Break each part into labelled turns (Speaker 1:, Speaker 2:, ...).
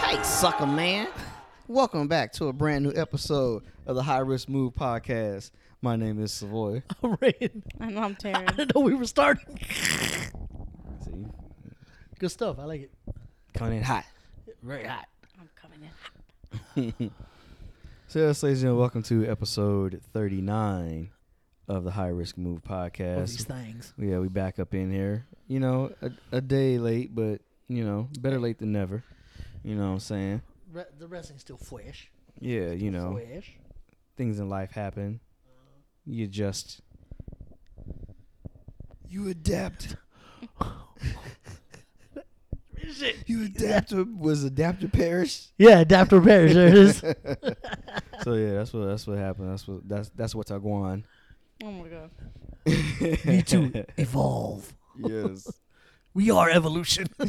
Speaker 1: fight, sucker man. Welcome back to a brand new episode of the High Risk Move podcast. My name is Savoy.
Speaker 2: I'm raiding.
Speaker 3: And I'm
Speaker 2: I
Speaker 3: Taryn.
Speaker 2: didn't know we were starting.
Speaker 1: See,
Speaker 2: Good stuff. I like it.
Speaker 1: coming in hot.
Speaker 2: Very hot.
Speaker 3: I'm coming in.
Speaker 1: So, yes, ladies and gentlemen, welcome to episode 39 of the High Risk Move
Speaker 2: All these
Speaker 1: podcast.
Speaker 2: things.
Speaker 1: Yeah, we back up in here. You know, a, a day late, but you know, better late than never. You know what I'm saying?
Speaker 2: Re- the wrestling's still fresh.
Speaker 1: Yeah, you know,
Speaker 2: Fresh.
Speaker 1: things in life happen. You just you adapt.
Speaker 2: Shit.
Speaker 1: You adapt to was adapted Paris.
Speaker 2: Yeah, adapter repairs. There it is.
Speaker 1: So yeah, that's what that's what happened. That's what that's that's what's going.
Speaker 3: Oh my god.
Speaker 2: Need to evolve.
Speaker 1: yes.
Speaker 2: We are evolution.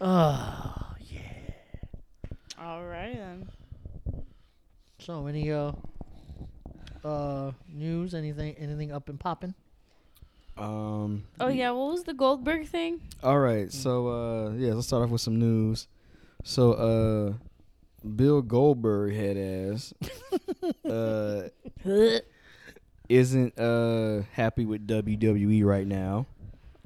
Speaker 2: oh, yeah.
Speaker 3: Alrighty then.
Speaker 2: So, any uh, uh, news? Anything? Anything up and popping?
Speaker 1: Um.
Speaker 3: Oh yeah, what was the Goldberg thing?
Speaker 1: All right. So uh, yeah, let's start off with some news. So uh, Bill Goldberg head ass uh isn't uh happy with WWE right now.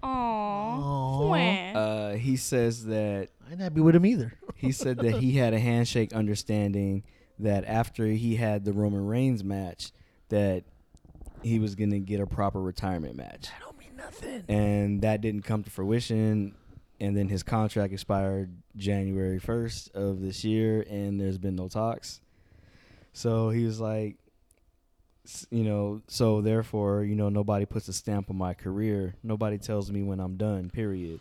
Speaker 3: Aww.
Speaker 2: Aw.
Speaker 3: Wah.
Speaker 1: Uh, he says that
Speaker 2: I'm not happy with him either.
Speaker 1: he said that he had a handshake understanding that after he had the Roman Reigns match that he was going to get a proper retirement match.
Speaker 2: I don't mean nothing.
Speaker 1: And that didn't come to fruition and then his contract expired January 1st of this year and there's been no talks. So he was like s- you know, so therefore, you know, nobody puts a stamp on my career. Nobody tells me when I'm done, period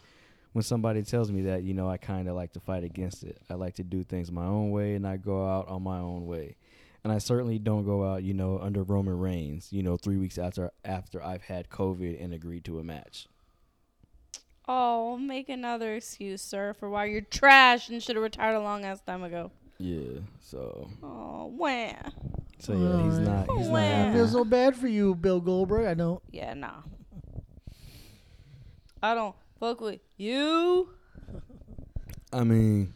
Speaker 1: when somebody tells me that, you know, I kind of like to fight against it. I like to do things my own way and I go out on my own way. And I certainly don't go out, you know, under Roman Reigns, you know, 3 weeks after after I've had COVID and agreed to a match.
Speaker 3: Oh, make another excuse, sir, for why you're trash and should have retired a long ass time ago.
Speaker 1: Yeah. So
Speaker 3: Oh, wah.
Speaker 1: so yeah, he's not he's not
Speaker 2: I feel
Speaker 1: happy.
Speaker 2: so bad for you, Bill Goldberg. I don't.
Speaker 3: Yeah, nah. I don't fuck with you.
Speaker 1: I mean,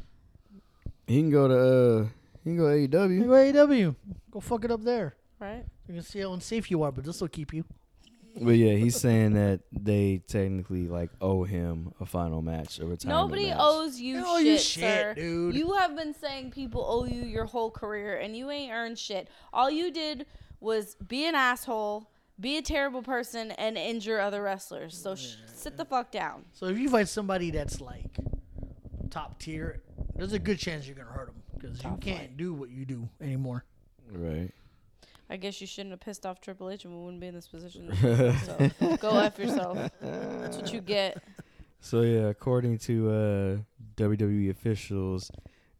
Speaker 1: he can go to uh he can go to
Speaker 2: Hey,
Speaker 1: AEW.
Speaker 2: AEW, E go fuck it up there.
Speaker 3: Right?
Speaker 2: You can see how unsafe you are, but this will keep you.
Speaker 1: But yeah, he's saying that they technically like owe him a final match, a retirement
Speaker 3: Nobody
Speaker 1: match.
Speaker 3: owes you
Speaker 2: They
Speaker 3: shit,
Speaker 2: owe you shit,
Speaker 3: sir.
Speaker 2: dude.
Speaker 3: You have been saying people owe you your whole career, and you ain't earned shit. All you did was be an asshole, be a terrible person, and injure other wrestlers. So sh- sit the fuck down.
Speaker 2: So if you fight somebody that's like top tier, there's a good chance you're gonna hurt them because you can't do what you do anymore.
Speaker 1: Right.
Speaker 3: I guess you shouldn't have pissed off Triple H, and we wouldn't be in this position. so go f yourself. That's what you get.
Speaker 1: So yeah, according to uh, WWE officials,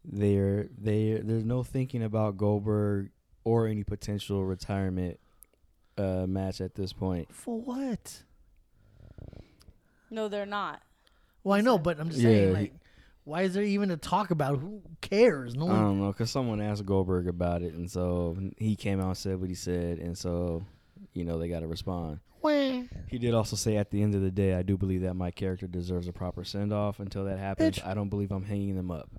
Speaker 1: there they there's no thinking about Goldberg or any potential retirement uh, match at this point.
Speaker 2: For what?
Speaker 3: No, they're not.
Speaker 2: Well, I know, but I'm just
Speaker 1: Yeah,
Speaker 2: saying,
Speaker 1: he-
Speaker 2: like, why is there even a talk about? it? Who cares? No
Speaker 1: I
Speaker 2: one.
Speaker 1: don't know because someone asked Goldberg about it, and so he came out and said what he said, and so you know they got to respond.
Speaker 2: Wah.
Speaker 1: He did also say at the end of the day, I do believe that my character deserves a proper send off. Until that happens,
Speaker 2: Bitch.
Speaker 1: I don't believe I'm hanging them up.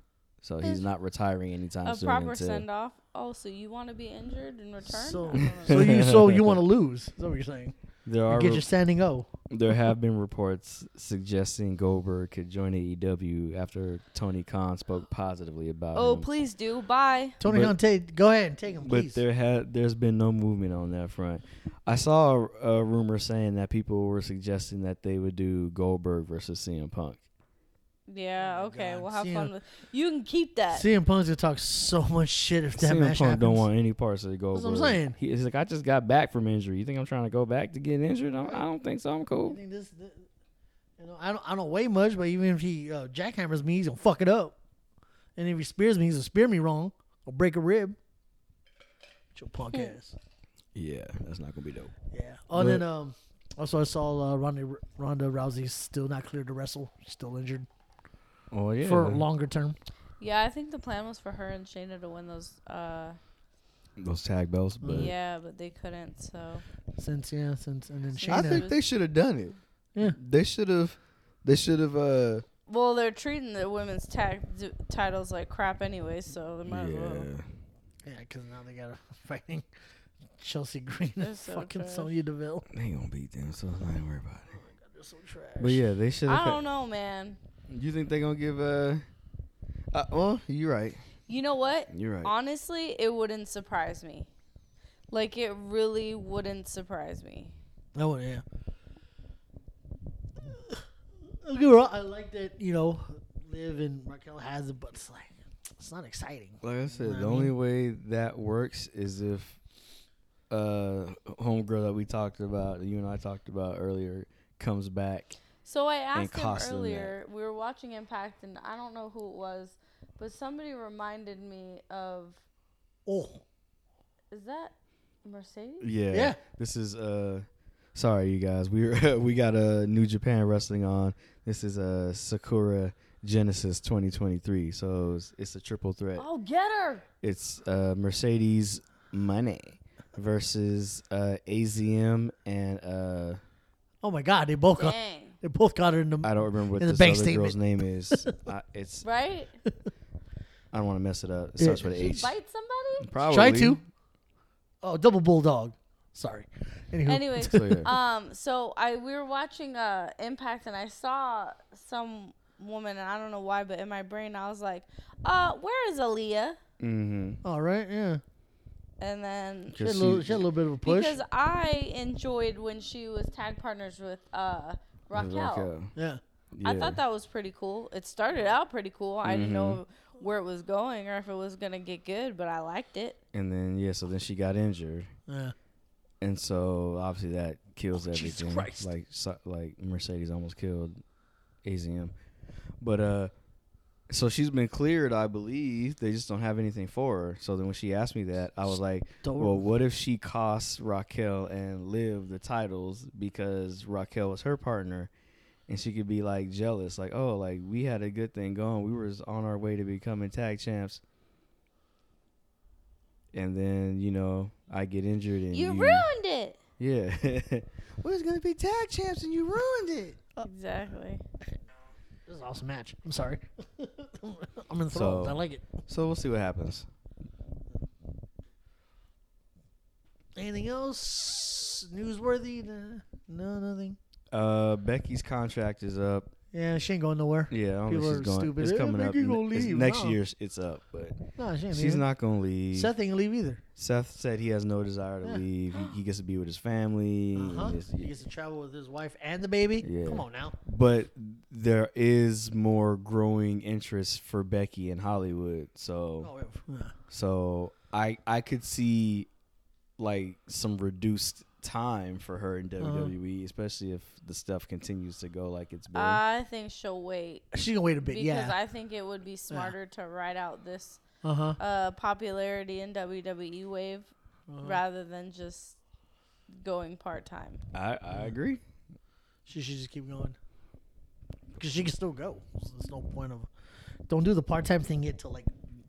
Speaker 1: So he's not retiring anytime
Speaker 3: A
Speaker 1: soon.
Speaker 3: proper
Speaker 1: until-
Speaker 3: send off. Oh, so you want to be injured in return?
Speaker 2: So-
Speaker 3: I don't know.
Speaker 2: So you so you want to lose? Is that what you're saying?
Speaker 1: there
Speaker 2: You
Speaker 1: are
Speaker 2: get
Speaker 1: re-
Speaker 2: your standing O.
Speaker 1: There have been reports suggesting Goldberg could join AEW after Tony Khan spoke positively about
Speaker 3: oh,
Speaker 1: him.
Speaker 3: please do. Bye.
Speaker 2: Tony
Speaker 1: But-
Speaker 2: Khan, take go ahead and take him,
Speaker 1: But
Speaker 2: please.
Speaker 1: there had there's been no movement on that front. I saw a, a rumor saying that people were suggesting that they would do Goldberg versus CM Punk.
Speaker 3: Yeah, okay.
Speaker 2: Oh God.
Speaker 3: We'll have
Speaker 2: See
Speaker 3: fun
Speaker 2: ya.
Speaker 3: with You can keep that.
Speaker 2: CM Punk's gonna talk so much shit if
Speaker 1: CM
Speaker 2: that
Speaker 1: Punk
Speaker 2: match happens.
Speaker 1: don't want any parts of the Goldberg.
Speaker 2: what I'm saying.
Speaker 1: He- he's like, I just got back from injury. You think I'm trying to go back to get injured? I'm, I don't think so. I'm
Speaker 2: I
Speaker 1: cool.
Speaker 2: think this, th- you know, I don't, I don't weigh much, but even if he uh, jackhammers me, he's gonna fuck it up. And if he spears me, he's gonna spear me wrong or break a rib. Get your punk
Speaker 3: Hmm.
Speaker 2: ass.
Speaker 1: Yeah, that's not gonna be dope.
Speaker 2: Yeah. Oh, and then um, also I saw uh, Ronda Ronda Rousey's still not cleared to wrestle. She's still injured
Speaker 1: Oh yeah.
Speaker 2: for longer term.
Speaker 3: Yeah, I think the plan was for her and Shayna to win those. Uh,
Speaker 1: those tag belts, but
Speaker 3: yeah, but they couldn't. So
Speaker 2: Since yeah, since and then
Speaker 3: I
Speaker 2: Shayna.
Speaker 3: think-
Speaker 1: should have done it.
Speaker 2: yeah.
Speaker 1: They should have. They should have. Uh,
Speaker 3: Well, they're treating the women's tag d- titles like crap anyway, so they might as well.
Speaker 1: Yeah.
Speaker 2: Yeah, because now they got to fighting Chelsea Green and
Speaker 3: That's so
Speaker 2: fucking
Speaker 3: trash.
Speaker 2: Sonya Deville.
Speaker 1: They ain't gonna beat them, so I ain't worry about it.
Speaker 2: They're so trash.
Speaker 1: But yeah, they should.
Speaker 3: I don't know, man.
Speaker 1: You think they gonna give? Uh, uh, well, you're right.
Speaker 3: You know what?
Speaker 1: You're right.
Speaker 3: Honestly, it wouldn't surprise me. Like it really wouldn't surprise me.
Speaker 2: Oh yeah. Don't get me wrong, I like that you know Liv and Raquel has it, but it's like it's not exciting.
Speaker 1: Like I said,
Speaker 2: what I
Speaker 1: the only way that works is if uh homegirl that we talked about, that you and I talked about earlier, comes back.
Speaker 3: So I asked him
Speaker 1: cost them that.
Speaker 3: earlier. We were watching Impact, and I don't know who it was, but somebody reminded me of.
Speaker 2: Oh
Speaker 3: Is that Mercedes?
Speaker 1: Yeah.
Speaker 2: Yeah.
Speaker 1: This is uh sorry you guys. We are we got a uh, New Japan wrestling on. This is uh Sakura Genesis 2023. So it's, it's a triple threat.
Speaker 3: Oh, get her!
Speaker 1: It's uh Mercedes Money versus uh AZM and uh
Speaker 2: oh my God, they both got
Speaker 3: Dang.
Speaker 2: they both got her in the.
Speaker 1: I don't remember what
Speaker 2: In the
Speaker 1: this
Speaker 2: bank
Speaker 1: other
Speaker 2: statement.
Speaker 1: girl's name is. I, it's
Speaker 3: Right?
Speaker 1: I don't want to mess it up. It
Speaker 2: Yeah.
Speaker 1: starts with
Speaker 3: She
Speaker 1: H.
Speaker 3: bite somebody?
Speaker 1: Probably.
Speaker 2: Try to. Oh, double bulldog. Sorry. Anywho.
Speaker 3: Anyway,
Speaker 1: So, yeah.
Speaker 2: Uh,
Speaker 3: um, so I we were watching uh Impact, and I saw some woman, and I don't know why, but in my brain I was like, uh, where is Aaliyah?
Speaker 1: Mm-hmm.
Speaker 2: All right. Yeah.
Speaker 3: And then
Speaker 2: She had, a little, she had a little bit of a push.
Speaker 3: because I enjoyed when she was tag partners with uh Raquel.
Speaker 2: yeah.
Speaker 3: I thought that was pretty cool. It started out pretty cool. I didn't know where it was going or if it was gonna get good, but I liked it.
Speaker 1: And then yeah, so then she got injured,
Speaker 2: Yeah.
Speaker 1: and so obviously that kills everything.
Speaker 2: Oh, Jesus Christ.
Speaker 1: Like so, like Mercedes almost killed AZM, but uh, so she's been cleared, I believe. They just don't have anything for her. So then when she asked me that, I was like,
Speaker 2: Don't-
Speaker 1: well, what if she costs Raquel and Liv the titles because Raquel was her partner? And she could be like jealous, like, oh, like we had a good thing going. We were on our way to becoming tag champs. And then, you know, I get injured and
Speaker 3: You ruined it.
Speaker 1: Yeah. we was gonna be tag champs and you ruined it.
Speaker 3: Exactly.
Speaker 2: This is an awesome match. I'm sorry. I'm enthralled.
Speaker 1: So-
Speaker 2: I like it.
Speaker 1: So we'll see what happens.
Speaker 2: Anything else newsworthy? Nah. No, nothing.
Speaker 1: Uh Becky's contract is up.
Speaker 2: Yeah, she ain't going nowhere.
Speaker 1: Yeah, I don't
Speaker 2: People
Speaker 1: know if
Speaker 2: are
Speaker 1: she's going.
Speaker 2: stupid.
Speaker 1: It's
Speaker 2: Eh,
Speaker 1: coming up.
Speaker 2: Becky gonna
Speaker 1: it's
Speaker 2: leave,
Speaker 1: next
Speaker 2: nah.
Speaker 1: year it's up, but
Speaker 2: No, she ain't
Speaker 1: she's
Speaker 2: leaving.
Speaker 1: not gonna leave.
Speaker 2: Seth ain't gonna leave either.
Speaker 1: Seth said he has no desire to
Speaker 2: Yeah.
Speaker 1: leave. He, he gets to be with his family. and
Speaker 2: Uh-huh.
Speaker 1: his-
Speaker 2: He gets to travel with his wife and the baby.
Speaker 1: Yeah.
Speaker 2: Come on now.
Speaker 1: but there is more growing interest for Becky in Hollywood. So,
Speaker 2: Oh, yeah.
Speaker 1: so I I could see like some reduced time for her in WWE, especially if the stuff continues to go like it's been.
Speaker 3: I think she'll wait
Speaker 2: She's gonna wait a bit.
Speaker 3: because
Speaker 2: yeah.
Speaker 3: I think it would be smarter to ride out this
Speaker 2: Uh huh.
Speaker 3: uh, popularity in WWE wave rather than just going part time.
Speaker 1: I I agree.
Speaker 2: She should just keep going because she can still go. So there's no point of don't do the part time thing yet till like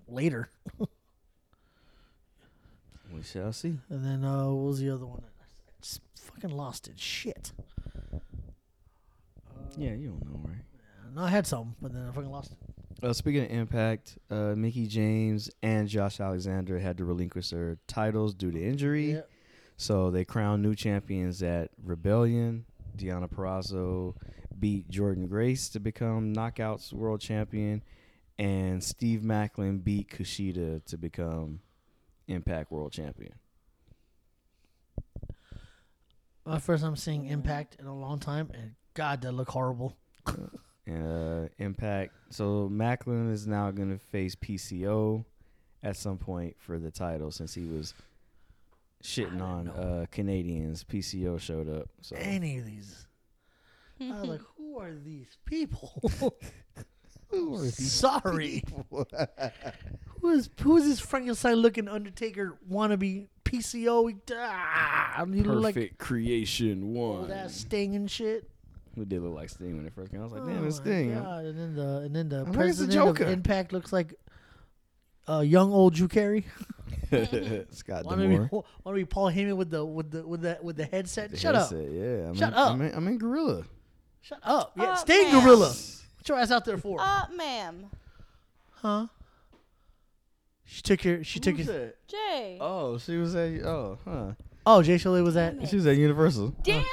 Speaker 2: later.
Speaker 1: We shall see.
Speaker 2: And then uh, what was the other one? I just fucking lost it. Shit.
Speaker 1: Yeah, you don't know, right?
Speaker 2: No, I had some, but then I fucking lost it.
Speaker 1: Uh, speaking of Impact, uh, Mickey James and Josh Alexander had to relinquish their titles due to injury.
Speaker 2: Yeah.
Speaker 1: So they crowned new champions at Rebellion. Deanna Perrazzo beat Jordan Grace to become Knockouts World Champion, and Steve Macklin beat Kushida to become Impact World Champion.
Speaker 2: My first time seeing Impact in a long time, and God, that look horrible.
Speaker 1: And uh, Impact. So Macklin is now going to face PCO at some point for the title since he was shitting on uh, Canadians. PCO showed up. So
Speaker 2: Any of these. I was like, who are these people?
Speaker 1: Who are
Speaker 2: Sorry. who is who is this Frankenstein looking Undertaker wannabe PCO? Ah, you look
Speaker 1: Perfect
Speaker 2: like
Speaker 1: creation
Speaker 2: old
Speaker 1: one.
Speaker 2: ass Sting and shit.
Speaker 1: Who did look like Sting when it first came? I was like,
Speaker 2: Oh
Speaker 1: damn, it's
Speaker 2: my
Speaker 1: Sting.
Speaker 2: God. And then the and then the
Speaker 1: like, it's the
Speaker 2: president of
Speaker 1: Joker.
Speaker 2: Impact looks like uh, young old Drew Carey.
Speaker 1: Scott
Speaker 2: Wanna be,
Speaker 1: Demore.
Speaker 2: wanna be Paul Heyman with the with the with the with the headset?
Speaker 1: The
Speaker 2: Shut up!
Speaker 1: headset, Yeah, I'm
Speaker 2: Shut
Speaker 1: in,
Speaker 2: up.
Speaker 1: I'm in, I'm in Gorilla.
Speaker 2: Shut up! Yeah,
Speaker 3: Oh,
Speaker 2: Sting
Speaker 3: man.
Speaker 2: Gorilla. What your ass out there for?
Speaker 3: Uh, ma'am.
Speaker 2: huh? She took your. She took
Speaker 1: Who's
Speaker 2: your.
Speaker 1: that?
Speaker 3: Jay.
Speaker 1: Oh, she was at oh, huh?
Speaker 2: Oh, Jay Soleil was that
Speaker 3: Damn it.
Speaker 1: She was at Universal.
Speaker 3: Damn it!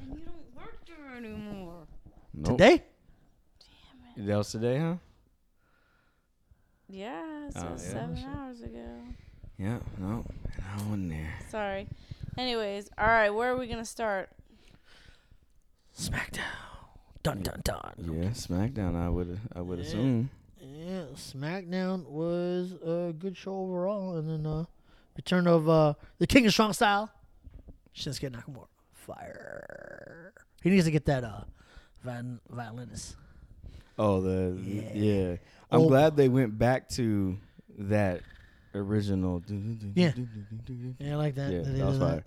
Speaker 3: And you don't work there anymore.
Speaker 1: Nope.
Speaker 2: today?
Speaker 1: That was today, huh?
Speaker 3: Yeah, so
Speaker 1: Oh, yeah.
Speaker 3: seven
Speaker 1: Shit.
Speaker 3: hours ago.
Speaker 1: Yeah. No, I wasn't there.
Speaker 3: Sorry. Anyways, all right, where are we gonna start?
Speaker 2: SmackDown. Dun dun dun.
Speaker 1: Yeah, SmackDown. I would I would
Speaker 2: Yeah.
Speaker 1: assume.
Speaker 2: Yeah, SmackDown was a good show overall, and then uh, return of uh, the King of Strong Style, Shinsuke Nakamura. Fire. He needs to get that uh, violin- violinist.
Speaker 1: Oh, the yeah.
Speaker 2: Yeah.
Speaker 1: I'm
Speaker 2: Oh.
Speaker 1: glad they went back to that original.
Speaker 2: Yeah. Yeah, I like that.
Speaker 1: Yeah,
Speaker 2: they
Speaker 1: that was
Speaker 2: did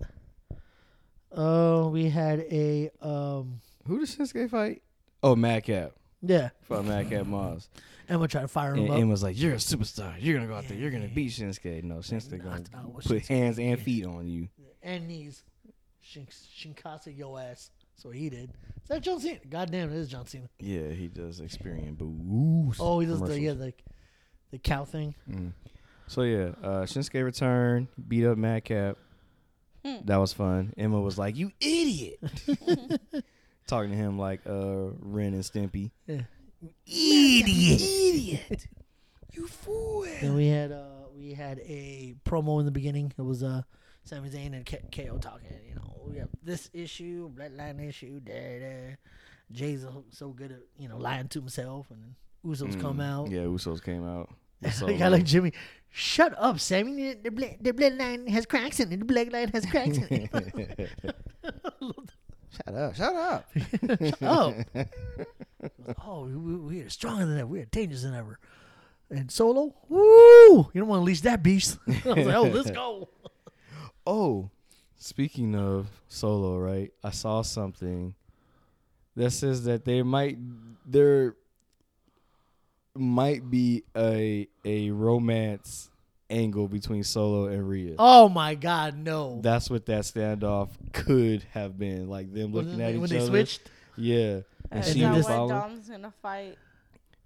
Speaker 2: that. Uh, we had a um,
Speaker 1: Who did Shinsuke fight? Oh, Madcap.
Speaker 2: yeah,
Speaker 1: Fought Madcap Moss.
Speaker 2: Emma tried to fire him
Speaker 1: And,
Speaker 2: up.
Speaker 1: and was like, "You're a superstar. You're gonna go out there. You're gonna beat Shinsuke. No, Shinsuke gonna
Speaker 2: Knocked out with
Speaker 1: put
Speaker 2: Shinsuke.
Speaker 1: hands and feet on you.
Speaker 2: and knees. Shin- Shinkasa yo ass. So he did. Is that John Cena? God damn, it is John Cena.
Speaker 1: Yeah, he does Experian boo.
Speaker 2: Oh, he does the yeah the the cow thing.
Speaker 1: So yeah, uh, Shinsuke returned, beat up Madcap.
Speaker 3: Hmm.
Speaker 1: That was fun. Emma was like, "You idiot," talking to him like uh, Ren and Stimpy.
Speaker 2: Idiot.
Speaker 1: Idiot, you fool!
Speaker 2: Then we had uh we had a promo in the beginning. It was uh Sami Zayn and K- KO talking. You know we have this issue, bloodline issue. Da da. Jay's so- so good at you know lying to himself, and then Usos come out.
Speaker 1: Yeah, Usos came out. So,
Speaker 2: I got like Jimmy. Shut up, Sammy. The, the, bl- the bloodline has cracks in it. The bloodline has cracks in it.
Speaker 1: shut up! Shut up!
Speaker 2: Shut up. oh, we, we we are stronger than ever. We are dangerous than ever. And Solo, woo! You don't want to leash that beast. I was like, oh, let's go.
Speaker 1: Oh, speaking of solo, right? I saw something that says that there might there might be a a romance angle between Solo and Rhea.
Speaker 2: Oh my God, no.
Speaker 1: That's what that standoff could have been, like them looking
Speaker 2: when
Speaker 1: at each
Speaker 2: when they
Speaker 1: other.
Speaker 2: switched,
Speaker 1: Yeah, and
Speaker 3: Is
Speaker 1: she
Speaker 3: that
Speaker 1: was
Speaker 3: what
Speaker 1: following,
Speaker 3: Dom's gonna fight?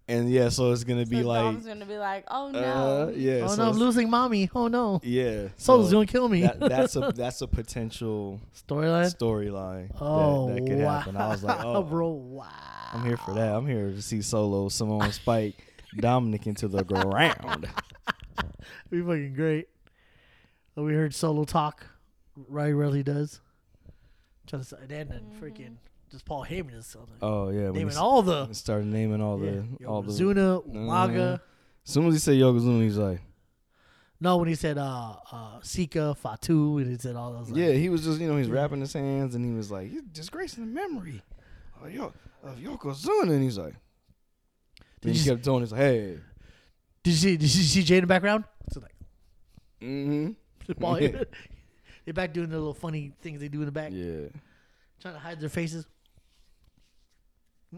Speaker 1: and yeah, so it's gonna be
Speaker 3: so
Speaker 1: like,
Speaker 3: Dom's gonna be like, oh no.
Speaker 1: uh, yeah,
Speaker 2: oh
Speaker 1: so
Speaker 2: no, I'm
Speaker 1: it's-
Speaker 2: losing mommy. Oh no,
Speaker 1: yeah,
Speaker 2: Solo's
Speaker 1: so
Speaker 2: gonna kill me.
Speaker 1: that, that's a that's a potential
Speaker 2: Storyline.
Speaker 1: storyline
Speaker 2: Oh,
Speaker 1: that, that could
Speaker 2: wow.
Speaker 1: happen. I was like, oh,
Speaker 2: bro, wow.
Speaker 1: I'm here for that. I'm here to see Solo, Simone, Spike, Dominic into the ground.
Speaker 2: Be fucking great. Oh, We heard Solo talk. Riley rarely does. Trying to say, and then freaking just Paul Heyman is something.
Speaker 1: Oh yeah, when he
Speaker 2: Naming
Speaker 1: s-
Speaker 2: all the
Speaker 1: started naming all the
Speaker 2: Yeah,
Speaker 1: all the. As
Speaker 2: Yokozuna, Umaga.
Speaker 1: soon as he said Yokozuna, he's like,
Speaker 2: No, when he said uh, uh, Sika, Fatu, and he said all those.
Speaker 1: yeah, he was just you know he's wrapping his hands and he was like, you're disgracing the memory of, Yo- of Yokozuna, and he's like. Then
Speaker 2: Did
Speaker 1: he
Speaker 2: you-
Speaker 1: kept doing. He's like, hey.
Speaker 2: Did you see? Did you see Jay in the background? It's like
Speaker 1: Mm-hmm.
Speaker 2: Paul Heyman. They're back doing the little funny things they do in the back,
Speaker 1: Yeah.
Speaker 2: trying to hide their faces.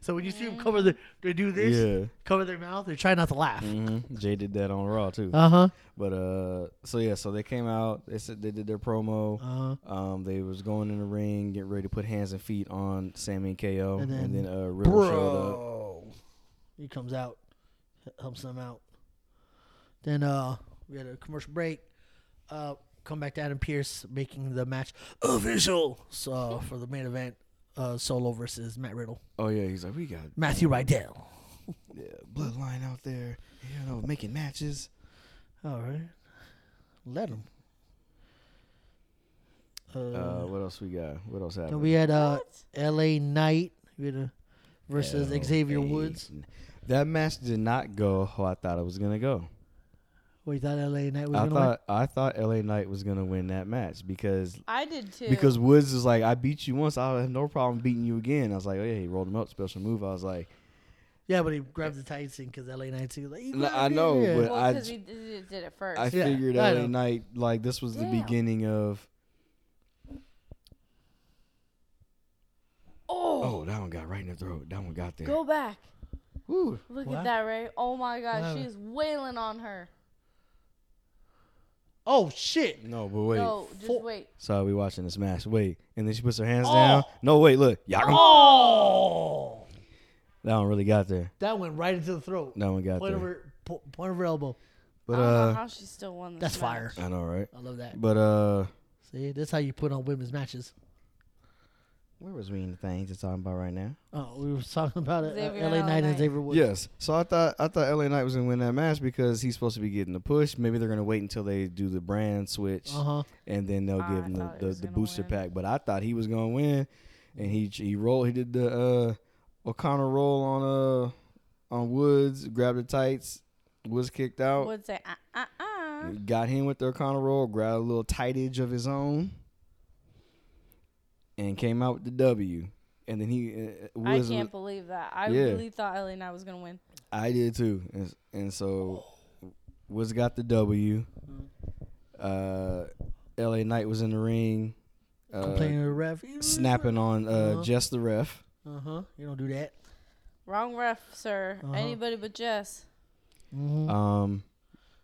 Speaker 2: so when you see them cover the, they do this,
Speaker 1: Yeah.
Speaker 2: cover their mouth. They're trying not to laugh.
Speaker 1: Mm-hmm. Jay did that on Raw too.
Speaker 2: Uh huh.
Speaker 1: But uh, so yeah, so they came out. They said they did their promo.
Speaker 2: Uh huh.
Speaker 1: Um, they was going in the ring, getting ready to put hands and feet on Sammy and KO, and
Speaker 2: And
Speaker 1: then,
Speaker 2: then-
Speaker 1: uh, Riddle showed up.
Speaker 2: Bro, he comes out, h- helps them out. Then uh, we had a commercial break. Uh, come back to Adam Pierce making the match official. So uh, for the main event, uh, Solo versus Matt Riddle,
Speaker 1: Oh yeah, he's like, we got
Speaker 2: Matthew Rydell.
Speaker 1: yeah, bloodline out there, you know, making matches.
Speaker 2: All right, let him. Uh,
Speaker 1: Uh, what else we got? What else
Speaker 2: then
Speaker 1: happened?
Speaker 2: we had uh,
Speaker 3: What?
Speaker 2: L.A. Knight we had a, versus
Speaker 1: Oh,
Speaker 2: Xavier
Speaker 1: hey.
Speaker 2: Woods.
Speaker 1: That match did not go how I thought it was gonna go.
Speaker 2: Wait, that L.A. Knight was
Speaker 1: I
Speaker 2: gonna win?
Speaker 1: thought I thought LA Knight was gonna win that match because
Speaker 3: I did too.
Speaker 1: Because Woods is like, I beat you once, I have no problem beating you again. I was like, oh, yeah, he rolled him up, special move. I was like,
Speaker 2: Yeah, but he grabbed the tight scene because LA Knight too. Like, he
Speaker 1: No, I
Speaker 2: grabbed it,
Speaker 1: know,
Speaker 2: yeah.
Speaker 1: but-
Speaker 3: well,
Speaker 1: I
Speaker 3: 'cause
Speaker 1: j-
Speaker 3: he did, did it first.
Speaker 1: I
Speaker 2: Yeah,
Speaker 1: figured
Speaker 2: I
Speaker 1: LA
Speaker 2: know.
Speaker 1: Knight, like, this was the
Speaker 3: Damn.
Speaker 1: beginning of,
Speaker 3: oh,
Speaker 1: oh, that one got right in the throat. That one got there.
Speaker 3: go back.
Speaker 1: Woo.
Speaker 3: Look
Speaker 2: What?
Speaker 3: at that, Ray. Oh my
Speaker 2: What
Speaker 3: God,
Speaker 2: happened?
Speaker 3: she's wailing on her.
Speaker 2: oh shit!
Speaker 1: No, but wait.
Speaker 3: no, just
Speaker 2: full-
Speaker 3: wait.
Speaker 1: Sorry, Oh. we watching this match. Wait. And then she puts her hands down. No, wait, look. Y'all gonna-
Speaker 2: Oh,
Speaker 1: That one really got there.
Speaker 2: That went right into the throat.
Speaker 1: That one got
Speaker 2: point of
Speaker 1: there.
Speaker 2: her po- point of her elbow.
Speaker 1: But
Speaker 3: I don't know
Speaker 1: uh,
Speaker 3: how she still won this
Speaker 2: That's
Speaker 3: match.
Speaker 2: fire.
Speaker 1: I know, right?
Speaker 2: I love that.
Speaker 1: But uh,
Speaker 2: See, that's how you put on women's matches.
Speaker 1: where was we in the things to talking about right now?
Speaker 2: Oh, we were talking about it. Uh,
Speaker 3: Xavier
Speaker 2: LA Knight and
Speaker 3: Knight.
Speaker 2: Xavier Woods.
Speaker 1: Yes. So I thought I thought LA Knight was gonna win that match because he's supposed to be getting the push. Maybe they're gonna wait until they do the brand switch,
Speaker 2: Uh huh.
Speaker 1: and then they'll
Speaker 3: I
Speaker 1: give him the,
Speaker 3: thought he
Speaker 1: the,
Speaker 3: was
Speaker 1: the
Speaker 3: gonna
Speaker 1: booster
Speaker 3: win.
Speaker 1: pack. But I thought he was gonna win, and he he rolled. He did the uh, O'Connor roll on uh on Woods, grabbed the tights. Woods kicked out.
Speaker 3: Would say uh uh uh.
Speaker 1: Got him with the O'Connor roll, grabbed a little tightage of his own, and came out with the W. And then he uh,
Speaker 3: I
Speaker 1: Woods.
Speaker 3: can't believe that. I
Speaker 1: Yeah.
Speaker 3: really thought LA Knight was gonna win.
Speaker 1: I did too, and, and so Woods got the W.
Speaker 3: Mm-hmm.
Speaker 1: Uh, L.A. Knight was in the ring, uh,
Speaker 2: Complaining to the ref. You-
Speaker 1: snapping on uh,
Speaker 2: Uh-huh.
Speaker 1: just the ref.
Speaker 2: Uh huh. You don't do that.
Speaker 3: Wrong ref, sir.
Speaker 2: Uh-huh.
Speaker 3: Anybody but Jess.
Speaker 2: Mm-hmm.
Speaker 1: Um,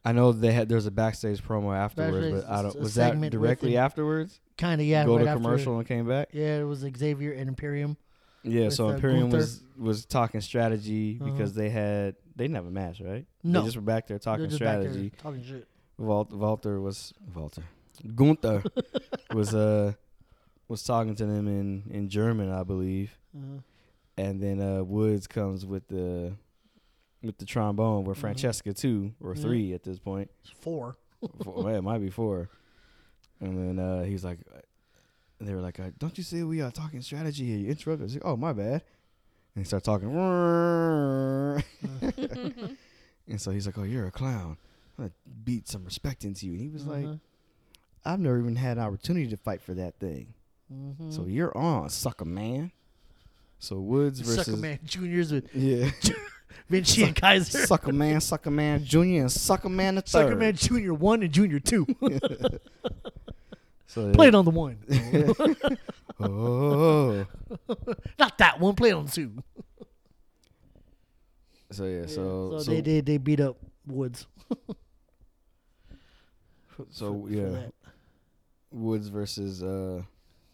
Speaker 1: I know they had there's a backstage promo afterwards,
Speaker 2: Backstage
Speaker 1: but I
Speaker 2: is
Speaker 1: don't
Speaker 2: a
Speaker 1: was that
Speaker 2: segment
Speaker 1: directly
Speaker 2: within-
Speaker 1: afterwards.
Speaker 2: kind of yeah.
Speaker 1: Go
Speaker 2: right
Speaker 1: to
Speaker 2: after-
Speaker 1: commercial and came back.
Speaker 2: Yeah, it was Xavier and Imperium.
Speaker 1: Yeah,
Speaker 2: with,
Speaker 1: so
Speaker 2: uh,
Speaker 1: Imperium
Speaker 2: Gunther.
Speaker 1: was was talking strategy
Speaker 2: Uh-huh.
Speaker 1: because they had they didn't have a match, right?
Speaker 2: No.
Speaker 1: they just were back there talking
Speaker 2: They're just back there
Speaker 1: strategy.
Speaker 2: talking shit.
Speaker 1: Walt, Walter was Walter. Gunther was uh was talking to them in in German, I believe,
Speaker 2: Uh-huh.
Speaker 1: and then uh Woods comes with the with the trombone where
Speaker 2: Mhm.
Speaker 1: Francesca two or
Speaker 2: Yeah.
Speaker 1: three at this point.
Speaker 2: It's Four.
Speaker 1: Four, well, it might be four. And then uh, he was like, and they were like, uh, "Don't you see we are talking strategy here? You interrupt us." Like, oh, my bad. And he started talking, and so he's like, "Oh, you're a clown. I'm gonna beat some respect into you." And he was
Speaker 2: Uh-huh.
Speaker 1: like, "I've never even had an opportunity to fight for that thing.
Speaker 2: mm-hmm.
Speaker 1: So you're on, sucker man." So Woods versus
Speaker 2: Sucker Man Juniors with
Speaker 1: yeah,
Speaker 2: Vinci and Kaiser.
Speaker 1: sucker man, sucker man, junior, and sucker man the third.
Speaker 2: Sucker Man Junior One and Junior Two.
Speaker 1: So
Speaker 2: Play it on the one,
Speaker 1: oh.
Speaker 2: not that one. Play it on two.
Speaker 1: So yeah, so
Speaker 2: so, they did. They beat up Woods. For-
Speaker 1: So,
Speaker 2: for- for
Speaker 1: yeah.
Speaker 2: that.
Speaker 1: Woods versus uh,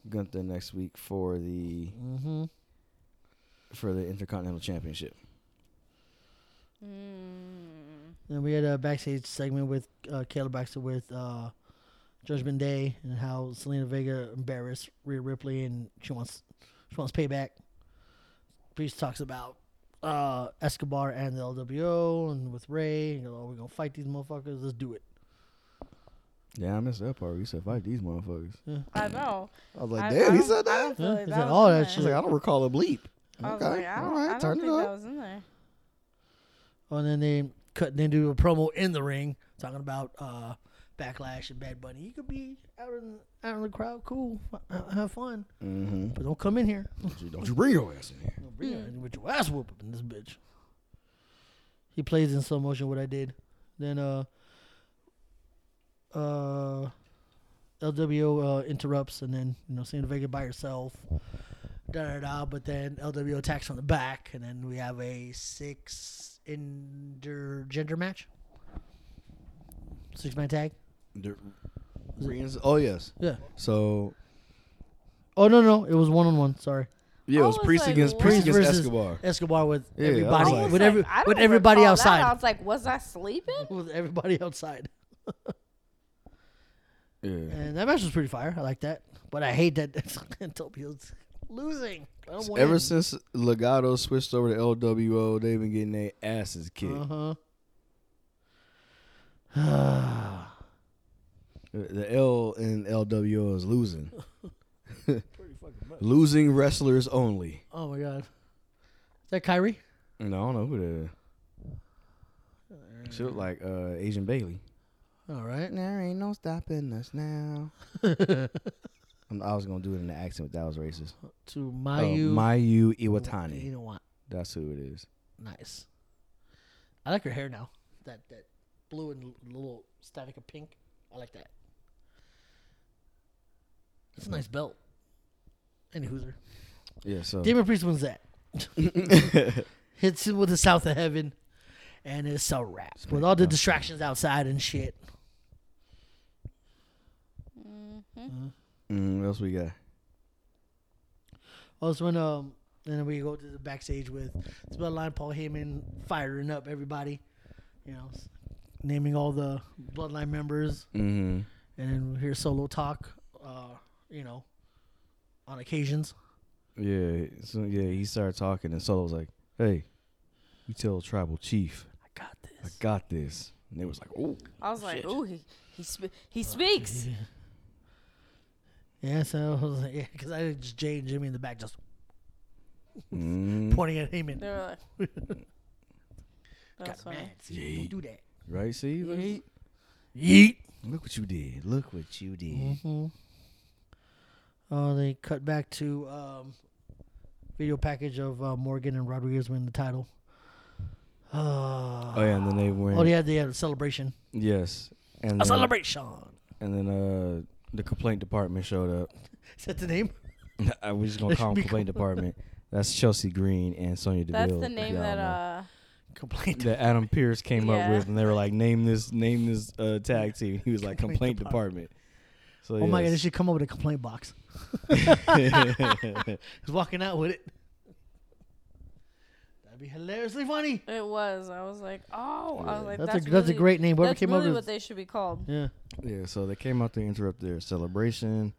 Speaker 1: Gunther next week for the
Speaker 2: Mm-hmm.
Speaker 1: for the Intercontinental Championship.
Speaker 3: Mm.
Speaker 2: Then we had a backstage segment with uh, Caleb Baxter with uh, Judgment Day and how Selena Vega embarrassed Rhea Ripley and she wants she wants payback. Priest talks about uh, Escobar and the LWO and with Ray. And, oh, we're gonna fight these motherfuckers. Let's do it.
Speaker 1: Yeah, I missed that part. You said fight these motherfuckers.
Speaker 3: I know.
Speaker 1: I was like,
Speaker 3: I-
Speaker 1: damn,
Speaker 3: I
Speaker 1: he
Speaker 3: don't-
Speaker 1: said
Speaker 3: I
Speaker 1: that.
Speaker 3: don't feel
Speaker 2: Yeah,
Speaker 3: like
Speaker 2: he
Speaker 3: that
Speaker 2: said
Speaker 3: was
Speaker 2: all
Speaker 3: in
Speaker 2: that
Speaker 3: there.
Speaker 1: She's like, I don't recall a bleep.
Speaker 3: I was
Speaker 1: Okay,
Speaker 3: like, I
Speaker 1: all
Speaker 3: don't,
Speaker 1: right,
Speaker 3: I don't
Speaker 1: turn it
Speaker 3: think that
Speaker 1: up.
Speaker 3: was in there.
Speaker 2: Oh, and then they cut. They do a promo in the ring talking about uh, backlash and Bad Bunny. You could be out in out in the crowd, cool, ha- have fun,
Speaker 1: Mm-hmm.
Speaker 2: but don't come in here.
Speaker 1: Don't you, don't you bring your ass in here.
Speaker 2: Don't bring
Speaker 3: Hmm.
Speaker 2: her with your ass whooping in this bitch. He plays in slow motion what I did. Then uh uh LWO uh, interrupts and then you know Santa Vega by herself. Da da da but then LWO attacks from the back and then we have a six intergender match. Six man tag?
Speaker 1: The- Reigns- oh yes.
Speaker 2: Yeah.
Speaker 1: So
Speaker 2: Oh no no, it was one on one, sorry.
Speaker 1: yeah,
Speaker 3: I
Speaker 1: it was
Speaker 3: was
Speaker 1: Priest
Speaker 3: like,
Speaker 1: against
Speaker 3: what?
Speaker 1: Priest
Speaker 2: Priest
Speaker 1: against
Speaker 2: versus-
Speaker 1: Escobar.
Speaker 2: Escobar with
Speaker 1: Yeah, I was
Speaker 2: everybody
Speaker 1: like-
Speaker 3: I was
Speaker 2: with
Speaker 3: like,
Speaker 2: every
Speaker 3: I don't
Speaker 2: with everybody
Speaker 3: recall that.
Speaker 2: outside.
Speaker 3: I was like, was I sleeping?
Speaker 2: with everybody outside.
Speaker 1: Yeah.
Speaker 2: And that match was pretty fire. I like that. But I hate that Antonio's losing. I don't want
Speaker 1: Ever since Legato switched over to LWO, they've been getting their asses kicked.
Speaker 2: Uh huh.
Speaker 1: The L in LWO is losing. losing wrestlers only.
Speaker 2: oh my god. Is that Kyrie?
Speaker 1: No, I don't know who that is. She look like uh, Asian Bailey.
Speaker 2: All right.
Speaker 1: There ain't no stopping us now. I'm, I was gonna do it in the accent, but that was racist.
Speaker 2: To
Speaker 1: Uh,
Speaker 2: Mayu.
Speaker 1: Mayu
Speaker 2: You
Speaker 1: Iwatani.
Speaker 2: know what?
Speaker 1: That's who it is.
Speaker 2: Nice. I like her hair now. That that blue and l- little static of pink. I like that. It's a nice belt. And Hooser.
Speaker 1: Yeah. So
Speaker 2: Demon Priest wins that. Hits him with the South of Heaven, and it's a wrap. With all the distractions outside and shit.
Speaker 1: mm, what else we got?
Speaker 2: Also, when um, And then we go to the backstage with the Bloodline, Paul Heyman firing up everybody, you know, s- naming all the Bloodline members.
Speaker 1: Mm-hmm.
Speaker 2: And then we hear solo talk, uh, you know, on occasions.
Speaker 1: Yeah. So yeah, he started talking, and Solo was like, "Hey, you tell Tribal Chief,
Speaker 2: I got
Speaker 1: I
Speaker 2: this.
Speaker 1: got this." And they was like, "Oh,
Speaker 3: I was like,
Speaker 2: Shit.
Speaker 3: ooh, he he, spe- he speaks.
Speaker 2: Yeah, so I was like, yeah, because I just Jay and Jimmy in the back just
Speaker 1: mm,
Speaker 2: pointing at Heyman.
Speaker 3: They were like,
Speaker 2: Got
Speaker 3: that's funny.
Speaker 2: mad. See, don't do that.
Speaker 1: right? See, look,
Speaker 3: Yeet.
Speaker 2: Yeet.
Speaker 1: look what you did. Look what you did."
Speaker 2: hmm Oh, they cut back to um, video package of uh, Morgan and Rodriguez winning the title. Uh,
Speaker 1: Oh yeah, and then they went.
Speaker 2: oh, yeah, they had a celebration.
Speaker 1: Yes. And
Speaker 2: A
Speaker 1: then,
Speaker 2: celebration.
Speaker 1: and then uh, the complaint department showed up.
Speaker 2: Is that the name?
Speaker 1: I was just gonna call them
Speaker 2: Be
Speaker 1: complaint department. That's Chelsea Green and Sonia Deville.
Speaker 3: That's the
Speaker 1: if
Speaker 3: name
Speaker 1: y'all
Speaker 3: that
Speaker 1: know.
Speaker 3: uh
Speaker 2: Complaint.
Speaker 1: that Adam Pierce came up
Speaker 3: Yeah.
Speaker 1: with, and they were like, "Name this, name this uh, tag team." He was like, "Complaint
Speaker 2: Complaint
Speaker 1: Department." So
Speaker 2: Oh my god, they
Speaker 1: yes.
Speaker 2: should come up with a complaint box. He's walking out with it. That'd be hilariously funny.
Speaker 3: it was. I was like, oh, I was like,
Speaker 2: That's,
Speaker 3: that's,
Speaker 2: a that's a
Speaker 3: really-
Speaker 2: great name. Whoever
Speaker 3: That's
Speaker 2: came
Speaker 3: really
Speaker 2: up
Speaker 3: what
Speaker 2: with
Speaker 3: they should be called.
Speaker 2: yeah.
Speaker 1: yeah, so they came out to interrupt their celebration,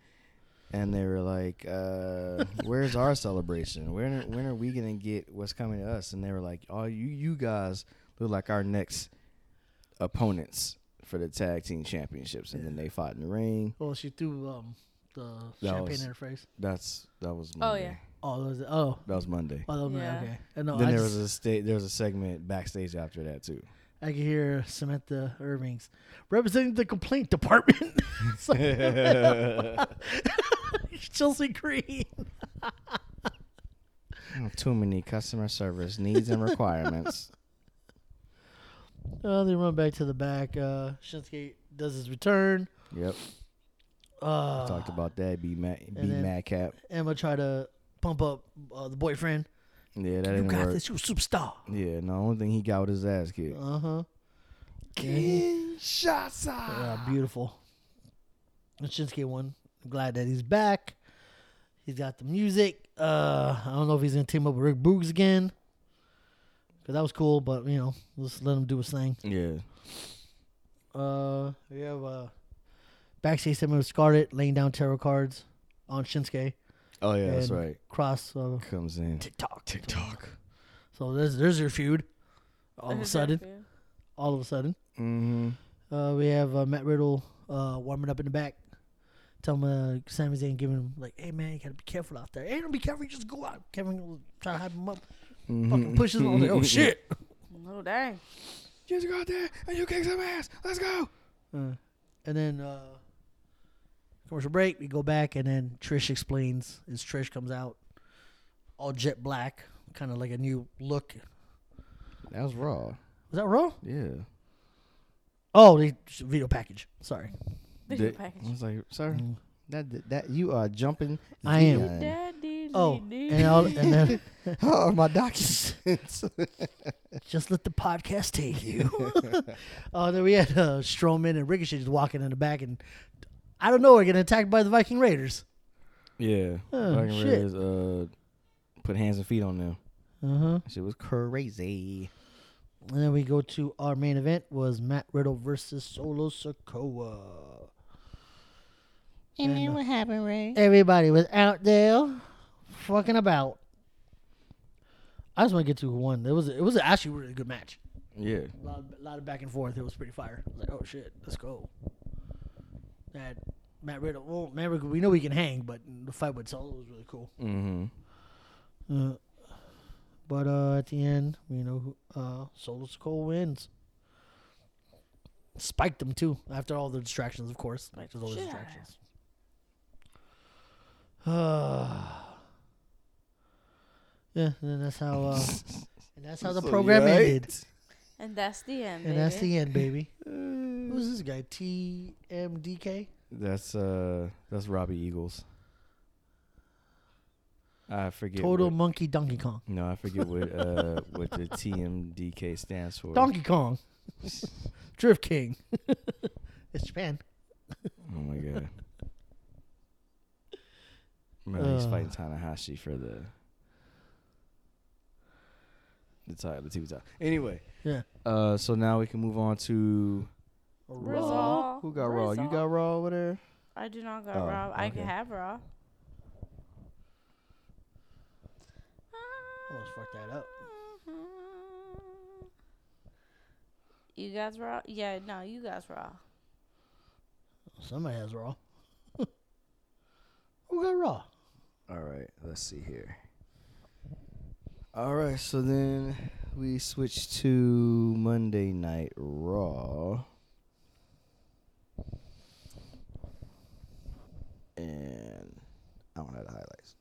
Speaker 1: and they were like, uh, "Where's our celebration? When when are we gonna get what's coming to us?" And they were like, "Oh, you you guys look like our next opponents." For the tag team championships, and then they fought in the ring.
Speaker 2: Well, she threw um the
Speaker 1: That
Speaker 2: champagne
Speaker 1: was-
Speaker 2: in her face.
Speaker 1: That's that was
Speaker 3: Oh,
Speaker 1: Monday.
Speaker 3: yeah.
Speaker 2: Oh, that was, oh,
Speaker 1: that was Monday.
Speaker 2: oh, that was,
Speaker 3: Yeah.
Speaker 2: okay. Uh, no,
Speaker 1: then
Speaker 2: I
Speaker 1: there
Speaker 2: just-
Speaker 1: was a sta- there was a segment backstage after that too.
Speaker 2: I could hear Samantha Irving's representing the complaint department. It's like- Chelsea Green.
Speaker 1: Too many customer service needs and requirements.
Speaker 2: Uh, they run back to the back. Uh, Shinsuke does his return.
Speaker 1: yep,
Speaker 2: Uh,
Speaker 1: talked about that. Be mad, be
Speaker 2: then-
Speaker 1: madcap.
Speaker 2: Emma try to pump up uh, the boyfriend.
Speaker 1: Yeah, that
Speaker 2: You
Speaker 1: didn't
Speaker 2: got
Speaker 1: work.
Speaker 2: this. You a superstar.
Speaker 1: Yeah, no, only thing he got was his ass kicked.
Speaker 2: Uh huh.
Speaker 1: Kinshasa.
Speaker 2: Yeah, beautiful. And Shinsuke won. I'm glad that he's back. He's got the music. Uh, I don't know if he's gonna team up with Rick Boogs again. Cause that was cool, but you know, let's let him do his thing.
Speaker 1: Yeah,
Speaker 2: Uh, we have uh, backstage segment with Scarlet laying down tarot cards on Shinsuke
Speaker 1: oh yeah, that's
Speaker 2: And-
Speaker 1: right.
Speaker 2: cross uh,
Speaker 1: Comes in.
Speaker 2: TikTok. TikTok. So there's there's your feud. All of a
Speaker 3: There's
Speaker 2: sudden,
Speaker 3: that few.
Speaker 2: all of a sudden.
Speaker 1: Mm-hmm.
Speaker 2: Uh, we have uh, Matt Riddle uh, warming up in the back. Tell him uh, Sami Zayn giving him like, "Hey man, you gotta be careful out there. Hey, don't be careful. You just go out." Kevin will try to hype him up.
Speaker 1: Mm. Mm-hmm.
Speaker 2: Fucking pushes him. I was like, oh shit.
Speaker 3: Oh dang.
Speaker 1: Just go out there and you kick some ass. Let's go.
Speaker 2: Uh, and then uh, commercial break. We go back, and then Trish explains as Trish comes out, all jet black, kind of like a new look.
Speaker 1: That was raw.
Speaker 2: Was that wrong?
Speaker 1: Yeah.
Speaker 2: Oh, the video package. Sorry. Mm.
Speaker 3: Video
Speaker 1: That-
Speaker 3: package.
Speaker 1: I was like, sir, that that you are jumping.
Speaker 2: I am.
Speaker 1: the gun.
Speaker 3: Daddy,
Speaker 2: Oh,
Speaker 3: dee,
Speaker 2: and, all, and then
Speaker 1: How are Oh, my documents?
Speaker 2: Just let the podcast take you. Oh, then we had uh, Strowman and Ricochet just walking in the back, and I don't know, we're getting attacked by the Viking Raiders.
Speaker 1: Yeah.
Speaker 2: Oh,
Speaker 1: Viking
Speaker 2: shit.
Speaker 1: Raiders uh, put hands and feet on them.
Speaker 2: Uh huh.
Speaker 1: That shit was crazy.
Speaker 2: And then we go to our main event was Matt Riddle versus Solo Sokoa.
Speaker 4: And
Speaker 2: And,
Speaker 4: then
Speaker 2: uh,
Speaker 4: what happened, Ray?
Speaker 2: Everybody was out there fucking about. I just want to get to who won. It was it was actually a really good match.
Speaker 1: Yeah.
Speaker 2: A lot, of, lot of back and forth. It was pretty fire. I was like, oh shit, let's go. That Matt Riddle. Well, Matt Riddle, we know he can hang, but the fight with Solo was really cool.
Speaker 1: Mm-hmm.
Speaker 2: Uh, but uh, at the end, you know, who- uh, Solo Sokoa wins. Spiked him too. After all the distractions, of course. Like, there's always
Speaker 3: shit out of him.
Speaker 2: distractions. yeah, and then that's how. Uh, and that's how the
Speaker 1: So you
Speaker 2: program
Speaker 1: alright?
Speaker 2: ended.
Speaker 3: and that's the end.
Speaker 2: And that's
Speaker 3: baby.
Speaker 2: the end, baby.
Speaker 1: Uh,
Speaker 2: Who's this guy? TMDK.
Speaker 1: That's uh, that's Robbie Eagles. I forget.
Speaker 2: Total
Speaker 1: What,
Speaker 2: Monkey Donkey Kong.
Speaker 1: no, I forget what uh what the TMDK stands for.
Speaker 2: Donkey Kong. Drift King. it's Japan.
Speaker 1: Oh my god. Remember he's
Speaker 2: Uh.
Speaker 1: fighting Tanahashi for the the title, the TV title. Anyway,
Speaker 2: Yeah.
Speaker 1: uh, so now we can move on to
Speaker 3: Raw.
Speaker 1: Who got Raw? You
Speaker 3: Rizal.
Speaker 1: got Raw over there?
Speaker 3: I do not got
Speaker 1: Oh,
Speaker 3: raw. I can
Speaker 1: okay.
Speaker 3: have raw.
Speaker 2: Almost fucked that up.
Speaker 3: You guys raw? Yeah, no, you guys raw.
Speaker 2: Somebody has Raw. Who got Raw?
Speaker 1: All right, let's see here. All right, so then we switch to Monday Night Raw. And I don't have the highlights.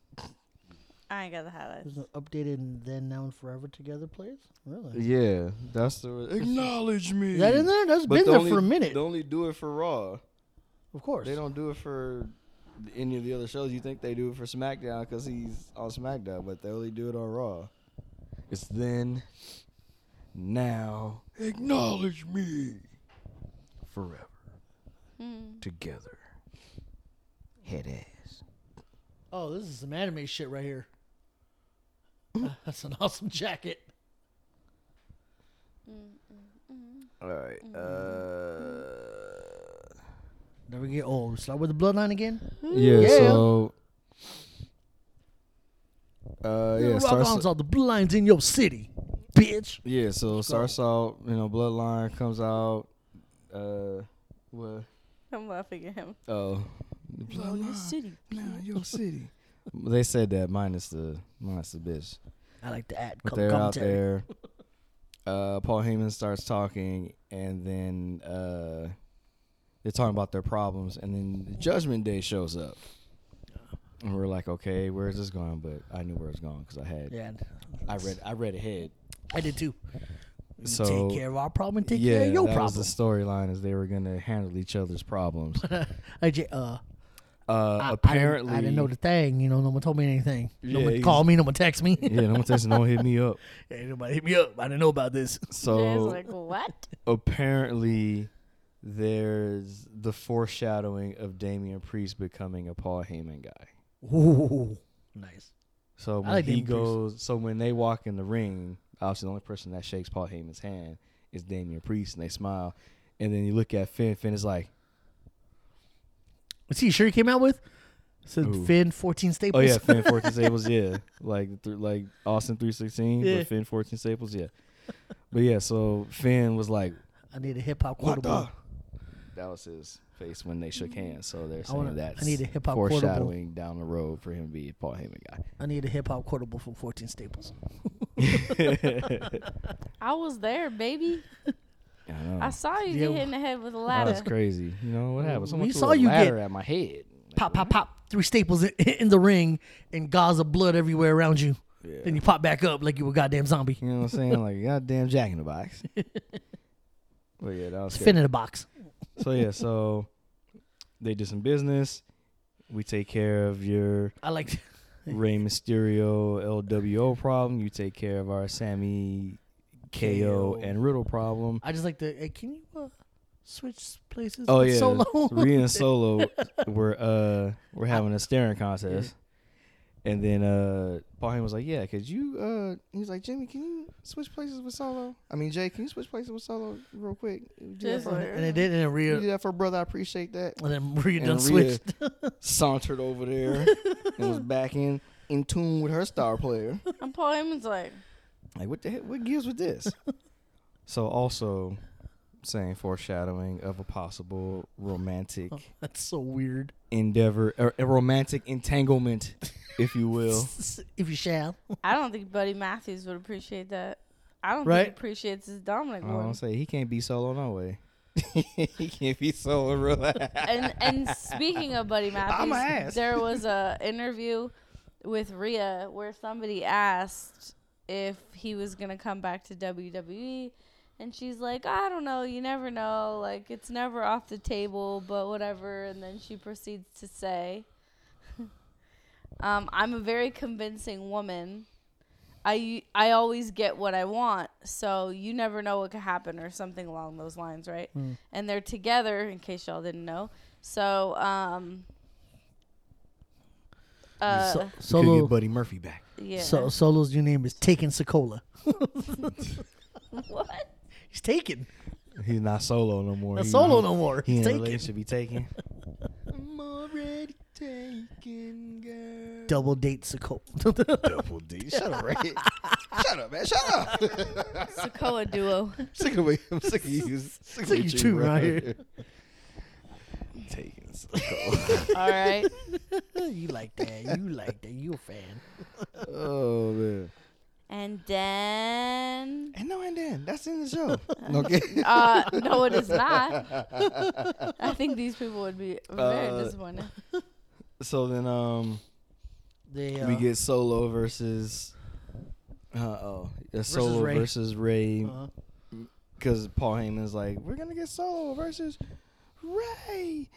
Speaker 3: I ain't got the highlights.
Speaker 2: There's an updated and then now and forever together plays? Really?
Speaker 1: Yeah, that's the acknowledge me.
Speaker 2: Is that in there? That's
Speaker 1: But
Speaker 2: been
Speaker 1: they
Speaker 2: there
Speaker 1: only-
Speaker 2: for a minute.
Speaker 1: They only do it for Raw.
Speaker 2: Of course.
Speaker 1: They don't do it for any of the other shows. You think they do it for SmackDown because he's on SmackDown, but they only do it on Raw. It's then, now, acknowledge me, forever
Speaker 3: Hmm.
Speaker 1: together, head ass.
Speaker 2: Oh, this is some anime shit right here. That's an awesome jacket.
Speaker 1: All right. Uh,
Speaker 2: Never get old. Start with the bloodline again.
Speaker 1: yeah,
Speaker 2: Yeah.
Speaker 1: So. Uh, yeah.
Speaker 2: Yeah, Rock
Speaker 1: starts-
Speaker 2: on's all the bloodlines in your city, bitch.
Speaker 1: Yeah, so Star Salt, you know, Bloodline comes out. Uh, what?
Speaker 3: I'm laughing at him.
Speaker 1: Oh,
Speaker 3: Blow your city.
Speaker 1: Nah, your city. they said that minus the minus the bitch,
Speaker 2: I like to add
Speaker 1: but
Speaker 2: co-
Speaker 1: they're
Speaker 2: commentary.
Speaker 1: out there. Uh, Paul Heyman starts talking, and then uh, they're talking about their problems, and then the Judgment Day shows up, and we're like, okay, where is this going? But I knew where it was going because I had
Speaker 2: Yeah,
Speaker 1: I read I read ahead.
Speaker 2: I did too. You
Speaker 1: So
Speaker 2: take care of our problem and take
Speaker 1: yeah,
Speaker 2: care of your
Speaker 1: that
Speaker 2: problem.
Speaker 1: was the storyline is they were gonna handle each other's problems.
Speaker 2: I, j- uh,
Speaker 1: Uh,
Speaker 2: I- I didn't-
Speaker 1: apparently,
Speaker 2: I, didn't know the thing. You know, no one told me anything. no
Speaker 1: Yeah,
Speaker 2: one
Speaker 1: he's-
Speaker 2: called me. No one text me.
Speaker 1: yeah, don't text, don't hit me up.
Speaker 2: Ain't nobody hit me up. I didn't know about this.
Speaker 3: I was
Speaker 1: So
Speaker 3: like, what?
Speaker 1: apparently, there's the foreshadowing of Damian Priest becoming a Paul Heyman guy.
Speaker 2: Ooh, nice.
Speaker 1: So when
Speaker 2: like
Speaker 1: he
Speaker 2: Damian Priest.
Speaker 1: goes, so when they walk in the ring, obviously the only person that shakes Paul Heyman's hand is Damian Priest, and they smile. And then you look at Finn. Finn is like,
Speaker 2: Was he sure he came out with? Said
Speaker 1: Who?
Speaker 2: Finn, fourteen
Speaker 1: "Oh
Speaker 2: staples.
Speaker 1: yeah, Finn fourteen Staples, yeah, like th- like Austin three sixteen,
Speaker 2: Yeah.
Speaker 1: but Finn fourteen Staples, yeah." But yeah, so Finn was like,
Speaker 2: I need a hip hop quarterback.
Speaker 1: That was his face when they shook hands. So they're saying
Speaker 2: wanna- I
Speaker 1: that's
Speaker 2: need a hip-hop quotable.
Speaker 1: foreshadowing down the road for him to be a Paul Heyman
Speaker 2: I need a hip hop quotable from 14 Staples.
Speaker 1: guy.
Speaker 3: I was there, baby.
Speaker 1: I know.
Speaker 3: I saw you
Speaker 2: Yeah,
Speaker 3: get hit in the head with a
Speaker 1: Oh. That
Speaker 3: ladder.
Speaker 1: was crazy. You know what happened? Someone
Speaker 2: We
Speaker 1: threw
Speaker 2: saw
Speaker 1: a
Speaker 2: you
Speaker 1: ladder
Speaker 2: get-
Speaker 1: at my head.
Speaker 2: Pop, pop, pop. Three staples in, in the ring and Gaza blood everywhere around you.
Speaker 1: Yeah.
Speaker 2: Then you pop back up like you were a goddamn zombie.
Speaker 1: You know what I'm saying? Like goddamn Jack in the Box. but yeah, that was
Speaker 2: Fin
Speaker 1: crazy.
Speaker 2: in a box.
Speaker 1: So yeah, so they did some business. We take care of your
Speaker 2: I like
Speaker 1: Rey Mysterio LWO problem. You take care of our Sammy KO
Speaker 2: KO.
Speaker 1: and Riddle problem.
Speaker 2: I just like the. Hey, can you uh, switch places?
Speaker 1: Oh
Speaker 2: with
Speaker 1: yeah,
Speaker 2: Solo.
Speaker 1: Rhea and Solo were uh were having a staring contest, and then uh Paul Heyman was like, "Yeah, could you?" uh He was like, "Jimmy, can you switch places with Solo? I mean, Jay, can you switch places with Solo real quick? You did, that
Speaker 3: Just
Speaker 1: for,
Speaker 3: like-
Speaker 2: and it did, and then
Speaker 1: you did
Speaker 2: Rhea,
Speaker 1: that for brother. I appreciate that."
Speaker 2: and then Rhea
Speaker 1: And
Speaker 2: done
Speaker 1: Rhea
Speaker 2: switched.
Speaker 1: sauntered over there and was back in in tune with her star player.
Speaker 3: And Paul Heyman's like,
Speaker 1: Like, what the heck? What gives with this? so also, saying foreshadowing of a possible romantic.
Speaker 2: That's so weird.
Speaker 1: endeavor, or a romantic entanglement, if you will.
Speaker 2: If you shall.
Speaker 3: I don't think Buddy Matthews would appreciate that. I don't
Speaker 2: Right?
Speaker 3: think he appreciates his Dominic
Speaker 1: I don't
Speaker 3: one.
Speaker 1: say he can't be solo no way. he can't be solo real.
Speaker 3: And and speaking of Buddy
Speaker 1: I'm a ass.
Speaker 3: Matthews, there was a interview with Rhea where somebody asked if he was gonna come back to WWE, and she's like, I don't know, you never know, like it's never off the table, but whatever. And then she proceeds to say, um, "I'm a very convincing woman." I, I always get what I want, so you never know what could happen or something along those lines, right? And they're together, in case y'all didn't know. So, um, uh,
Speaker 2: So- solo.
Speaker 1: Buddy Murphy back.
Speaker 3: Yeah.
Speaker 2: So Solo's new name is Taken Sokola.
Speaker 3: what?
Speaker 2: He's taken.
Speaker 1: He's not solo no more.
Speaker 2: Not
Speaker 1: He-
Speaker 2: solo no more.
Speaker 1: He in
Speaker 2: He's
Speaker 1: a
Speaker 2: taken.
Speaker 1: relationship. He taken. I'm already taken, girl.
Speaker 2: Double date Sokola.
Speaker 1: Double D. Shut up, Ray. Shut up, man. Shut up.
Speaker 3: Sokoa duo.
Speaker 1: sick of me. I'm sick of you. Sick,
Speaker 2: Sick of you too, right here.
Speaker 1: Taking Sokola.
Speaker 3: All right.
Speaker 2: you like that. You like that. You a fan.
Speaker 1: oh man.
Speaker 3: And then.
Speaker 1: And no, and then that's in the show. okay.
Speaker 3: Uh, no, it is not. I think these people would be very
Speaker 1: Uh,
Speaker 3: disappointed.
Speaker 1: So then, um,
Speaker 2: They, uh,
Speaker 1: we get Solo versus. Uh oh, Solo
Speaker 2: Ray.
Speaker 1: versus Uh-huh. Ray
Speaker 2: uh,
Speaker 1: because Paul Heyman's like, we're gonna get Solo versus Ray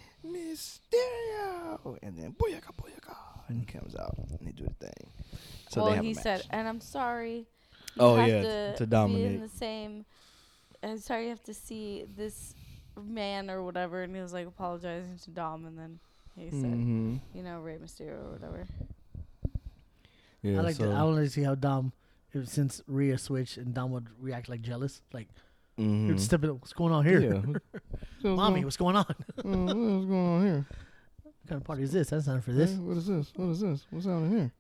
Speaker 1: Mysterio, and then booyaka booyaka, and he comes out and they do the thing. So they
Speaker 3: well,
Speaker 1: have
Speaker 3: he
Speaker 1: a match.
Speaker 3: said, and I'm sorry. You
Speaker 1: Oh,
Speaker 3: have
Speaker 1: yeah,
Speaker 3: to,
Speaker 1: to
Speaker 3: Be in
Speaker 1: dominate.
Speaker 3: the same. I'm sorry, you have to see this man or whatever, and he was like apologizing to Dom, and then he said,
Speaker 1: Mhm.
Speaker 3: you know, Ray Mysterio or whatever.
Speaker 1: Yeah,
Speaker 2: I like
Speaker 1: so,
Speaker 2: that. I want to see how Dom, if, since Rhea switched and Dom would react like jealous, like
Speaker 1: mhm.
Speaker 2: dude, step it up. What's going on here?
Speaker 1: Yeah. What's going
Speaker 2: Mommy,
Speaker 1: on?
Speaker 2: what's going on? what
Speaker 1: Mm, What's going on here?
Speaker 2: kind of party is this? That's not for this.
Speaker 1: Eh, What is this? What is this? What's happening here?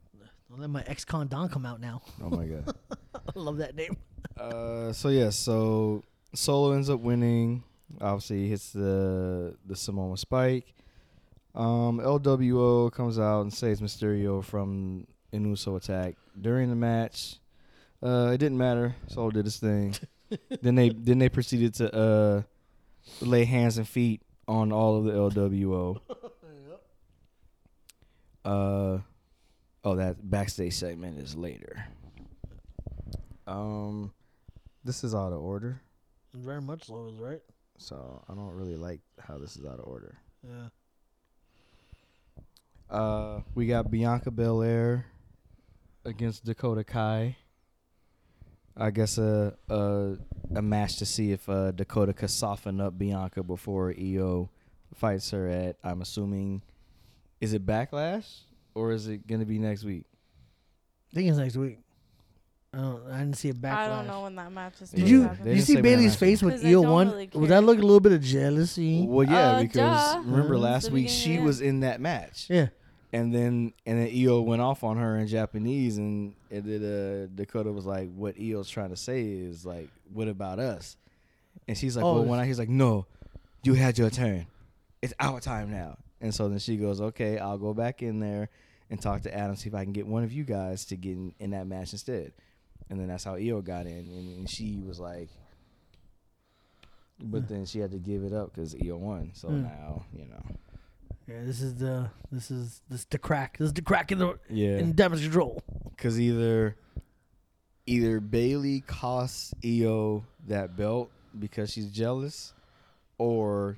Speaker 2: Don't let my ex-con Don come out now.
Speaker 1: Oh my god.
Speaker 2: I love that name.
Speaker 1: Uh, so yeah, so Solo ends up winning. Obviously, he hits the the Samoa Spike. Um, LWO comes out and saves Mysterio from an Uso attack during the match. Uh, it didn't matter. Solo did his thing. then they then they proceeded to uh, lay hands and feet on all of the LWO. Uh, oh, that backstage segment is later. Um, this is out of order,
Speaker 2: Very much so, is right?
Speaker 1: so I don't really like how this is out of order.
Speaker 2: Yeah.
Speaker 1: Uh, we got Bianca Belair against Dakota Kai. I guess a a a match to see if uh, Dakota could soften up Bianca before EO fights her at. I'm assuming, is it Backlash or is it gonna be next week?
Speaker 2: I think it's next week. I don't. I didn't see a backlash.
Speaker 3: I don't know when that match
Speaker 2: Did
Speaker 3: is. supposed to
Speaker 2: you
Speaker 1: They
Speaker 3: happen.
Speaker 2: did you
Speaker 1: didn't
Speaker 2: see
Speaker 1: say when it
Speaker 2: Bailey's
Speaker 1: happened.
Speaker 2: face when
Speaker 3: 'Cause I
Speaker 2: EO
Speaker 3: don't
Speaker 2: won?
Speaker 3: really
Speaker 2: Would
Speaker 3: care.
Speaker 2: that look a little bit of jealousy?
Speaker 1: Well, yeah,
Speaker 3: Uh,
Speaker 1: because
Speaker 3: duh. Mm-hmm.
Speaker 1: remember
Speaker 2: Mhm.
Speaker 1: last
Speaker 3: The
Speaker 1: week
Speaker 3: beginning,
Speaker 1: she
Speaker 3: yeah.
Speaker 1: was in that match.
Speaker 2: Yeah.
Speaker 1: And then and then EO went off on her in Japanese, and and then uh, Dakota was like, "What EO's trying to say is like, what about us?" And she's like,
Speaker 2: Oh,
Speaker 1: "Well,
Speaker 2: it's-
Speaker 1: when I," he's like, "No, you had your turn. It's our time now." And so then she goes, "Okay, I'll go back in there and talk to Adam, see if I can get one of you guys to get in, in that match instead." And then that's how EO got in, and, and she was like, "But then she had to give it up because EO won." So
Speaker 2: Hmm.
Speaker 1: now you know,
Speaker 2: Yeah. This is the this is this is the crack. This is the crack in the
Speaker 1: yeah.
Speaker 2: in damage control.
Speaker 1: Cause either either Bailey costs EO that belt because she's jealous, or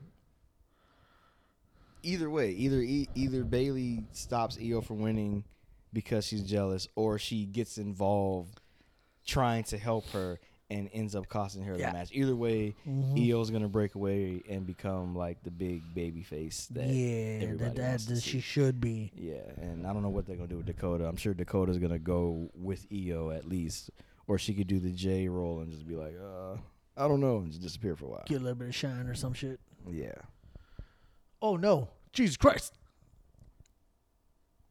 Speaker 1: either way, either e- either Bailey stops EO from winning because she's jealous, or she gets involved trying to help her and ends up costing her
Speaker 2: Yeah. Mm-hmm.
Speaker 1: the match. Either way, EO's gonna break away and become like the big baby face that
Speaker 2: yeah,
Speaker 1: everybody
Speaker 2: that, that,
Speaker 1: wants to
Speaker 2: that
Speaker 1: see.
Speaker 2: she should be.
Speaker 1: Yeah, and I don't know what they're gonna do with Dakota. I'm sure Dakota's gonna go with EO at least, or she could do the J roll and just be like, uh, I don't know, and just disappear for a while.
Speaker 2: Get a little bit of shine or some shit.
Speaker 1: Yeah,
Speaker 2: Oh no, Jesus Christ!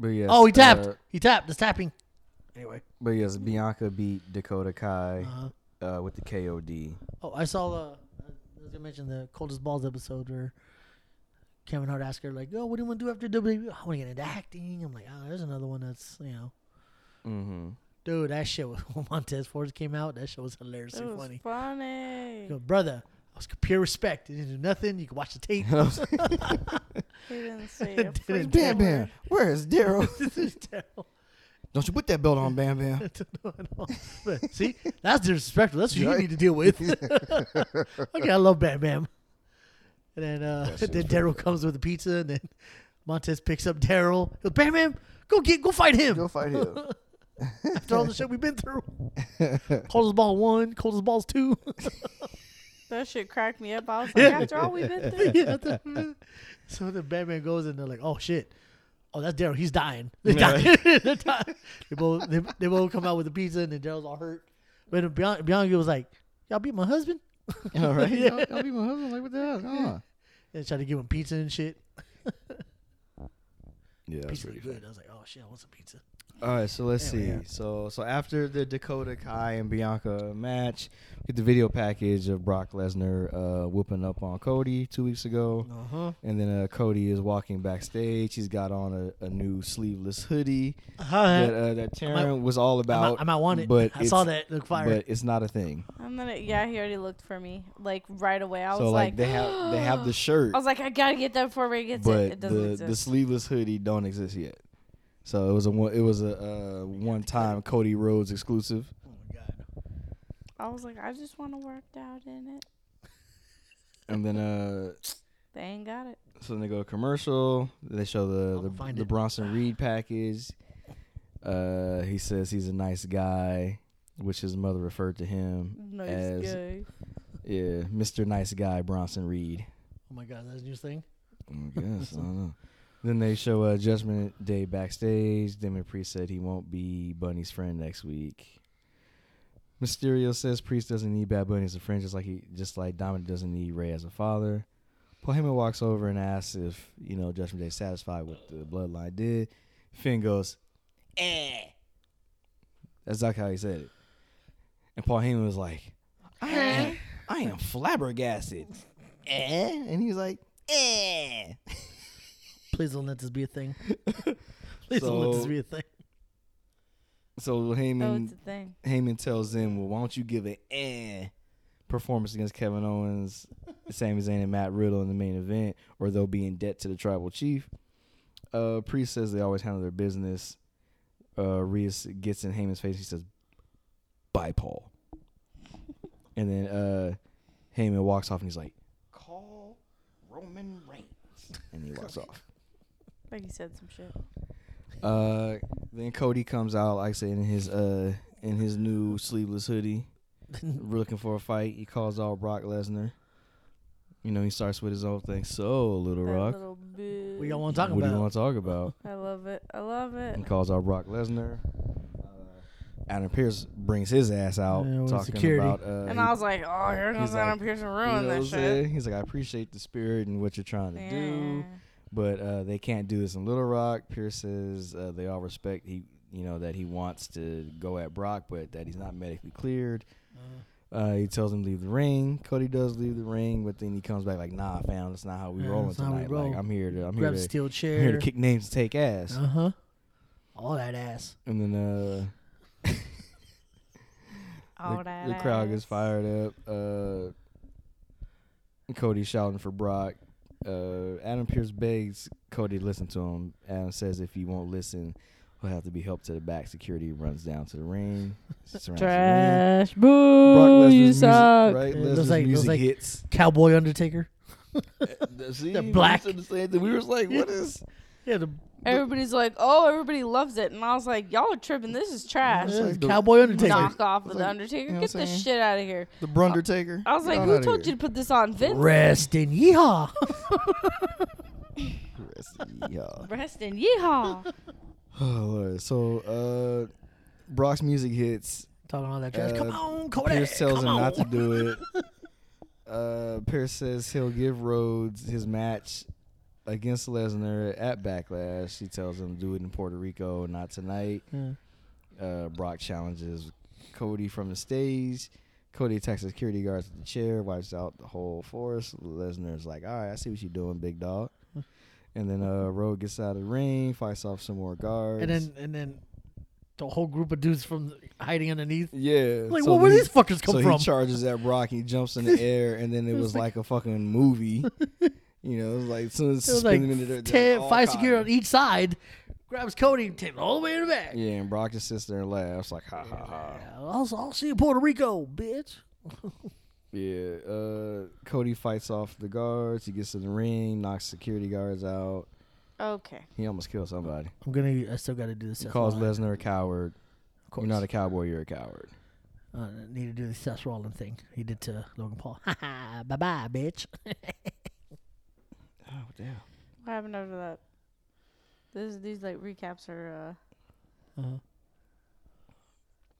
Speaker 1: but yes.
Speaker 2: Oh, he tapped.
Speaker 1: uh,
Speaker 2: he tapped. It's tapping. Anyway.
Speaker 1: but yes, Bianca beat Dakota Kai
Speaker 2: Uh-huh.
Speaker 1: uh, with the KOD.
Speaker 2: Oh, I saw the. I was gonna mention the coldest balls episode where Kevin Hart asked her like, "Oh, what do you want to do after WWE? "Oh, I want to get into acting." I'm like, "Oh, there's another one that's you know,
Speaker 1: Mm-hmm.
Speaker 2: dude, that shit was when Montez Ford came out. That shit was hilariously
Speaker 3: It was
Speaker 2: funny.
Speaker 3: funny.
Speaker 2: You go, brother, I was pure respect. You didn't do nothing. You could watch the tape.
Speaker 3: He didn't say a
Speaker 2: Didn't
Speaker 3: freaking
Speaker 2: Bam
Speaker 3: word.
Speaker 1: where is Daryl?
Speaker 2: this is terrible.
Speaker 1: don't you put that belt on, Bam Bam?
Speaker 2: No, no. But see, that's disrespectful. That's what you need to deal with. okay, I love Bam Bam. And then, uh,
Speaker 1: shit's pretty
Speaker 2: then Daryl comes with a pizza, and then Montez picks up Daryl. He goes, Bam Bam, go get, go fight him.
Speaker 1: Go fight him.
Speaker 2: After all the shit we've been through, cold as ball one, cold as balls two.
Speaker 3: That shit cracked me up. I was like, after all we've been through,
Speaker 2: Yeah, after- so then Bam Bam goes, and they're like, oh shit. oh, that's Daryl. He's dying. They're
Speaker 1: Yeah.
Speaker 2: dying. They're dying. They both they, they both come out with the pizza, and then Daryl's all hurt. But Bian- Bianca was like, "Y'all beat my husband,"
Speaker 5: All right.
Speaker 2: Yeah.
Speaker 5: I'll, I'll be my husband. Like, what the hell? Come on.
Speaker 2: and tried to give him pizza and shit.
Speaker 5: Yeah, that's
Speaker 2: Pizza
Speaker 5: pretty
Speaker 2: was
Speaker 5: good.
Speaker 2: good. I was like, "Oh shit, I want some pizza."
Speaker 1: All right, so let's
Speaker 2: Anyway,
Speaker 1: see. So so after the Dakota Kai and Bianca match, we get the video package of Brock Lesnar uh, whooping up on Cody two weeks ago,
Speaker 2: Uh huh.
Speaker 1: and then uh, Cody is walking backstage. He's got on a, a new sleeveless hoodie
Speaker 2: Uh-huh.
Speaker 1: that uh, that Taryn was all
Speaker 2: I, might,
Speaker 1: about.
Speaker 2: I might want it.
Speaker 1: but
Speaker 2: I saw
Speaker 1: it's-
Speaker 2: that look fire.
Speaker 1: But it's not a thing.
Speaker 3: I'm gonna. Yeah, he already looked for me like right away. I was
Speaker 1: so like,
Speaker 3: like,
Speaker 1: they have they have the shirt,
Speaker 3: I was like, I gotta get that before Ray gets it.
Speaker 1: but
Speaker 3: It
Speaker 1: the
Speaker 3: doesn't
Speaker 1: the
Speaker 3: exist.
Speaker 1: sleeveless hoodie don't exist yet. So it was a one it was a uh, one time Cody Rhodes exclusive.
Speaker 2: oh my god.
Speaker 3: I was like, I just want to work out in it.
Speaker 1: And then uh
Speaker 3: They ain't got it.
Speaker 1: so then they go to commercial. They show
Speaker 2: I'll
Speaker 1: the the,
Speaker 2: find
Speaker 1: the
Speaker 2: it.
Speaker 1: Bronson Reed package. Uh, he says he's a nice guy, which his mother referred to him
Speaker 2: Mm.
Speaker 3: Nice
Speaker 1: As-
Speaker 3: guy.
Speaker 1: yeah, Mr. Nice Guy Bronson Reed.
Speaker 2: Oh my god, that's a new thing.
Speaker 1: I guess I don't know. Then they show uh, Judgment Day backstage. Damon Priest said he won't be Bunny's friend next week. Mysterio says Priest doesn't need Bad Bunny as a friend, just like he, just like Dominic doesn't need Ray as a father. Paul Heyman walks over and asks if you know Judgment Day is satisfied with the Bloodline did. Finn goes, "Eh." That's like how he said it. And Paul Heyman was like, "I am, I am flabbergasted." Eh? And he was like, "Eh."
Speaker 2: Please don't let this be a thing. Please don't let this
Speaker 1: So-
Speaker 2: be a thing.
Speaker 1: So
Speaker 3: Oh,
Speaker 1: Heyman
Speaker 3: it's a thing.
Speaker 1: Heyman tells them, "Well, why don't you give an eh performance against Kevin Owens, Sami Zayn, and Matt Riddle in the main event, or they'll be in debt to the Tribal Chief." Uh, Priest says they always handle their business. Uh, Rhea s- gets in Heyman's face. He says, "Bye, Paul." and then uh, Heyman walks off, and he's like, "Call Roman Reigns," and he walks off.
Speaker 3: Like he said some shit.
Speaker 1: Uh, then Cody comes out, like I said, in his uh in his new sleeveless hoodie, looking for a fight. He calls out Brock Lesnar. You know, he starts with his own thing. So, Little
Speaker 3: That
Speaker 1: Rock,
Speaker 3: little boo.
Speaker 2: What y'all want to talk
Speaker 1: what do you
Speaker 2: about?
Speaker 1: want to talk about?
Speaker 3: I love it. I love it.
Speaker 1: He calls out Brock Lesnar. Uh, Adam Pierce brings his ass out
Speaker 2: Yeah, with
Speaker 1: talking
Speaker 2: security.
Speaker 1: about. Uh,
Speaker 3: And I was like, oh, here
Speaker 1: he's
Speaker 3: comes
Speaker 1: like,
Speaker 3: Adam Pearson
Speaker 1: you know
Speaker 3: ruin
Speaker 1: what I'm
Speaker 3: that shit.
Speaker 1: saying? He's like, I appreciate the spirit and what you're trying to do.
Speaker 3: Yeah.
Speaker 1: but uh, they can't do this in Little Rock. Pierce says uh, they all respect he, you know, that he wants to go at Brock, but that he's not medically cleared.
Speaker 2: Uh-huh.
Speaker 1: Uh, he tells him to leave the ring. Cody does leave the ring, but then he comes back like, "Nah, fam, that's not how we
Speaker 2: Yeah,
Speaker 1: rolling
Speaker 2: that's not how we
Speaker 1: tonight.
Speaker 2: roll.
Speaker 1: Like, I'm here to, I'm here
Speaker 2: Grab a
Speaker 1: to,
Speaker 2: steel
Speaker 1: I'm here to
Speaker 2: chair.
Speaker 1: kick names, and take ass."
Speaker 2: Uh huh. All that ass.
Speaker 1: And then uh,
Speaker 3: All
Speaker 1: the,
Speaker 3: that.
Speaker 1: the crowd gets
Speaker 3: ass.
Speaker 1: fired up. Uh, Cody shouting for Brock. Uh, Adam Pierce begs Cody to listen to him. Adam says if he won't listen, he'll have to be helped to the back. Security runs down to the ring. surrounds the ring.
Speaker 3: Trash. Uh,
Speaker 1: Brock
Speaker 3: Boo.
Speaker 1: Lesnar's
Speaker 3: You
Speaker 1: music,
Speaker 3: suck.
Speaker 1: right?
Speaker 2: Yeah,
Speaker 1: Lesnar's
Speaker 2: looks like- looks
Speaker 1: music
Speaker 2: like-
Speaker 1: hits.
Speaker 2: Cowboy Undertaker.
Speaker 1: See,
Speaker 2: They're
Speaker 1: we
Speaker 2: black.
Speaker 1: said the same thing. We were like, what is?
Speaker 2: Yeah, the,
Speaker 3: Everybody's like, oh, everybody loves it. And I was like, y'all are tripping. This is trash.
Speaker 2: yeah,
Speaker 1: like the-
Speaker 2: Cowboy Undertaker.
Speaker 3: Knock off of
Speaker 1: it's
Speaker 3: The
Speaker 1: like-
Speaker 3: Undertaker.
Speaker 1: you know
Speaker 3: Get
Speaker 1: what I'm
Speaker 3: the
Speaker 1: saying?
Speaker 3: shit out of here.
Speaker 1: The Brundertaker.
Speaker 3: I was like, who told you to put this on? Vince?
Speaker 2: Rest in yeehaw.
Speaker 1: Yeah.
Speaker 3: Rest in yeehaw.
Speaker 1: Oh, Lord. So, uh, Brock's music hits.
Speaker 2: Talking all that trash.
Speaker 1: Uh,
Speaker 2: come on, Cody.
Speaker 1: Pierce tells
Speaker 2: come
Speaker 1: him
Speaker 2: on.
Speaker 1: not to do it. Uh, Pierce says he'll give Rhodes his match against Lesnar at Backlash. He tells him to do it in Puerto Rico, not tonight.
Speaker 2: Yeah.
Speaker 1: Uh, Brock challenges Cody from the stage. Cody attacks the security guards with the chair, wipes out the whole force. Lesnar's like, all right, I see what you're doing, big dog. And then uh, Rhodes gets out of the ring, fights off some more guards.
Speaker 2: And then and then the whole group of dudes from the- hiding underneath.
Speaker 1: yeah,
Speaker 2: Like,
Speaker 1: so
Speaker 2: well, where
Speaker 1: he-
Speaker 2: these fuckers come
Speaker 1: so
Speaker 2: from?
Speaker 1: he charges at Brock. He jumps in the air, and then it was like, a fucking movie. you know, it was like soon as
Speaker 2: it was
Speaker 1: spin
Speaker 2: like
Speaker 1: them into their-
Speaker 2: ten,
Speaker 1: they're all
Speaker 2: five
Speaker 1: caught.
Speaker 2: security E- on each side. Grabs Cody and takes him all the way in the back.
Speaker 1: Yeah, and Brock just sits there and laughs like, ha ha ha.
Speaker 2: Yeah, I'll, I'll see you in Puerto Rico, bitch.
Speaker 1: Yeah. Uh, Cody fights off the guards. He gets to the ring, knocks security guards out.
Speaker 3: okay.
Speaker 1: He almost kills somebody.
Speaker 2: I'm gonna. I still gotta do this.
Speaker 1: He calls Lesnar a coward. You're not a cowboy. You're a coward.
Speaker 2: Uh, need to do the Seth Rollins thing he did to Logan Paul. Ha ha! Bye bye, bitch.
Speaker 1: Oh damn.
Speaker 3: What happened after that? This, these like recaps are uh,
Speaker 2: Uh-huh.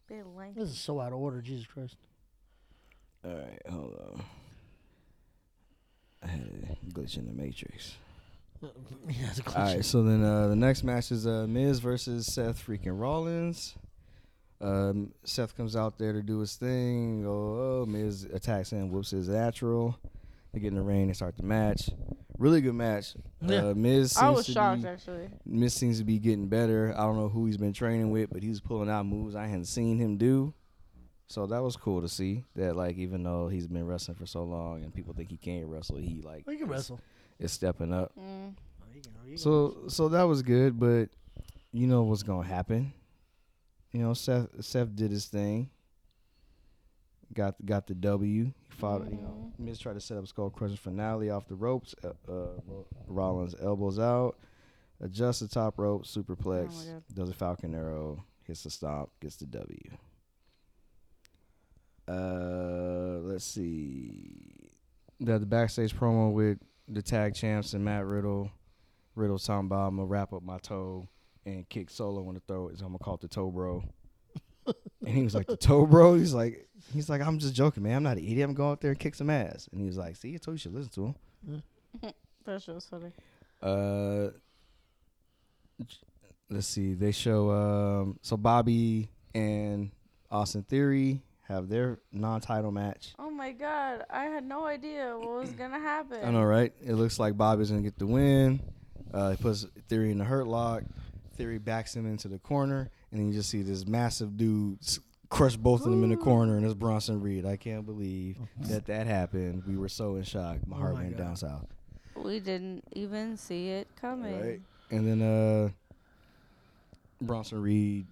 Speaker 3: they lengthy.
Speaker 2: This is so out of order, Jesus Christ.
Speaker 1: All right, hold on. I had a glitch in the matrix.
Speaker 2: yeah, it's a
Speaker 1: All
Speaker 2: glitch.
Speaker 1: right, so then uh, the next match is uh, Miz versus Seth freaking Rollins. Um, Seth comes out there to do his thing. Oh, oh, Miz attacks him, whoops his natural. They get in the ring and start the match. Really good match.
Speaker 2: Yeah.
Speaker 1: Uh, Miz seems
Speaker 3: I was
Speaker 1: to
Speaker 3: shocked
Speaker 1: be-
Speaker 3: actually.
Speaker 1: Miz seems to be getting better. I don't know who he's been training with, but he was pulling out moves I hadn't seen him do. So that was cool to see that, like, even though he's been wrestling for so long and people think he can't wrestle, he like
Speaker 2: Oh, you can
Speaker 1: is-
Speaker 2: wrestle.
Speaker 1: is stepping up.
Speaker 3: Mm.
Speaker 2: Oh, you can- oh, you can
Speaker 1: So so that was good, but you know what's gonna happen. You know, Seth Seth did his thing. Got got the W. He fought. You know, Miz tried to set up skull crushing finale off the ropes. Uh, uh, Rollins elbows out, adjusts the top rope, superplex,
Speaker 3: Oh my God.
Speaker 1: does a Falcon arrow, hits the stop, gets the W. Uh, let's see. The, the backstage promo with the tag champs and Matt Riddle. Riddle talking about I'm gonna wrap up my toe and kick Solo in the throat. So I'm gonna call it the toe bro. and he was like, the toe bro. He's like, he's like, I'm just joking, man. I'm not an idiot. I'm going out there and kick some ass. And he was like, see, I told you, you should listen to him.
Speaker 3: That shit was funny.
Speaker 1: Uh, let's see. They show um, so Bobby and Austin Theory have their non-title match.
Speaker 3: Oh my god, I had no idea what was gonna happen.
Speaker 1: I know, right? It looks like Bobby's gonna get the win. Uh, he puts Theory in the hurt lock. Theory backs him into the corner, and then you just see this massive dude s- crush both of them in the corner, and it's Bronson Reed. I can't believe that that happened. We were so in shock. My
Speaker 2: Oh
Speaker 1: heart
Speaker 2: my
Speaker 1: went
Speaker 2: God.
Speaker 1: down south.
Speaker 3: We didn't even see it coming.
Speaker 1: Right. And then uh, Bronson Reed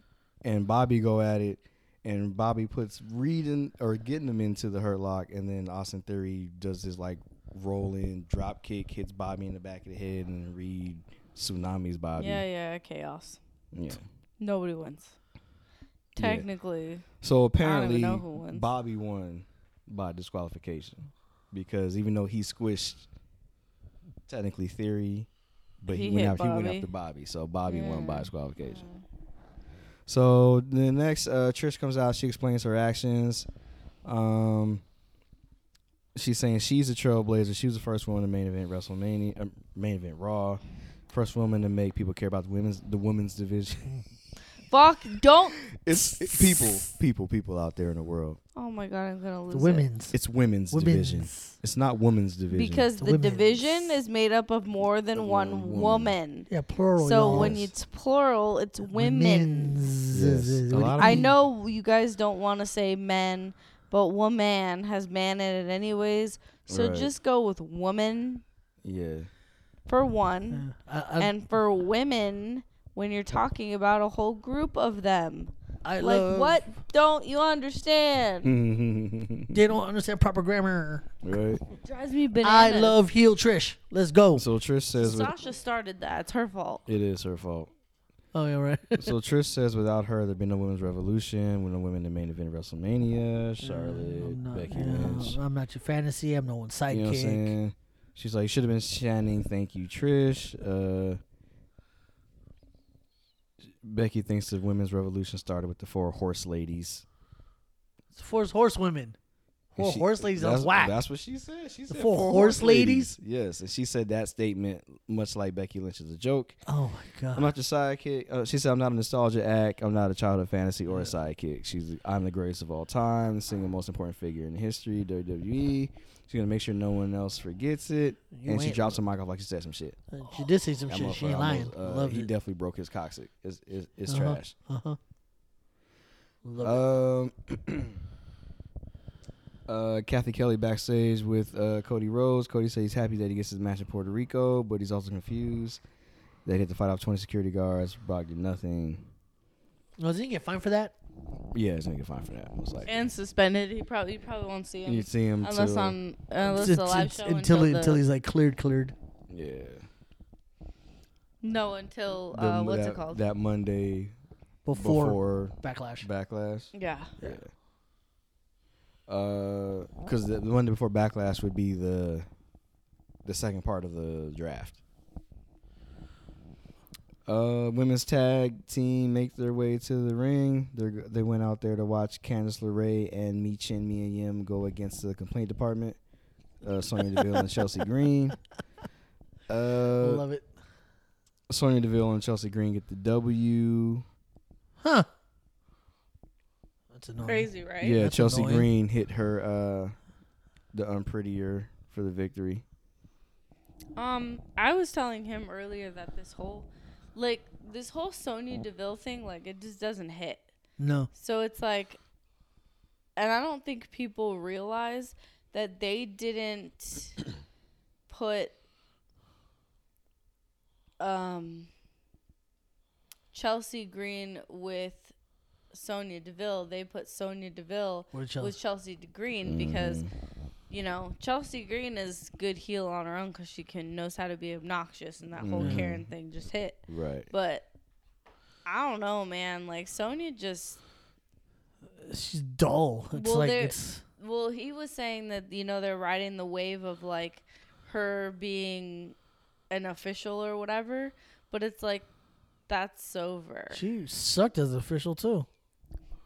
Speaker 1: and Bobby go at it, and Bobby puts Reed in, or getting him into the hurt lock, and then Austin Theory does his like roll in drop kick, hits Bobby in the back of the head, and then Reed tsunamis Bobby.
Speaker 3: Yeah, yeah, chaos.
Speaker 1: Yeah.
Speaker 3: Nobody wins.
Speaker 1: Yeah.
Speaker 3: Technically,
Speaker 1: So apparently,
Speaker 3: know who wins.
Speaker 1: Bobby won by disqualification because even though he squished technically Theory, but he,
Speaker 3: He
Speaker 1: went
Speaker 3: hit
Speaker 1: after he went
Speaker 3: Bobby.
Speaker 1: after Bobby, so Bobby won
Speaker 3: Yeah.
Speaker 1: by disqualification. So the next uh, Trish comes out. She explains her actions. Um, she's saying she's a trailblazer. She was the first woman to main event WrestleMania, uh, main event Raw, first woman to make people care about the women's the women's division.
Speaker 3: fuck, don't.
Speaker 1: it's people, people, people out there in the world.
Speaker 3: Oh my god, I'm gonna lose.
Speaker 2: The
Speaker 3: it.
Speaker 2: women's.
Speaker 1: It's women's,
Speaker 2: women's.
Speaker 1: division. It's not women's division.
Speaker 3: Because
Speaker 2: The
Speaker 3: the division
Speaker 2: women's.
Speaker 3: is made up of more than
Speaker 1: Of
Speaker 3: one,
Speaker 1: one woman.
Speaker 3: woman.
Speaker 2: Yeah, plural.
Speaker 3: So
Speaker 2: y'all.
Speaker 3: when
Speaker 1: Yes.
Speaker 3: it's plural, it's women.
Speaker 2: Women's.
Speaker 1: Yes. A lot of
Speaker 3: I know you guys don't want to say men, but woman has man in it anyways. So
Speaker 1: Right.
Speaker 3: just go with woman
Speaker 1: yeah,
Speaker 3: for one.
Speaker 2: Yeah. Uh, I, I,
Speaker 3: and for women when you're talking about a whole group of them.
Speaker 2: I
Speaker 3: Like
Speaker 2: love-
Speaker 3: what don't you
Speaker 1: Hmm.
Speaker 3: understand?
Speaker 1: right.
Speaker 2: They don't understand proper grammar.
Speaker 3: drives me
Speaker 2: I
Speaker 3: bananas.
Speaker 2: love heel Trish. Let's go.
Speaker 1: So Trish says with,
Speaker 3: Sasha started that. It's her fault.
Speaker 1: it is her fault.
Speaker 2: oh yeah, right.
Speaker 1: so Trish says without her there'd be no women's revolution, with no women in main event WrestleMania, Charlotte,
Speaker 2: I'm not,
Speaker 1: Becky
Speaker 2: yeah,
Speaker 1: Lynch.
Speaker 2: I'm not your fantasy. I'm no one's sidekick.
Speaker 1: You know what I'm saying? She's like, should have been Channing, thank you, Trish. Uh, Becky thinks the women's revolution started with the four horse ladies.
Speaker 2: It's Force horsewomen.
Speaker 1: And
Speaker 2: Four
Speaker 1: she-
Speaker 2: horse ladies. That's
Speaker 1: That's
Speaker 2: whack.
Speaker 1: That's what she said. She said
Speaker 2: four horse
Speaker 1: Yes, and she said that statement much like Becky Lynch is a joke.
Speaker 2: oh my god.
Speaker 1: I'm not your sidekick. Uh, she said, "I'm not a nostalgia act. I'm not a childhood fantasy or a sidekick. She's I'm the greatest of all time, the single most important figure in history, WWE. She's gonna make sure no one else forgets it."
Speaker 2: You
Speaker 1: and she
Speaker 2: ain't-
Speaker 1: drops her mic off like she said some shit.
Speaker 2: Uh, she did say some
Speaker 1: That
Speaker 2: shit. She
Speaker 1: motherfucker
Speaker 2: ain't lying.
Speaker 1: almost, uh,
Speaker 2: Loved
Speaker 1: he
Speaker 2: it.
Speaker 1: definitely broke his coccyx. It's it's, it's
Speaker 2: Uh-huh.
Speaker 1: trash.
Speaker 2: uh-huh. Loved it.
Speaker 1: Um, uh, Kathy Kelly backstage with uh, Cody Rhodes. Cody says he's happy that he gets his match in Puerto Rico, but he's also confused. They had to fight off 20 security guards. Brock did nothing.
Speaker 2: Oh, did he get fined for that?
Speaker 3: Uh,
Speaker 1: Yeah, he's gonna get fined for that. Most likely.
Speaker 3: And suspended. He probably you probably won't see him
Speaker 1: you see him
Speaker 3: unless
Speaker 1: till-
Speaker 3: on unless
Speaker 2: It's-
Speaker 3: the
Speaker 2: it's-
Speaker 3: live
Speaker 2: it's
Speaker 3: show
Speaker 2: until
Speaker 3: until,
Speaker 2: he- until
Speaker 3: the-
Speaker 2: he's like cleared, cleared.
Speaker 1: yeah.
Speaker 3: no until
Speaker 1: The-
Speaker 3: uh, what's
Speaker 1: that,
Speaker 3: it called?
Speaker 1: That Monday
Speaker 2: Before,
Speaker 1: before,
Speaker 2: backlash.
Speaker 1: backlash.
Speaker 3: yeah.
Speaker 1: Yeah. Uh, because the, the Monday before backlash would be the the second part of the draft. Uh, Uh, women's tag team make their way to the ring. They they went out there to watch Candice LeRae and Mi Chin Mi and Yim go against the complaint department. Uh, Sonya Deville and Chelsea Green.
Speaker 2: I
Speaker 1: Uh,
Speaker 2: love it.
Speaker 1: Sonya Deville and Chelsea Green get the W.
Speaker 2: Huh. That's annoying.
Speaker 3: Crazy, right?
Speaker 1: Um, Yeah,
Speaker 2: That's
Speaker 1: Chelsea
Speaker 2: annoying.
Speaker 1: Green hit her uh, the unprettier for the victory.
Speaker 3: Um, I was telling him earlier that this whole, like, this whole Sonya Deville thing, like, it just doesn't hit.
Speaker 2: No.
Speaker 3: So it's like, and I don't think people realize that they didn't put um, Chelsea Green with Sonia Deville. They put Sonia Deville
Speaker 2: What did y'all-
Speaker 3: with Chelsea De- Green
Speaker 2: Mm.
Speaker 3: because. You know, Chelsea Green is good heel on her own because she can knows how to be obnoxious, and that
Speaker 2: Mm.
Speaker 3: whole Karen thing just hit.
Speaker 1: Right.
Speaker 3: But I don't know, man. Like Sonya just
Speaker 2: Uh, She's dull. It's
Speaker 3: Well,
Speaker 2: like
Speaker 3: there-
Speaker 2: it's
Speaker 3: well, he was saying that you know they're riding the wave of like her being an official or whatever, but it's like that's over.
Speaker 2: she sucked as official too.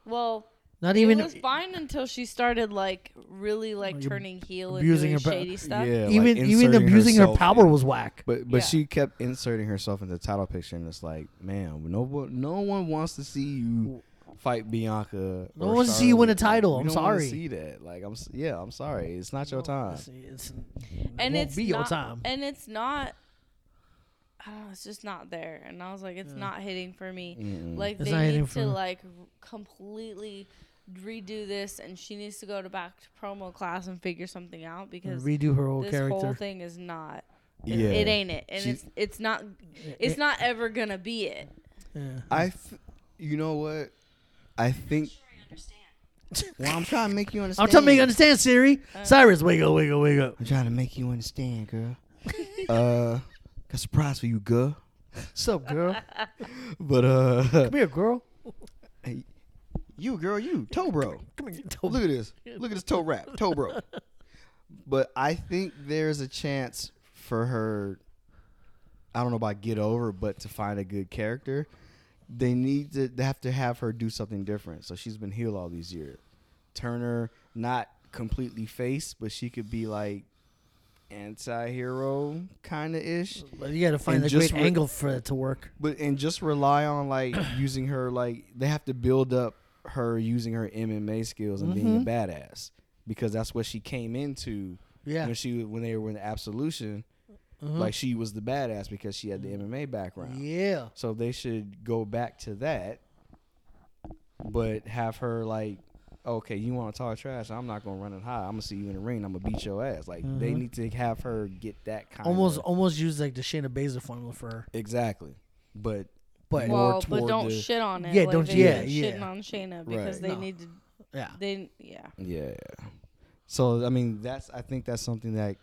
Speaker 3: well,
Speaker 2: Not
Speaker 3: even
Speaker 2: even
Speaker 3: it was fine until she started like really like
Speaker 2: Like,
Speaker 3: turning heel and
Speaker 2: abusing
Speaker 3: doing
Speaker 2: her pa-
Speaker 3: shady stuff.
Speaker 1: Yeah, like
Speaker 2: even even
Speaker 1: inserting
Speaker 2: abusing her
Speaker 1: herself
Speaker 2: power
Speaker 1: in-
Speaker 2: was whack.
Speaker 1: But but
Speaker 3: Yeah.
Speaker 1: she kept inserting herself into the title picture, and it's like, man, no one- no one wants to see you fight Bianca.
Speaker 2: No
Speaker 1: or
Speaker 2: one wants to see you win a
Speaker 1: Charlotte. Like,
Speaker 2: title.
Speaker 1: we
Speaker 2: I'm
Speaker 1: don't wanna
Speaker 2: sorry.
Speaker 1: See that? Like I'm s- yeah, I'm sorry. It's not your time.
Speaker 2: It's, it's,
Speaker 3: and
Speaker 2: it won't
Speaker 3: it's
Speaker 2: be
Speaker 3: not,
Speaker 2: your time.
Speaker 3: And it's not. I don't know. It's just not there. And I was like, it's not hitting for me. Like
Speaker 2: It's
Speaker 3: they
Speaker 2: not hitting
Speaker 3: need
Speaker 2: for
Speaker 3: to
Speaker 2: me.
Speaker 3: like r- completely redo this, and she needs to go to back to promo class and figure something out because
Speaker 2: redo her whole
Speaker 3: this
Speaker 2: character.
Speaker 3: whole thing is not. It,
Speaker 1: Yeah.
Speaker 3: it ain't it, and
Speaker 1: She-
Speaker 3: it's it's not. It's not ever gonna be it.
Speaker 2: yeah.
Speaker 1: I, f- you know what? I think. Well, I'm trying to make you understand.
Speaker 2: I'm telling you, you understand, Siri.
Speaker 3: Uh.
Speaker 2: Cyrus, wake up, wake up, wake up.
Speaker 1: I'm trying to make you understand, girl. uh, got a surprise for you, girl.
Speaker 2: What's up, girl? Come
Speaker 1: But uh,
Speaker 2: here, girl.
Speaker 1: you, girl, you, toe bro.
Speaker 2: Come here.
Speaker 1: Look at this. Look at this toe wrap, toe bro. But I think there's a chance for her. I don't know about get over, but to find a good character, they need to they have to have her do something different. So she's been heel all these years. Turn her not completely face, but she could be like anti-hero kind of ish.
Speaker 2: But you got to find
Speaker 1: And
Speaker 2: a
Speaker 1: just
Speaker 2: great
Speaker 1: re-
Speaker 2: angle for it to work.
Speaker 1: But and just rely on like using her like they have to build up her using her MMA skills and being a
Speaker 2: Mm-hmm.
Speaker 1: badass because that's what she came into
Speaker 2: Yeah. Mm-hmm.
Speaker 1: when she when they were in Absolution. Like she was the badass because she had the MMA background.
Speaker 2: Yeah.
Speaker 1: So they should go back to that, but have her like, okay, you want to talk trash? I'm not gonna run it high. I'm gonna see you in the ring. I'm gonna beat your ass. Like they need to have her get that kind.
Speaker 2: Mm-hmm. Almost,
Speaker 1: of,
Speaker 2: almost use like the Shayna Baszler formula for her.
Speaker 1: exactly, but
Speaker 2: But
Speaker 1: More
Speaker 3: Well, but
Speaker 1: toward
Speaker 3: don't
Speaker 1: the-
Speaker 3: shit on it.
Speaker 2: Yeah,
Speaker 3: like
Speaker 2: don't-
Speaker 3: they
Speaker 2: yeah,
Speaker 3: were
Speaker 2: yeah.
Speaker 3: Shitting on Shayna because
Speaker 1: Right.
Speaker 3: they
Speaker 2: No.
Speaker 3: need to.
Speaker 2: yeah,
Speaker 3: They yeah.
Speaker 1: Yeah. So I mean, that's I think that's something that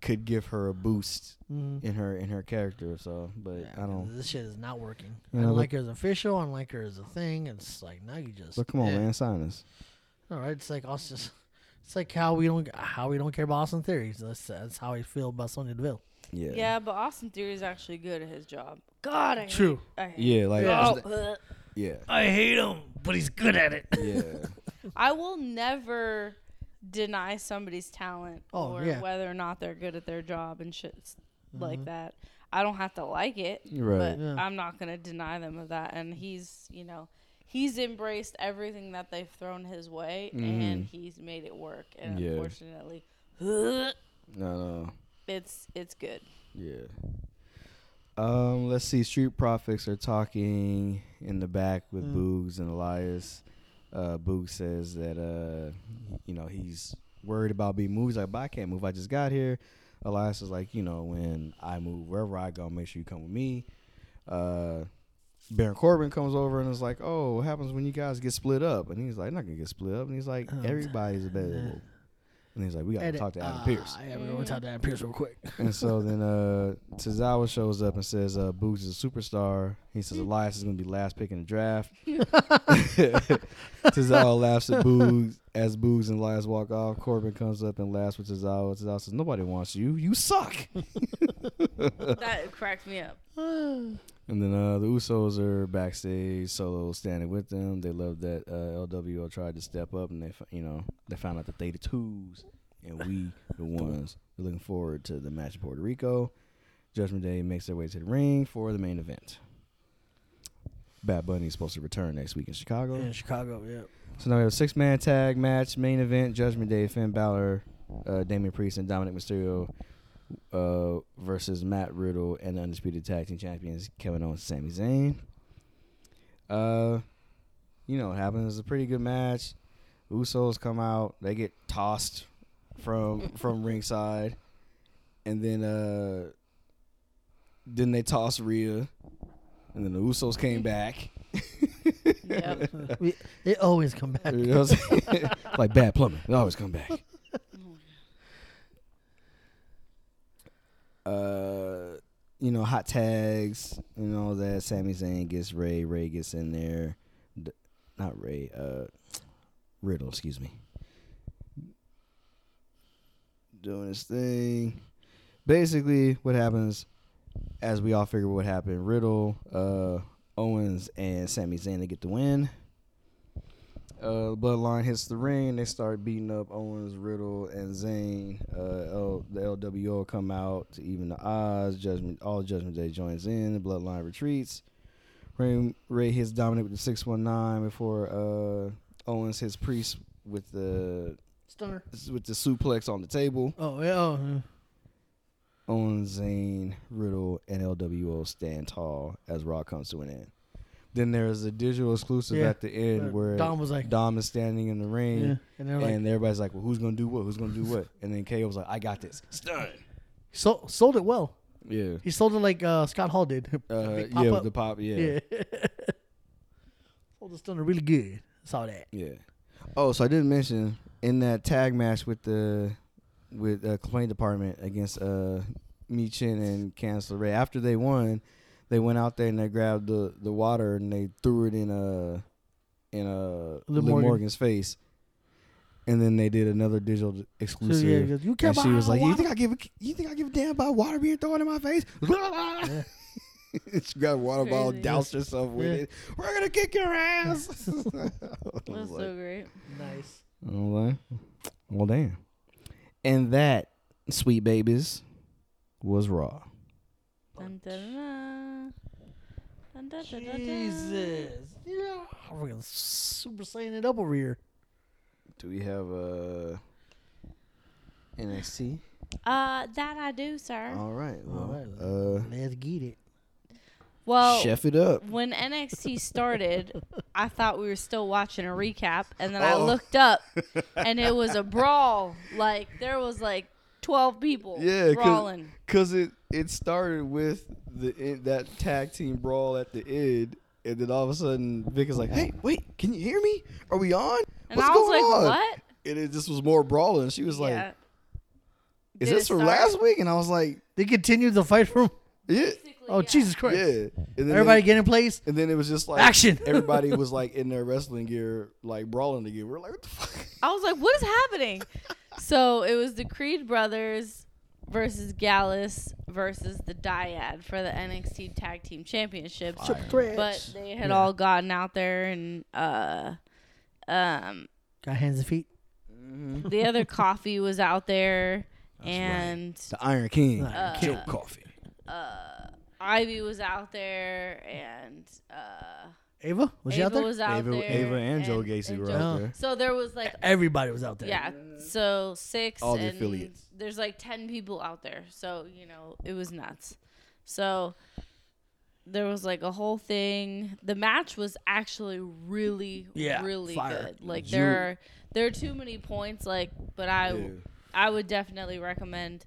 Speaker 1: could give her a boost
Speaker 3: Mm-hmm.
Speaker 1: in her in her character. So, but I don't.
Speaker 2: This shit is not working.
Speaker 1: You
Speaker 2: I
Speaker 1: know,
Speaker 2: don't
Speaker 1: the-
Speaker 2: like her as official. I don't like her as a thing. It's like now you just.
Speaker 1: But come on,
Speaker 5: Yeah.
Speaker 1: man, sign us.
Speaker 2: All right, it's like Austin. It's like how we don't how we don't care about Austin Theory. That's that's how I feel about Sonya Deville.
Speaker 1: Yeah.
Speaker 3: yeah, But Austin Theory is actually good at his job. God, I hate-
Speaker 2: True.
Speaker 3: I hate
Speaker 1: Yeah, like
Speaker 3: Oh, ugh.
Speaker 2: uh,
Speaker 1: yeah,
Speaker 2: I hate him, but he's good at it.
Speaker 1: yeah.
Speaker 3: I will never deny somebody's talent
Speaker 2: Oh,
Speaker 3: or
Speaker 2: yeah. Mm-hmm.
Speaker 3: whether or not they're good at their job and shit s- like that. I don't have to like it,
Speaker 1: Right.
Speaker 3: but
Speaker 2: Yeah.
Speaker 3: I'm not gonna deny them of that. And he's, you know, he's embraced everything that they've thrown his way, and he's made it work. And
Speaker 1: Mm-hmm. Yeah.
Speaker 3: unfortunately,
Speaker 1: No, no.
Speaker 3: it's it's good.
Speaker 1: Yeah. Um, let's see. Street Profits are talking in the back with
Speaker 2: Mm.
Speaker 1: Boogs and Elias. Uh, Boogs says that uh, you know, he's worried about being moved. He's like, but I can't move. I just got here. Elias is like, you know, when I move wherever I go, make sure you come with me. Uh, Baron Corbin comes over and is like, oh, what happens when you guys get split up? And he's like, not gonna get split up. And he's like, everybody's available. And he's like, we gotta
Speaker 2: Oh, Edit.
Speaker 1: talk to Adam
Speaker 2: Ah,
Speaker 1: Pierce.
Speaker 2: Yeah, we're going to talk to Adam Pierce real quick.
Speaker 1: And so then uh Tozawa shows up and says uh Boogs is a superstar. He says Elias is gonna be last pick in the draft. Tozawa laughs at Boogs as Boogs and Laz walk off, Corbin comes up and laughs with Cesaro. Cesaro says, "Nobody wants you. You suck."
Speaker 3: that cracked me up.
Speaker 1: And then uh, the Usos are backstage, Solo standing with them. They love that uh, LWO tried to step up, and they, f- you know, they found out that they the twos, and we the ones. We're looking forward to the match in Puerto Rico. Judgment Day makes their way to the ring for the main event. Bad Bunny is supposed to return next week in Chicago.
Speaker 2: in Chicago. Yeah,
Speaker 1: So now we have a six man tag match, main event, Judgment Day, Finn Balor, uh, Damian Priest, and Dominic Mysterio uh, versus Matt Riddle and the Undisputed Tag Team Champions, Kevin Owens and Sami Zayn. Uh, you know what happens. It's a pretty good match. Usos come out, they get tossed from from ringside, and then uh, then they toss Rhea, and then the Usos came back.
Speaker 3: Yep.
Speaker 2: we, they always come back.
Speaker 1: You know what I'm saying? like bad plumbing. They always come back. Uh, you know, hot tags and all that. Sami Zayn gets Ray. Ray gets in there. D- not Ray. Uh, Riddle. Excuse me. Doing his thing. Basically, what happens, as we all figure what happened, Riddle, uh, Owens, and Sami Zayn they get the win. Uh, Bloodline hits the ring. They start beating up Owens, Riddle, and Zayn. Uh, L- the LWO come out to even the odds. Judgment, all Judgment Day joins in. The Bloodline retreats. Ray, Ray hits Dominic with the six one nine before uh, Owens hits Priest with the
Speaker 2: Stunner.
Speaker 1: with the suplex on the table.
Speaker 2: Oh yeah. Oh, yeah.
Speaker 1: Owens, Zayn, Riddle, and LWO stand tall as Raw comes to an end. Then there is a digital exclusive
Speaker 2: Yeah.
Speaker 1: at the end
Speaker 2: Uh,
Speaker 1: where
Speaker 2: Dom was like,
Speaker 1: Dom is standing in the ring.
Speaker 2: yeah. and they're like,
Speaker 1: and everybody's like, "Well, who's gonna do what? Who's gonna do what?" And then KO was like, "I got this." Stun.
Speaker 2: sold, sold it well.
Speaker 1: Yeah.
Speaker 2: He sold it like uh, Scott Hall did.
Speaker 1: Uh,
Speaker 2: Big
Speaker 1: yeah,
Speaker 2: pop-up.
Speaker 1: the pop. Yeah. yeah.
Speaker 2: Yeah. sold the stunner really good. Saw that.
Speaker 1: Oh, so I didn't mention in that tag match with the with uh, complaint department against uh Meechin and Chancellor Ray. After they won, they went out there and they grabbed the the water and they threw it in uh in uh
Speaker 2: Liv
Speaker 1: Liv
Speaker 2: Morgan.
Speaker 1: Morgan's face. And then they did another digital
Speaker 2: So, yeah, he
Speaker 1: exclusive.
Speaker 2: goes, you care
Speaker 1: And
Speaker 2: about
Speaker 1: she was like, "You
Speaker 2: water?
Speaker 1: think I give a you think I give a damn about water being thrown in my face?" she grabbed a water bottle,
Speaker 3: Crazy.
Speaker 1: doused herself with
Speaker 2: Yeah.
Speaker 1: it. We're gonna kick your ass. I
Speaker 3: That's
Speaker 1: was
Speaker 3: so
Speaker 1: like,
Speaker 3: great.
Speaker 2: nice.
Speaker 1: I was like, well, damn. And that, sweet babies, was raw.
Speaker 3: Dun, dun, dun, dun. Dun, dun, dun, dun, dun.
Speaker 2: Jesus. Yeah. We're gonna super saiyan it up over here.
Speaker 1: Do we have uh, NXT?
Speaker 3: Uh, that I do, sir.
Speaker 1: All right. Well,
Speaker 2: All Let's get it.
Speaker 1: uh,
Speaker 3: well,
Speaker 1: chef it up.
Speaker 3: when NXT started, I thought we were still watching a recap, and then I
Speaker 1: Oh.
Speaker 3: looked up, and it was a brawl. Like there was like twelve people
Speaker 1: Yeah, 'cause-
Speaker 3: brawling.
Speaker 1: Cause it it started with the in, that tag team brawl at the end, and then all of a sudden Vic is like, "Hey, wait, can you hear me? Are we on?
Speaker 3: And I was like, "What?"
Speaker 1: And it just was more brawling. She was like, "Is
Speaker 3: Did
Speaker 1: this
Speaker 3: it
Speaker 1: from
Speaker 3: start?
Speaker 1: last week?" And I was like,
Speaker 2: They continued the fight from.
Speaker 1: "Yeah,
Speaker 2: Oh Jesus
Speaker 1: yeah."
Speaker 2: Christ!
Speaker 1: And then
Speaker 2: Everybody
Speaker 1: it,
Speaker 2: get in place.
Speaker 1: and then it was just like
Speaker 2: Action.
Speaker 1: everybody was like in their wrestling gear, like brawling together. We're like, "What the fuck?"
Speaker 3: I was like, what is happening? so it was the Creed brothers versus Gallus versus the Dyad for the NXT Tag Team Championships. But they had all gotten out there and uh um
Speaker 2: Got hands and feet.
Speaker 3: the other coffee was out there and
Speaker 1: The Iron King,
Speaker 3: Uh,
Speaker 2: Iron
Speaker 1: Joe Coffee.
Speaker 3: Ivy was out there and uh
Speaker 2: Ava was she
Speaker 3: Ava
Speaker 2: out there?
Speaker 3: was out
Speaker 1: Ava-
Speaker 3: there.
Speaker 1: Ava and Joe Gacy were out there.
Speaker 3: So there was like
Speaker 2: Everybody was out there.
Speaker 3: Yeah. So six.
Speaker 1: All the
Speaker 3: and
Speaker 1: affiliates.
Speaker 3: There's like ten people out there, so you know it was nuts. So there was like a whole thing. The match was actually really,
Speaker 2: Yeah,
Speaker 3: really
Speaker 2: fire.
Speaker 3: good. Like
Speaker 1: You-
Speaker 3: there are there are too many points. Like, but I
Speaker 1: Yeah.
Speaker 3: I would definitely recommend.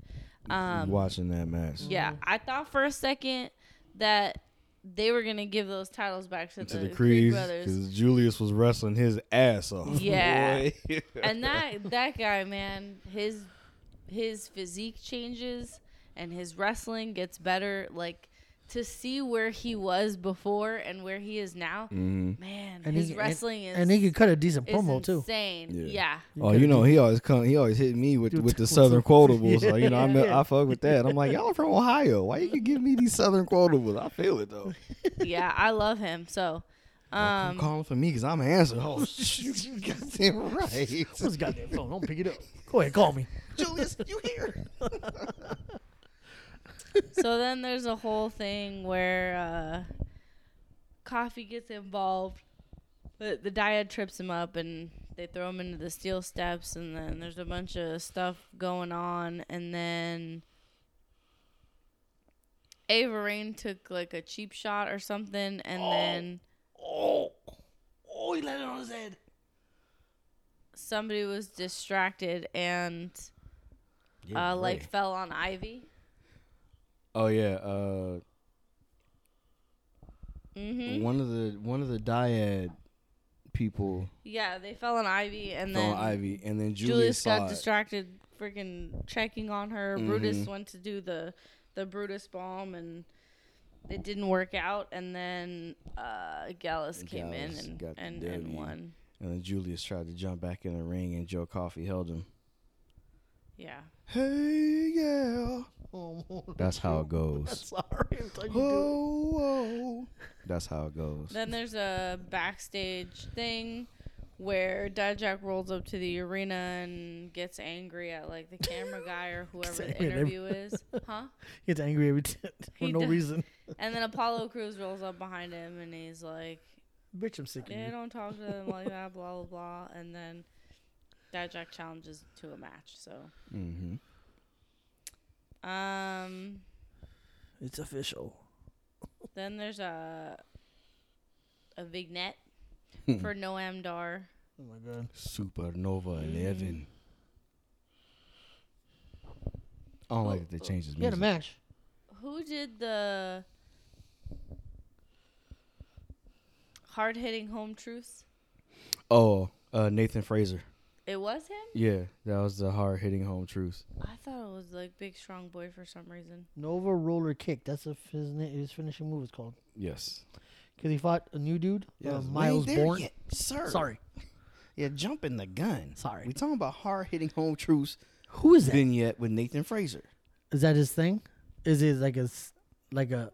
Speaker 3: Um,
Speaker 1: Watching that match
Speaker 3: yeah, I thought for a second that they were gonna give those titles back to,
Speaker 1: to
Speaker 3: the,
Speaker 1: the
Speaker 3: Creed
Speaker 1: crease
Speaker 3: brothers.
Speaker 1: because Julius was wrestling his ass off.
Speaker 3: Yeah.
Speaker 1: boy.
Speaker 3: and that that guy, man, his his physique changes and his wrestling gets better. Like to see where he was before and where he is now,
Speaker 1: Mm-hmm.
Speaker 3: man,
Speaker 2: And
Speaker 3: his
Speaker 2: he- and-
Speaker 3: wrestling is
Speaker 2: And he could cut a decent
Speaker 3: is
Speaker 2: promo too.
Speaker 3: insane.
Speaker 1: Yeah.
Speaker 3: Yeah.
Speaker 1: Oh, you know, he always come. He always hit me with
Speaker 2: Dude,
Speaker 1: with the
Speaker 2: with
Speaker 1: southern
Speaker 2: some-
Speaker 1: quotables. Like you know, I'm,
Speaker 2: Yeah.
Speaker 1: I fuck with that. I'm like, y'all are from Ohio. Why you give me these southern quotables? I feel it though.
Speaker 3: yeah, I love him. So,
Speaker 1: I'm
Speaker 3: um,
Speaker 1: calling for me because I'm an answer. Oh, shoot, you goddamn right,
Speaker 2: What's his goddamn phone? Don't pick it up. Go ahead, call me.
Speaker 1: Julius. You here?
Speaker 3: so then there's a whole thing where uh, coffee gets involved. But the dyad trips him up and they throw him into the steel steps and then there's a bunch of stuff going on and then Averine took like a cheap shot or something and then
Speaker 2: Oh, oh, he landed on his head.
Speaker 3: somebody was distracted and uh, like fell on Ivy.
Speaker 1: Oh yeah. Uh,
Speaker 3: hmm
Speaker 1: one of the one of the dyad people
Speaker 3: Yeah, they fell on Ivy and
Speaker 1: fell
Speaker 3: then
Speaker 1: on Ivy, and then Julius,
Speaker 3: Julius
Speaker 1: saw
Speaker 3: got
Speaker 1: it.
Speaker 3: distracted, freaking checking on her. Brutus
Speaker 1: Mm-hmm.
Speaker 3: went to do the the Brutus bomb, and it didn't work out. And then uh, Gallus came
Speaker 1: Gallus
Speaker 3: in
Speaker 1: got
Speaker 3: and
Speaker 1: the
Speaker 3: and, and
Speaker 1: W.
Speaker 3: won.
Speaker 1: And then Julius tried to jump back in the ring, and Joe Coffey held him.
Speaker 3: Yeah,
Speaker 1: Hey yeah,
Speaker 2: Oh,
Speaker 1: that's how it goes.
Speaker 2: sorry. I'm telling you, dude.
Speaker 1: Oh, oh. That's how it goes.
Speaker 3: Then there's a backstage thing where Dijak rolls up to the arena and gets angry at like the camera guy or whoever the
Speaker 2: angry at every-
Speaker 3: interview is, huh?
Speaker 2: He gets angry every t- for
Speaker 3: He
Speaker 2: no
Speaker 3: does.
Speaker 2: reason.
Speaker 3: And then Apollo Cruz rolls up behind him and he's like,
Speaker 2: Bitch, I'm sick of
Speaker 3: "Yeah,
Speaker 2: you.
Speaker 3: don't talk to them like that, blah blah blah." And then Dijak challenges to a match. So,
Speaker 1: Mm-hmm.
Speaker 3: um,
Speaker 2: It's official.
Speaker 3: then there's a a vignette for Noam Dar.
Speaker 2: Oh my god.
Speaker 1: Supernova 11. I don't like that they changed his
Speaker 2: He had a
Speaker 1: music.
Speaker 2: match.
Speaker 3: Who did the hard hitting home truths?
Speaker 1: oh, uh, Nathan Fraser.
Speaker 3: It was him.
Speaker 1: Yeah, that was the hard hitting home truth.
Speaker 3: I thought it was like Big Strong Boy for some reason.
Speaker 2: Nova Roller Kick. That's what his, na- his finishing move is called.
Speaker 1: Yes.
Speaker 2: Because he fought a new dude, uh, Miles Bourne.
Speaker 1: sir.
Speaker 2: Sorry.
Speaker 1: Yeah, jumping the gun.
Speaker 2: Sorry.
Speaker 1: We talking about hard hitting home truths
Speaker 2: Who is that? Is
Speaker 1: vignette with Nathan Fraser.
Speaker 2: that his thing? Is it like a s- like a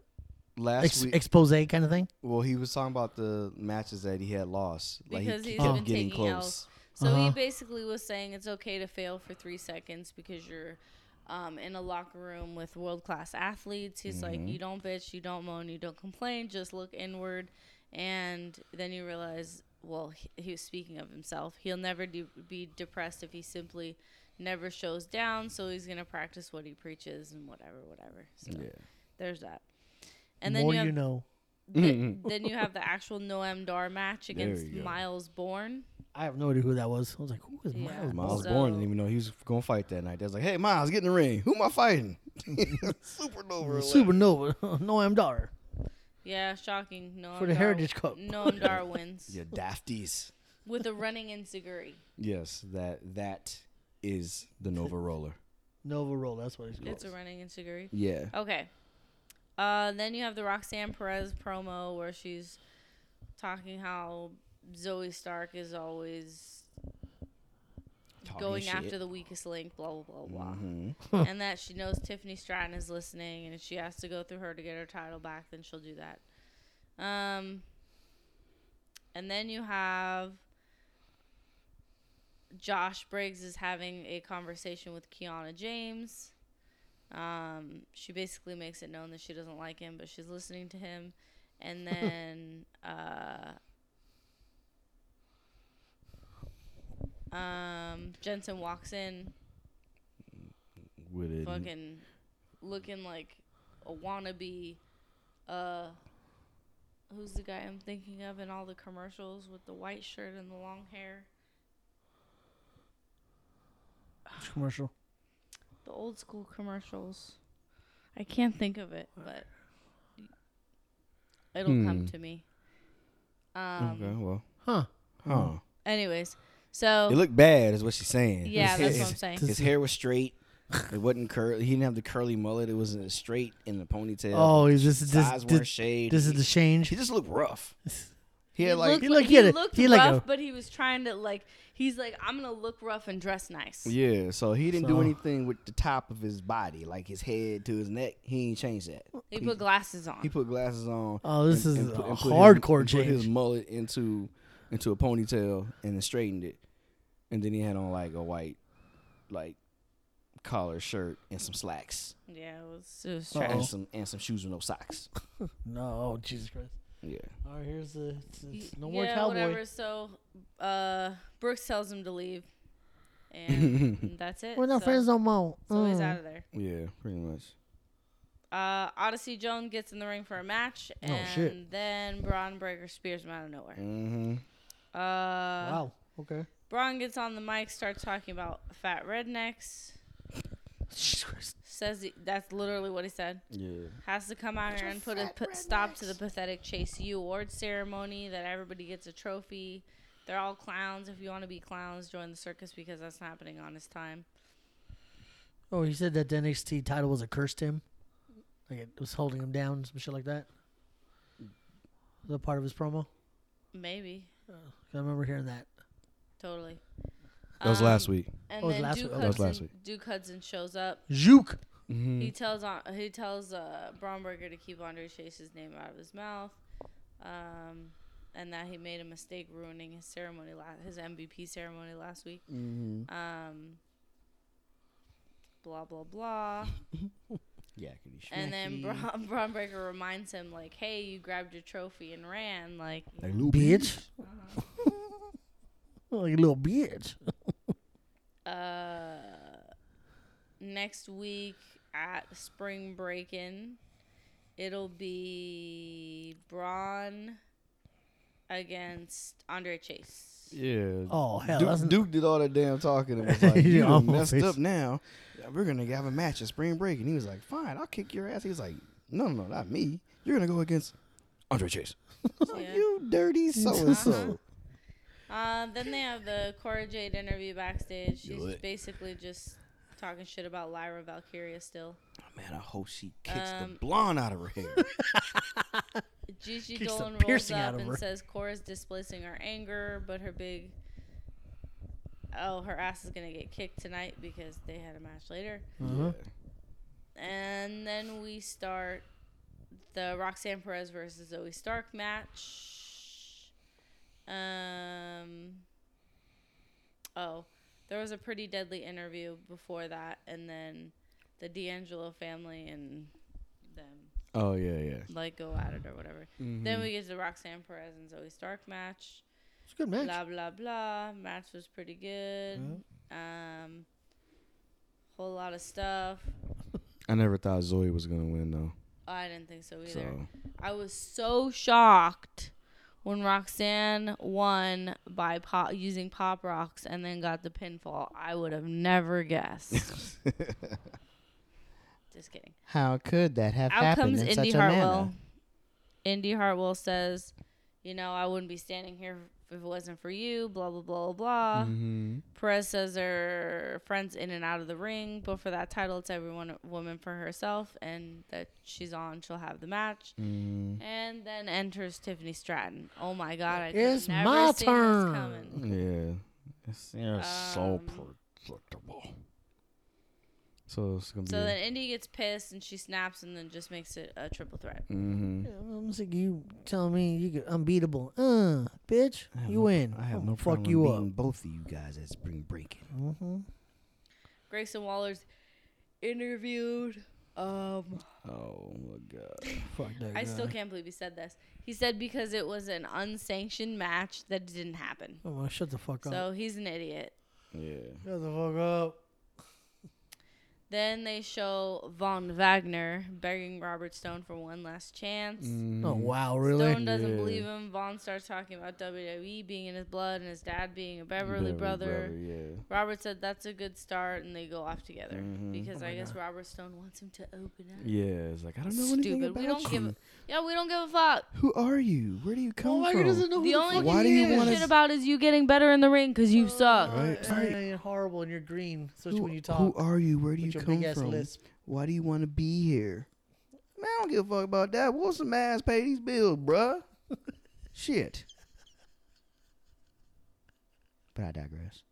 Speaker 1: Last
Speaker 2: ex-
Speaker 1: week,
Speaker 2: expose kind of thing?
Speaker 1: well, he was talking about the matches that he had lost. Like
Speaker 3: Because
Speaker 1: he
Speaker 3: he's
Speaker 1: kept
Speaker 3: been
Speaker 1: getting
Speaker 3: taking
Speaker 1: close.
Speaker 3: So he
Speaker 2: Uh-huh.
Speaker 3: basically was saying it's okay to fail for three seconds because you're um, in a locker room with world class athletes. He's like, you don't bitch, you don't moan, you don't complain, just look inward. And then you realize, well, he, he was speaking of himself. He'll never de- be depressed if he simply never shows down. So he's going to practice what he preaches and whatever, whatever. So there's that. And then
Speaker 2: More
Speaker 3: you, have,
Speaker 2: you know.
Speaker 3: the, then you have the actual Noam Dar match
Speaker 1: There
Speaker 3: against
Speaker 1: you go.
Speaker 3: Miles Bourne.
Speaker 2: I have no idea who that was. I was like, who is
Speaker 3: Yeah.
Speaker 2: Miles?
Speaker 1: Miles
Speaker 3: So-
Speaker 1: Bourne didn't even know he was going to fight that night. They was like, hey, Miles, get in the ring. Who am I fighting? Supernova.
Speaker 2: Supernova, Noam Dar.
Speaker 3: Yeah, shocking. No,
Speaker 2: For the Heritage Cup.
Speaker 3: Noam Dar wins
Speaker 1: You dafties.
Speaker 3: with a running in Siguri.
Speaker 1: Yes, that that is the Nova Roller.
Speaker 2: Nova Roll, that's what he's called.
Speaker 3: It's a running in Siguri.
Speaker 1: Yeah.
Speaker 3: Okay. Uh, then you have the Roxanne Perez promo where she's talking how Zoe Stark is always going after the weakest link, blah blah blah blah,
Speaker 1: Mm-hmm.
Speaker 3: and that she knows Tiffany Stratton is listening, and if she has to go through her to get her title back, then she'll do that. Um, and then you have Josh Briggs is having a conversation with Kiana James. Um, she basically makes it known that she doesn't like him, but she's listening to him, and then uh. Um, Jensen walks in,
Speaker 1: With it.
Speaker 3: fucking looking like a wannabe. Uh, who's the guy I'm thinking of in all the commercials with the white shirt and the long hair?
Speaker 2: Which commercial.
Speaker 3: The old school commercials. I can't think of it, but it'll come
Speaker 1: Hmm.
Speaker 3: to me. Um. oh.
Speaker 1: okay, well.
Speaker 2: Huh.
Speaker 1: Huh.
Speaker 3: Anyways, so
Speaker 1: It looked bad, is what she's saying.
Speaker 3: yeah,
Speaker 1: his,
Speaker 3: that's what I'm
Speaker 1: his-
Speaker 3: saying.
Speaker 1: His hair was straight. It wasn't curly. He didn't have the curly mullet. It was uh, straight in the ponytail.
Speaker 2: Oh, he's just
Speaker 1: sides
Speaker 2: this
Speaker 1: weren't
Speaker 2: this,
Speaker 1: shaved.
Speaker 2: this is
Speaker 1: he,
Speaker 2: the change.
Speaker 1: he just looked rough. He had like
Speaker 2: He
Speaker 3: he
Speaker 2: looked-
Speaker 3: looked,
Speaker 2: he had a-
Speaker 3: looked
Speaker 2: he had like
Speaker 3: rough,
Speaker 2: a-
Speaker 3: but he was trying to like. He's like, I'm gonna look rough and dress nice.
Speaker 1: yeah. So he didn't do
Speaker 2: So-
Speaker 1: anything with the top of his body, like his head to his neck. He ain't changed that.
Speaker 3: He put glasses on.
Speaker 1: He put glasses on.
Speaker 2: Oh, this is a
Speaker 1: his-
Speaker 2: hardcore
Speaker 1: and Put his
Speaker 2: change.
Speaker 1: mullet into into a ponytail and then straightened it, and then he had on like a white like collar shirt and some slacks
Speaker 3: yeah, it was, it was
Speaker 2: Uh-oh.
Speaker 3: trash.
Speaker 1: and some and some shoes with no socks.
Speaker 2: No, oh, Jesus Christ.
Speaker 1: Yeah.
Speaker 2: All right, here's the it's, it's no
Speaker 3: Y-
Speaker 2: more
Speaker 3: yeah,
Speaker 2: cowboy.
Speaker 3: whatever. So, uh, Brooks tells him to leave, and that's it.
Speaker 2: We're not
Speaker 3: so,
Speaker 2: friends no more.
Speaker 3: so he's
Speaker 2: Mm.
Speaker 3: out of there.
Speaker 1: Yeah. Pretty much.
Speaker 3: Uh, Odyssey Joan gets in the ring for a match, and
Speaker 2: Oh, shit.
Speaker 3: then Braun Breaker spears him out of nowhere.
Speaker 1: Mm-hmm.
Speaker 2: Mm.
Speaker 3: Uh,
Speaker 2: Wow. Okay.
Speaker 3: Braun gets on the mic, starts talking about fat rednecks.
Speaker 2: Jesus Christ.
Speaker 3: Says he, that's literally what he said.
Speaker 1: Yeah.
Speaker 3: Has to come out here and put a p- stop to the pathetic Chase U award ceremony that everybody gets a trophy. They're all clowns. If you want to be clowns, join the circus because that's not happening on his time.
Speaker 2: Oh, he said that the NXT title was a curse to him. Like it was holding him down, some shit like that. Is that part of his promo?
Speaker 3: Maybe.
Speaker 2: 'Cause I remember hearing that.
Speaker 3: Totally.
Speaker 1: That was
Speaker 3: Um,
Speaker 1: last week.
Speaker 3: And
Speaker 2: That Oh, was
Speaker 3: then
Speaker 2: last
Speaker 3: Duke
Speaker 2: week.
Speaker 1: That was
Speaker 3: Hudson,
Speaker 1: last week. Mm.
Speaker 3: Duke Hudson shows up.
Speaker 2: Juke.
Speaker 1: mm-hmm.
Speaker 3: He tells on he tells uh, Bromberger to keep Andre Chase's name out of his mouth, um, and that he made a mistake ruining his ceremony la- his MVP ceremony last week.
Speaker 1: Mm-hmm.
Speaker 3: Um, blah blah blah.
Speaker 1: Yeah.
Speaker 3: And then Bron- Bromberger reminds him like, "Hey, you grabbed your trophy and ran." Like,
Speaker 1: Like little
Speaker 2: Bitch. Oh, you little bitch.
Speaker 3: uh, next week at spring breakin', it'll be Braun against Andre Chase.
Speaker 1: Yeah.
Speaker 2: Oh hell,
Speaker 1: Duke,
Speaker 2: that's n-
Speaker 1: Duke did all that damn talking and was like,
Speaker 2: Yeah,
Speaker 1: "You done
Speaker 2: almost.
Speaker 1: messed up now. We're gonna have a match at spring break." And he was like, "Fine, I'll kick your ass." He was like, "No, no, no, not me. You're gonna go against Andre Chase.
Speaker 3: Yeah. Uh-huh.
Speaker 1: You dirty so and so."
Speaker 3: Uh, then they have the Cora Jade interview backstage.
Speaker 1: Do
Speaker 3: She's
Speaker 1: it.
Speaker 3: basically just talking shit about Lyra Valkyria still.
Speaker 1: Man, I hope she kicks
Speaker 3: Um,
Speaker 1: the blonde out of her hair.
Speaker 3: Gigi
Speaker 2: Kicks the
Speaker 3: Dolan rolls
Speaker 2: piercing out
Speaker 3: up
Speaker 2: of
Speaker 3: and
Speaker 2: her.
Speaker 3: says Cora's displacing her anger, but her big oh, her ass is gonna get kicked tonight because they had a match later.
Speaker 2: Uh-huh.
Speaker 3: And then we start the Roxanne Perez versus Zoe Stark match. Um. Oh, there was a pretty deadly interview before that, and then the D'Angelo family and them
Speaker 1: oh yeah, yeah.
Speaker 3: like go at it or whatever.
Speaker 1: Mm-hmm.
Speaker 3: Then we get to the Roxanne Perez and Zoe Stark match.
Speaker 2: it's a good match.
Speaker 3: Blah blah blah. Match was pretty good. Um, whole lot of stuff. Oh,
Speaker 1: I never thought Zoe was gonna win though.
Speaker 3: I didn't think so either.
Speaker 1: So
Speaker 3: I was so shocked when Roxanne won by pop, using pop rocks and then got the pinfall. I would have never guessed. Just kidding.
Speaker 5: How could that have
Speaker 3: Out
Speaker 5: happened
Speaker 3: comes
Speaker 5: in
Speaker 3: Indy
Speaker 5: such a
Speaker 3: Hartwell.
Speaker 5: manner?
Speaker 3: Indy Hartwell says, "You know, I wouldn't be standing here if it wasn't for you." Blah blah blah blah.
Speaker 5: Mm-hmm.
Speaker 3: blah.
Speaker 1: Mm-hmm.
Speaker 3: Perez says they're friends in and out of the ring, but for that title, it's every one woman for herself, and that she's on, she'll have the match.
Speaker 1: Mm-hmm.
Speaker 3: And then enters Tiffany Stratton. Oh my God! I could
Speaker 2: It's
Speaker 3: never
Speaker 2: my
Speaker 3: seen
Speaker 2: turn.
Speaker 3: This coming.
Speaker 1: yeah, it's yeah, so
Speaker 3: Um,
Speaker 1: predictable. So it's gonna
Speaker 3: So
Speaker 1: be.
Speaker 3: then Indy gets pissed and she snaps and then just makes it a triple threat.
Speaker 1: mm-hmm.
Speaker 2: I'm sick of you telling me you get unbeatable. Uh, bitch, you win.
Speaker 1: I have
Speaker 2: I'll
Speaker 1: no
Speaker 2: fuck
Speaker 1: problem
Speaker 2: you up.
Speaker 1: beating both of you guys at spring breaking.
Speaker 3: Grayson Waller's interviewed. Um,
Speaker 1: Oh my god.
Speaker 2: Fuck that
Speaker 3: I still
Speaker 2: guy.
Speaker 3: can't believe he said this. He said because it was an unsanctioned match that didn't happen.
Speaker 2: Oh, well, shut the fuck up.
Speaker 3: So he's an idiot.
Speaker 1: Yeah.
Speaker 2: Shut the fuck up.
Speaker 3: Then they show Von Wagner begging Robert Stone for one last chance.
Speaker 2: Oh wow, really?
Speaker 3: Stone doesn't
Speaker 1: Mm, Yeah.
Speaker 3: believe him. Vaughn starts talking about WWE being in his blood and his dad being a Beverly, brother.
Speaker 1: yeah.
Speaker 3: Robert said that's a good start, and they go off together
Speaker 1: Mhm.
Speaker 3: because
Speaker 2: Oh
Speaker 3: I
Speaker 2: my
Speaker 3: guess Robert Stone wants him to open up.
Speaker 1: Yeah, it's like I don't know anything
Speaker 3: Stupid.
Speaker 1: about
Speaker 3: We don't
Speaker 1: you.
Speaker 3: give. A, yeah, we don't give a fuck.
Speaker 1: Who are you? Where do you come
Speaker 2: Oh my
Speaker 1: from?
Speaker 2: god, doesn't know who
Speaker 3: The only
Speaker 2: fuck
Speaker 3: thing
Speaker 1: Why do
Speaker 3: you
Speaker 1: you
Speaker 3: give a
Speaker 1: wanna
Speaker 3: shit
Speaker 1: s-
Speaker 3: about is you getting better in the ring because you suck.
Speaker 1: Right.
Speaker 2: Right. You're horrible and you're green, especially
Speaker 1: who,
Speaker 2: when you talk.
Speaker 1: who are you? Where do
Speaker 2: with
Speaker 1: you
Speaker 2: a
Speaker 5: come
Speaker 2: big-ass
Speaker 5: from?
Speaker 2: lisp.
Speaker 5: Why do you want to be here? Man, I don't give a fuck about that. What's the man's pay these bills, bruh? Shit. But I digress.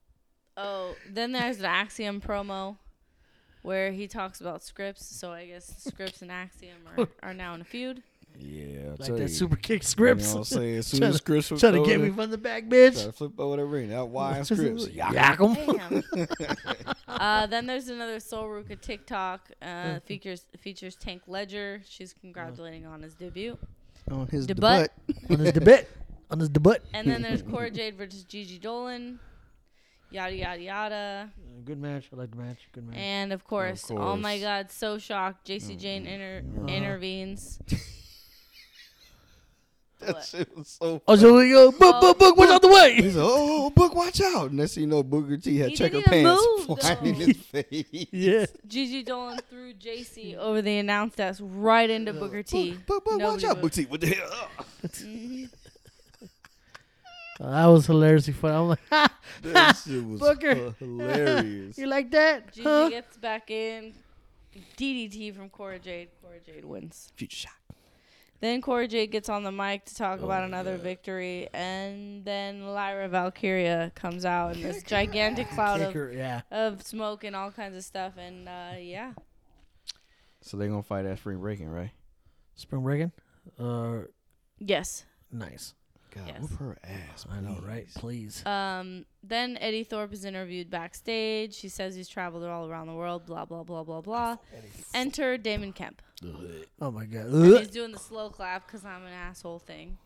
Speaker 3: Oh, then there's the Axiom promo where he talks about Scripps. So I guess Scripps and Axiom are, are now in a feud.
Speaker 1: Yeah, I'll
Speaker 2: Like
Speaker 1: tell
Speaker 2: that
Speaker 1: you.
Speaker 2: super kick
Speaker 1: You know
Speaker 2: scripts.
Speaker 1: what I'm saying? As soon
Speaker 2: Tryna-
Speaker 1: as Scripps flipped
Speaker 2: Trying to get
Speaker 1: over
Speaker 2: me
Speaker 1: the-
Speaker 2: from the back,
Speaker 1: tryna
Speaker 2: bitch.
Speaker 1: flip over that ring. That wine Scripps. Yeah.
Speaker 2: Yak 'em.
Speaker 3: Damn. uh, then there's another Soul Ruka TikTok uh, features features Tank Ledger. She's congratulating on his debut.
Speaker 5: On his
Speaker 3: The
Speaker 5: butt.
Speaker 3: butt.
Speaker 2: on his debate. On his debate.
Speaker 3: And then there's Cora Jade versus Gigi Dolan. Yada yada yada.
Speaker 2: Uh, Good match. I like the match. Good match.
Speaker 3: And of course, oh my
Speaker 1: course.
Speaker 3: God, so shocked. JC Jane inter- intervenes.
Speaker 1: That shit was so.
Speaker 2: Oh, so we go. Book, book, book. What's out the way?
Speaker 1: He's like, oh, Book, watch out. Next thing you know, Booker T had
Speaker 3: He
Speaker 1: checker
Speaker 3: didn't even
Speaker 1: pants
Speaker 3: move,
Speaker 1: flying in
Speaker 3: though.
Speaker 1: his face.
Speaker 2: Yeah.
Speaker 3: Gigi Dolan threw JC over the announce desk right into Booker T.
Speaker 1: Book, Book, watch
Speaker 3: Nobody
Speaker 1: out, Booker
Speaker 3: moved.
Speaker 1: T. What the hell?
Speaker 2: Oh, that was hilariously funny. I'm like, ha,
Speaker 1: That shit was
Speaker 2: Booker.
Speaker 1: hilarious.
Speaker 2: you like that?
Speaker 3: Gigi
Speaker 2: Huh?
Speaker 3: gets back in. DDT from Cora Jade. Cora Jade wins.
Speaker 1: Future shock.
Speaker 3: Then Cora Jade gets on the mic to talk about another victory, and then Lyra Valkyria comes out in this gigantic cloud of,
Speaker 2: Kicker, yeah.
Speaker 3: of smoke and all kinds of stuff, and uh, yeah,
Speaker 1: So they're going to fight at Spring Breaking, right?
Speaker 2: Spring breaking. Uh,
Speaker 3: yes.
Speaker 2: nice.
Speaker 1: God,
Speaker 3: Yes.
Speaker 1: whoop her ass.
Speaker 2: I know, right?
Speaker 1: please.
Speaker 2: Please.
Speaker 3: Um, then Eddie Thorpe is interviewed backstage. He says he's traveled all around the world. Blah blah blah blah blah. Enter Damon Kemp.
Speaker 2: Oh my god.
Speaker 3: And
Speaker 2: Ugh.
Speaker 3: he's doing the slow clap because I'm an asshole thing.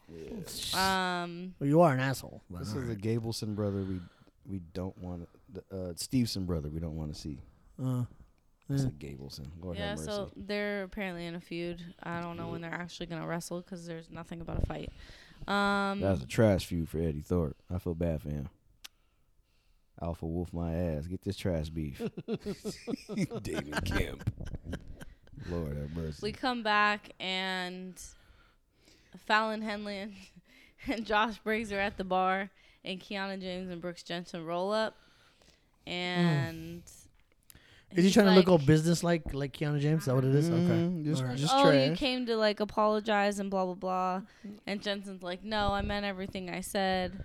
Speaker 3: Um,
Speaker 2: Well, you are an asshole. but uh,
Speaker 1: This
Speaker 2: all
Speaker 1: is the
Speaker 2: right.
Speaker 1: Gableson brother we we don't want to, uh, Steveson brother we don't want to see.
Speaker 2: Uh,
Speaker 1: It's like Gableson. Lord
Speaker 3: Mm. yeah.
Speaker 1: have mercy.
Speaker 3: So they're apparently in a feud. I don't know when they're actually gonna wrestle because there's nothing about a fight. Um,
Speaker 1: That was a trash feud for Eddie Thorpe. I feel bad for him. Alpha Wolf my ass. Get this trash beef. David Kemp. Lord have
Speaker 3: We
Speaker 1: mercy.
Speaker 3: come back and Fallon Henley and, and Josh Briggs are at the bar, and Kiana James and Brooks Jensen roll up, and
Speaker 2: is he
Speaker 3: he's
Speaker 2: trying
Speaker 3: like,
Speaker 2: to look all business like like Keanu James? Is that what it is?
Speaker 1: Mm-hmm.
Speaker 2: Okay.
Speaker 5: Mm, just
Speaker 2: All right.
Speaker 5: just
Speaker 3: oh, you
Speaker 5: trash.
Speaker 3: came to like apologize and blah blah blah, and Jensen's like, no, I meant everything I said.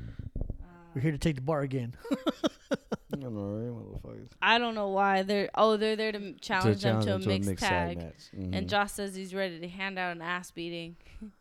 Speaker 2: We're here to take the bar again.
Speaker 1: I'm alright, motherfuckers.
Speaker 3: I don't know why they're oh they're there to m- challenge them to a
Speaker 1: challenge
Speaker 3: mixed
Speaker 1: side
Speaker 3: tag,
Speaker 1: match. Mhm.
Speaker 3: and Josh says he's ready to hand out an ass beating.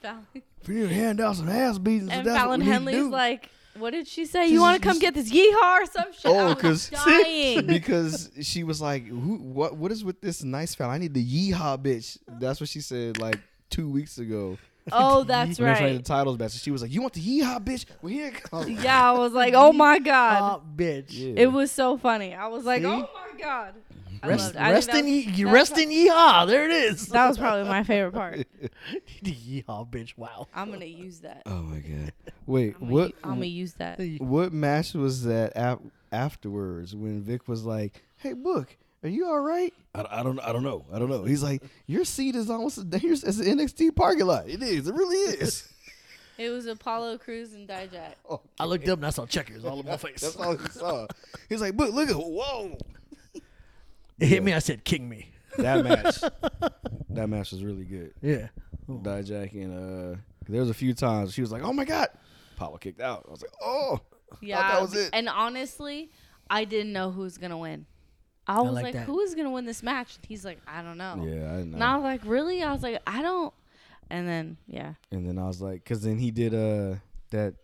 Speaker 3: Fallon
Speaker 1: if you hand out some ass beatings,
Speaker 3: And
Speaker 1: that's what
Speaker 3: Fallon
Speaker 1: we need to
Speaker 3: Henley's
Speaker 1: do.
Speaker 3: like, "What did she say? You want to come get this yeehaw or some shit?"
Speaker 1: Oh,
Speaker 3: I was
Speaker 1: because
Speaker 3: dying.
Speaker 1: because she was like, "Who? What? What is with this nice fella? I need the yeehaw bitch." That's what she said like two weeks ago.
Speaker 3: oh, that's
Speaker 1: When they were trying
Speaker 3: right.
Speaker 1: the titles match, she was like, "You want the yeehaw bitch? Well, here it comes."
Speaker 3: Yeah, I was like, "Oh my god."
Speaker 2: Oh, bitch.
Speaker 1: Yeah.
Speaker 3: it was so funny. I was like,
Speaker 2: See?
Speaker 3: "Oh my god." I
Speaker 2: Rest,
Speaker 3: loved it. I think
Speaker 2: rest
Speaker 3: that
Speaker 2: in,
Speaker 3: was-
Speaker 2: ye- ye-
Speaker 3: that
Speaker 2: rest
Speaker 3: was-
Speaker 2: in yeehaw. There it is.
Speaker 3: That was probably my favorite part.
Speaker 2: yeehaw, bitch. Wow.
Speaker 3: I'm gonna use that.
Speaker 1: Oh my god! Wait,
Speaker 3: I'm
Speaker 1: what?
Speaker 3: Gonna, I'm gonna use that.
Speaker 1: What match was that af- afterwards when Vic was like, "Hey, Book, are you all right?" I, I don't. I don't know. I don't know. He's like, "Your seat is almost as dangerous as the NXT parking lot. It is. It really is."
Speaker 3: It was Apollo Cruz and Dijak.
Speaker 2: I looked up and I saw checkers all over my
Speaker 1: That's
Speaker 2: face.
Speaker 1: all he saw. He's like, "Book, look at whoa."
Speaker 2: It hit me. I said, "King me."
Speaker 1: That match. that match was really good.
Speaker 2: Yeah.
Speaker 1: Oh. Dijak and uh, there was a few times she was like, "Oh my god," Apollo kicked out. I was like, "Oh."
Speaker 3: Yeah,
Speaker 1: that was
Speaker 3: be-
Speaker 1: it.
Speaker 3: And honestly, I didn't know who was gonna win. I was
Speaker 2: like
Speaker 3: like,
Speaker 2: that.
Speaker 3: "Who is gonna win this match?" And he's like, "I don't know."
Speaker 1: Yeah, I know.
Speaker 3: And I was like, really? I was like, I don't. And then, yeah.
Speaker 1: And then I was like, because then he did uh that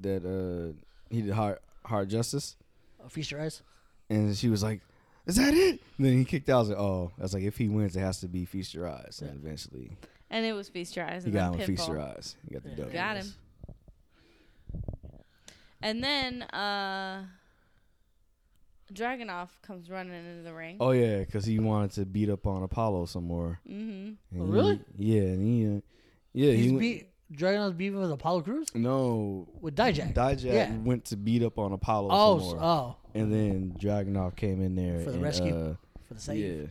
Speaker 1: that uh he did hard hard justice,
Speaker 2: Uh, Feast your eyes.
Speaker 1: and she was like, "Is that it?" And then he kicked out. I was like, "Oh," I was like, "If he wins, it has to be Feast Your Eyes." And eventually,
Speaker 3: And it was Feast Your Eyes.
Speaker 1: he
Speaker 3: And
Speaker 1: got him
Speaker 3: then
Speaker 1: with Feast
Speaker 3: Pitfall.
Speaker 1: Your Eyes. He got the dub.
Speaker 3: Got him. And then, uh, Dragonoff comes running into the ring.
Speaker 1: Oh yeah, because he wanted to beat up on Apollo some more.
Speaker 3: Mm-hmm.
Speaker 1: And
Speaker 2: Oh,
Speaker 1: he-
Speaker 2: really?
Speaker 1: yeah, and he, uh, yeah, he
Speaker 2: He's
Speaker 1: went-
Speaker 2: beat Dragon's beefing with Apollo Cruz
Speaker 1: no.
Speaker 2: with Dijak.
Speaker 1: Dijak
Speaker 2: Yeah.
Speaker 1: went to beat up on Apollo
Speaker 2: Oh,
Speaker 1: some
Speaker 2: s-
Speaker 1: more,
Speaker 2: oh,
Speaker 1: and then Dragunov came in there
Speaker 2: For the
Speaker 1: and,
Speaker 2: rescue.
Speaker 1: uh,
Speaker 2: for the sake.
Speaker 1: yeah,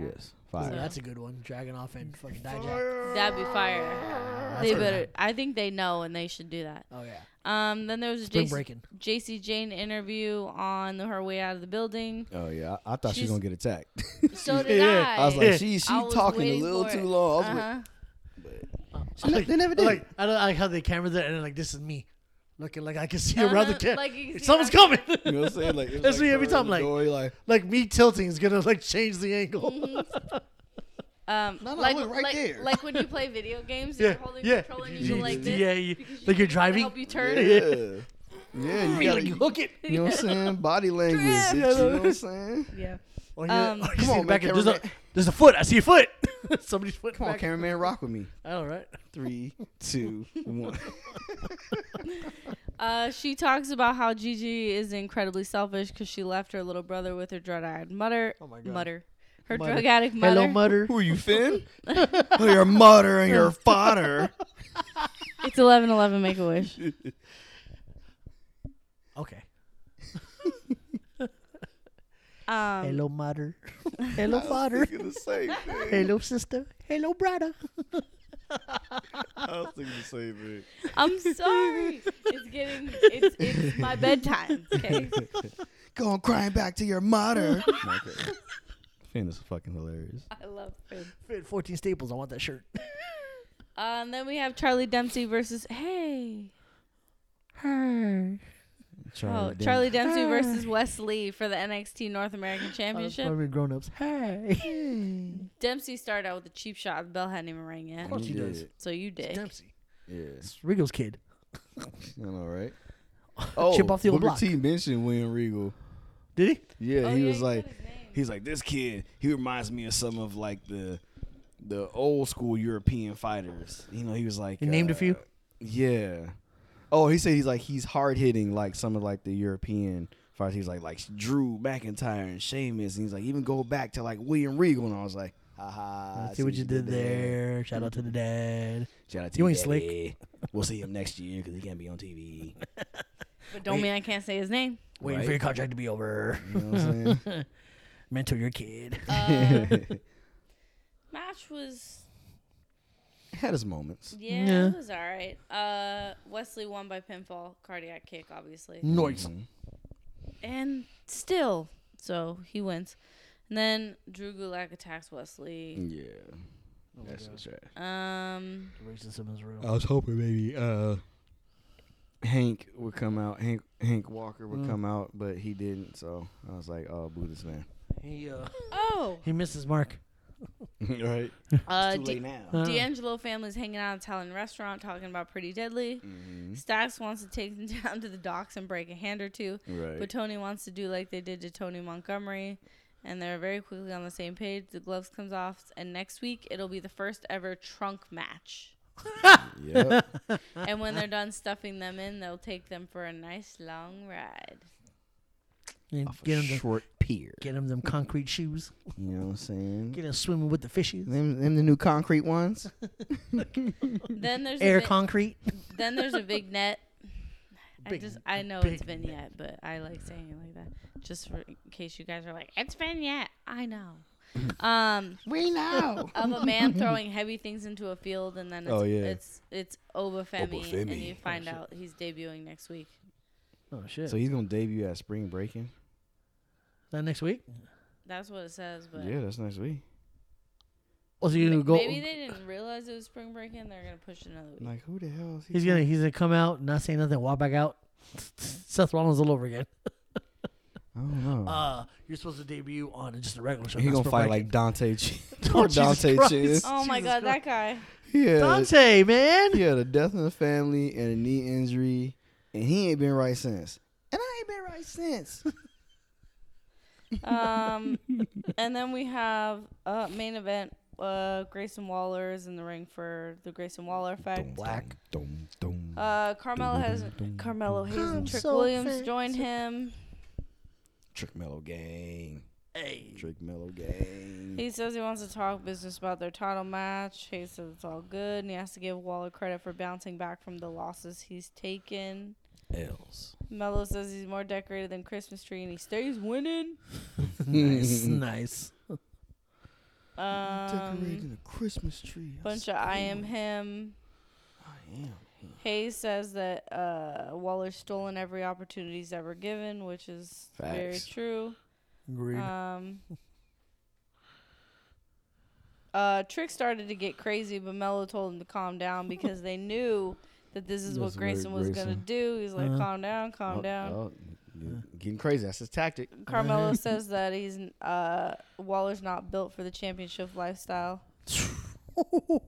Speaker 3: Yeah.
Speaker 1: yes, Fire.
Speaker 2: Ooh, that's a good one. Dragonoff and fucking Dijak.
Speaker 5: Fire.
Speaker 3: That'd be fire.
Speaker 2: That's
Speaker 3: They
Speaker 2: good.
Speaker 3: better. I think they know, and they should do that.
Speaker 2: Oh yeah.
Speaker 3: Um. Then there was a
Speaker 2: Spring
Speaker 3: JC
Speaker 2: breaking.
Speaker 3: JC Jane interview on her way out of the building.
Speaker 1: Oh yeah, I, I thought she was
Speaker 3: She's-
Speaker 1: gonna get attacked.
Speaker 3: So did
Speaker 2: Yeah.
Speaker 3: I.
Speaker 1: I was like, she she
Speaker 3: I was
Speaker 1: talking a
Speaker 3: waiting
Speaker 1: little
Speaker 3: for
Speaker 1: too
Speaker 3: it.
Speaker 1: long. I was like,
Speaker 3: Uh-huh.
Speaker 2: I like,
Speaker 5: they never did.
Speaker 2: Like, I don't like how they camera there and they're like this is me, looking like I can see around the
Speaker 3: Uh-huh,
Speaker 2: camera.
Speaker 3: like you can see
Speaker 2: Someone's
Speaker 3: around-
Speaker 2: coming.
Speaker 1: you know what I'm saying? Like it was
Speaker 2: That's me every
Speaker 1: her in
Speaker 2: time,
Speaker 1: the
Speaker 2: like-
Speaker 1: door, you're like
Speaker 2: like me tilting is gonna like change the angle.
Speaker 3: Mm-hmm. Um,
Speaker 5: No, no, I
Speaker 3: like,
Speaker 5: went right
Speaker 3: like,
Speaker 5: there.
Speaker 3: like when you play video games,
Speaker 2: Yeah,
Speaker 3: you're holding
Speaker 2: yeah.
Speaker 3: control and
Speaker 2: You-
Speaker 3: you go like this.
Speaker 2: yeah, you,
Speaker 3: because
Speaker 2: like you're
Speaker 3: you don't wanna
Speaker 2: driving.
Speaker 3: Help you turn.
Speaker 1: yeah, yeah. You
Speaker 2: Like
Speaker 1: gotta,
Speaker 2: you
Speaker 1: you
Speaker 2: hook it.
Speaker 1: know what I'm saying? Body language.
Speaker 3: Yeah.
Speaker 1: bitch, you know what I'm saying?
Speaker 3: Yeah.
Speaker 2: Or you,
Speaker 3: Um,
Speaker 2: or Oh, you
Speaker 5: Come
Speaker 2: see
Speaker 5: on,
Speaker 2: the back
Speaker 5: man,
Speaker 2: of- there's, a,
Speaker 5: cameraman.
Speaker 2: there's a foot. I see a foot. Somebody's foot.
Speaker 1: Come on,
Speaker 2: back.
Speaker 1: cameraman, rock with me.
Speaker 2: All right.
Speaker 1: Three, two, one.
Speaker 3: Uh, she talks about how Gigi is incredibly selfish because she left her little brother with her drug addict mother.
Speaker 2: Oh my God.
Speaker 3: Mother. Her
Speaker 2: Mudder.
Speaker 3: drug addict mother.
Speaker 2: Hello, mutter.
Speaker 1: Who are you, Finn? oh, your mother and your father.
Speaker 3: It's eleven eleven. Make a wish.
Speaker 2: Okay.
Speaker 3: Um,
Speaker 2: Hello, mother. Hello,
Speaker 1: I
Speaker 2: father.
Speaker 1: was thinking the same thing.
Speaker 2: Hello, sister. Hello, brother.
Speaker 1: I was thinking the same thing.
Speaker 3: I'm sorry. It's getting. It's, it's my bedtime. Okay.
Speaker 5: Go on crying back to your mother.
Speaker 1: Okay. Finn is fucking hilarious.
Speaker 3: I love food.
Speaker 2: Fit 14 staples. I want that shirt.
Speaker 3: Uh, and then we have Charlie Dempsey versus Hey. oh,
Speaker 1: Dempsey.
Speaker 3: Charlie Dempsey versus Wesley for the NXT North American Championship.
Speaker 2: Uh, Probably grown ups. Hey.
Speaker 3: Dempsey started out with a cheap shot. The bell hadn't even rang yet.
Speaker 2: Of course
Speaker 1: You
Speaker 2: he does.
Speaker 1: did.
Speaker 3: So you did.
Speaker 2: Dempsey.
Speaker 1: Yeah.
Speaker 2: It's Regal's kid.
Speaker 1: I know, right? Oh,
Speaker 2: Chip off the old
Speaker 1: Booker
Speaker 2: block.
Speaker 1: T mentioned William Regal.
Speaker 2: Did he?
Speaker 1: Yeah,
Speaker 3: Oh,
Speaker 1: he
Speaker 3: yeah,
Speaker 1: was
Speaker 3: he
Speaker 1: like,
Speaker 3: said his name.
Speaker 1: he's like this kid. He reminds me of some of like the the old school European fighters. You know, he was like
Speaker 2: He named a few?
Speaker 1: uh, Yeah. Oh, he said he's like he's hard hitting like some of like the European fighters. He's like like Drew McIntyre and Sheamus, and he's like even go back to like William Regal, and I was like, ha ha.
Speaker 2: Uh, I see what you did there. Shout out to the dad.
Speaker 1: Shout out to
Speaker 2: You
Speaker 1: you,
Speaker 2: ain't slick.
Speaker 1: Daddy. We'll see him next year because he can't be on TV.
Speaker 3: But don't mean I can't say his name.
Speaker 2: Waiting for
Speaker 1: Right.
Speaker 2: your contract to be over.
Speaker 1: You know what I'm saying?
Speaker 2: Mentor your kid.
Speaker 3: Uh, match was
Speaker 1: Had his moments.
Speaker 3: yeah,
Speaker 2: Yeah.
Speaker 3: it was all right. Uh, Wesley won by pinfall, cardiac kick, obviously,
Speaker 2: Noise. Oh
Speaker 1: Mm-hmm.
Speaker 3: and still, so he wins. And then Drew Gulak attacks Wesley.
Speaker 1: Yeah. That's so trash.
Speaker 3: Um,
Speaker 2: Racism is real.
Speaker 1: I was hoping maybe uh Hank would come out. Hank Hank Walker would
Speaker 2: Mm.
Speaker 1: come out, but he didn't. So I was like, oh, boo this man.
Speaker 2: He uh,
Speaker 3: oh,
Speaker 2: he misses mark.
Speaker 1: right.
Speaker 3: uh,
Speaker 1: Too
Speaker 3: D-
Speaker 1: late now.
Speaker 2: Uh,
Speaker 3: D'Angelo family's hanging out at a Italian restaurant talking about Pretty Deadly.
Speaker 1: Mm-hmm.
Speaker 3: Stax wants to take them down to the docks and break a hand or two.
Speaker 1: Right.
Speaker 3: But Tony wants to do like they did to Tony Montgomery, and they're very quickly on the same page. The gloves comes off, and next week it'll be the first ever trunk match.
Speaker 1: yep.
Speaker 3: and when they're done stuffing them in, they'll take them for a nice long ride.
Speaker 2: And
Speaker 1: Off a
Speaker 2: get him them,
Speaker 1: short pier.
Speaker 2: get him them concrete shoes.
Speaker 1: You know what I'm saying?
Speaker 2: Get him swimming with the fishes.
Speaker 5: them, them the new concrete ones.
Speaker 3: Then there's
Speaker 2: Air
Speaker 3: a vi-
Speaker 2: concrete.
Speaker 3: then there's a big net. I
Speaker 2: Big-
Speaker 3: just I know
Speaker 2: big
Speaker 3: it's vignette, but I like saying it like that just for in case you guys are like it's vignette. I know. Um,
Speaker 5: We know.
Speaker 3: of a man throwing heavy things into a field, and then it's
Speaker 1: Oh, yeah.
Speaker 3: it's, it's Obafemi, and
Speaker 1: Obafemi.
Speaker 3: you find out he's debuting next week.
Speaker 2: Oh shit.
Speaker 1: So he's gonna debut at spring breaking.
Speaker 2: that next week?
Speaker 3: That's what it says, but
Speaker 1: Yeah, that's next week.
Speaker 2: Oh, so you
Speaker 3: ma-
Speaker 2: gonna go?
Speaker 3: maybe they didn't realize it was spring break, and they're gonna push it another
Speaker 1: I'm
Speaker 3: week.
Speaker 1: like, who the hell is he?
Speaker 2: he's gonna he's gonna come out, not say nothing, walk back out. Seth Rollins all over again.
Speaker 1: I don't know.
Speaker 2: Uh, you're supposed to debut on just a regular show.
Speaker 1: He
Speaker 2: not
Speaker 1: gonna
Speaker 2: Spring
Speaker 1: fight
Speaker 2: Breaking.
Speaker 1: like Dante. Ch-
Speaker 2: Oh,
Speaker 1: poor
Speaker 2: Jesus
Speaker 1: Dante
Speaker 2: Christ.
Speaker 1: Chance.
Speaker 3: Oh my
Speaker 2: Jesus
Speaker 3: god, that guy!
Speaker 1: Yeah.
Speaker 2: Dante, man.
Speaker 1: He had a death in the family and a knee injury, and he ain't been right since.
Speaker 5: and I ain't been right since.
Speaker 3: Um, and then we have uh main event. Uh, Grayson Waller is in the ring for the Grayson Waller effect.
Speaker 2: Black.
Speaker 1: Dum, dum.
Speaker 3: Uh, Carmelo has Carmelo Hayes
Speaker 4: I'm
Speaker 3: and Trick
Speaker 4: so
Speaker 3: Williams
Speaker 4: fancy.
Speaker 3: join him.
Speaker 1: Trick Mellow Gang.
Speaker 2: Hey.
Speaker 1: Trick Mellow Gang.
Speaker 3: He says he wants to talk business about their title match. Hayes says it's all good, and he has to give Waller credit for bouncing back from the losses he's taken.
Speaker 1: L's.
Speaker 3: Mello says he's more decorated than Christmas tree, and he stays winning.
Speaker 2: nice, nice.
Speaker 3: Um,
Speaker 5: Decorating a Christmas tree. I
Speaker 3: bunch of
Speaker 5: said,
Speaker 3: I am him.
Speaker 5: I am.
Speaker 3: Hayes says that uh, Waller's stolen every opportunity he's ever given, which is very
Speaker 5: Facts.
Speaker 3: true.
Speaker 2: Agreed.
Speaker 3: Um, uh, Trick started to get crazy, but Mello told him to calm down because they knew that this is what
Speaker 1: That's very
Speaker 3: Grayson was going to
Speaker 1: Grayson.
Speaker 3: do. He's like,
Speaker 2: Uh-huh.
Speaker 3: calm down, calm
Speaker 1: Oh,
Speaker 3: down.
Speaker 1: oh, you're getting crazy. That's his tactic.
Speaker 3: Carmelo says that he's n- uh, Waller's not built for the championship lifestyle.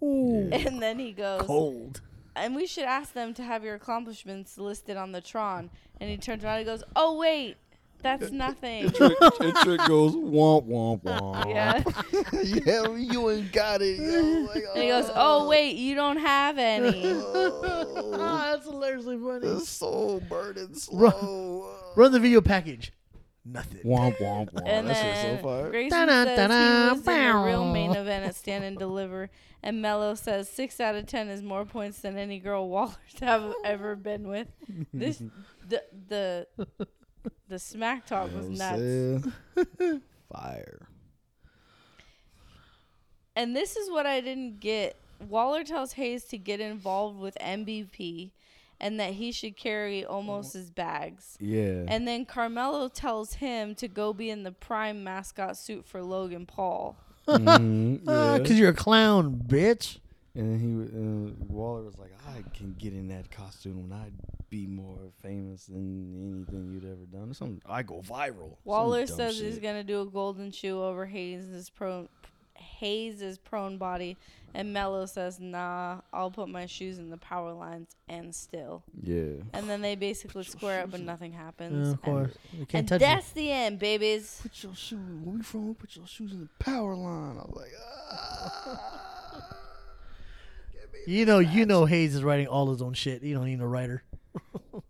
Speaker 3: And then he goes,
Speaker 2: Cold.
Speaker 3: and we should ask them to have your accomplishments listed on the Tron. And he turns around and goes, oh, wait, that's nothing.
Speaker 5: Trick, and trick goes womp womp womp.
Speaker 3: yeah.
Speaker 5: yeah, you ain't got it. yo. Like,
Speaker 3: And he goes, oh, wait, you don't have any.
Speaker 5: oh,
Speaker 2: Ah, that's hilariously funny.
Speaker 5: the soul burning
Speaker 2: Run-
Speaker 5: slow.
Speaker 2: Run the video package. Nothing.
Speaker 1: Womp womp womp.
Speaker 3: And
Speaker 1: That shit's
Speaker 3: then
Speaker 1: so fire.
Speaker 3: Grayson
Speaker 2: Ta-da,
Speaker 3: says
Speaker 2: ta-da,
Speaker 3: he was in a real
Speaker 2: bow.
Speaker 3: main event at Stand and Deliver, and Mello says six out of ten is more points than any girl Waller's have ever been with. This the the the smack talk was
Speaker 1: You know what
Speaker 3: nuts,
Speaker 1: I'm saying? Oh, fire.
Speaker 3: and this is what I didn't get. Waller tells Hayes to get involved with MVP, and that he should carry almost his bags.
Speaker 1: Yeah.
Speaker 3: And then Carmelo tells him to go be in the prime mascot suit for Logan Paul.
Speaker 1: Mhm,
Speaker 2: Uh,
Speaker 1: yeah.
Speaker 2: Cause you're a clown, bitch.
Speaker 1: And then he, w- uh, Waller was like, I can get in that costume and I'd be more famous than anything you'd ever done. Some I go viral. Some
Speaker 3: Waller
Speaker 1: dumb
Speaker 3: says he's
Speaker 1: shit.
Speaker 3: gonna do a golden shoe over Hayes's prone Hayes's prone body, and Mello says, "Nah, I'll put my shoes in the power lines and still."
Speaker 1: Yeah.
Speaker 3: And then they basically square up, but nothing happens.
Speaker 2: of course,
Speaker 3: And,
Speaker 2: you
Speaker 3: and
Speaker 2: can't touch it.
Speaker 3: that's the end, babies.
Speaker 5: Put your shoes. Where we from? Put your shoes in the power line. I was like, ah.
Speaker 2: You know, you know, Hayes is writing all his own shit. He don't need a writer.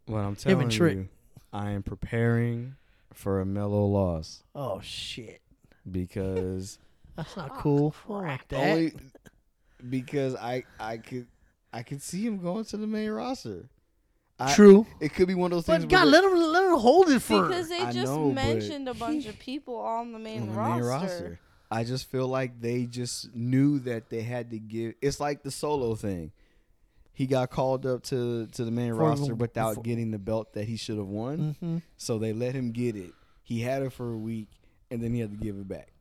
Speaker 1: What I'm
Speaker 2: Him
Speaker 1: telling
Speaker 2: and Trick.
Speaker 1: you, I am preparing for a mellow loss
Speaker 2: Oh shit,
Speaker 1: because
Speaker 2: that's not cool. Fuck that.
Speaker 1: only because I I could I could see him going to the main roster. I-
Speaker 2: True,
Speaker 1: It could be one of those things.
Speaker 2: but God,
Speaker 1: where
Speaker 2: let him let him hold it for.
Speaker 3: Because they
Speaker 1: I
Speaker 3: just
Speaker 1: know, but-
Speaker 3: mentioned a bunch of people all on the
Speaker 1: they-
Speaker 3: main,
Speaker 1: on the
Speaker 3: roster.
Speaker 1: main roster. I just feel like they just knew that they had to give. It's like the solo thing. He got called up to to the main
Speaker 2: For-
Speaker 1: roster without
Speaker 2: for-
Speaker 1: getting the belt that he should have won.
Speaker 2: Mhm.
Speaker 1: So they let him get it. He had it for a week, and then he had to give it back.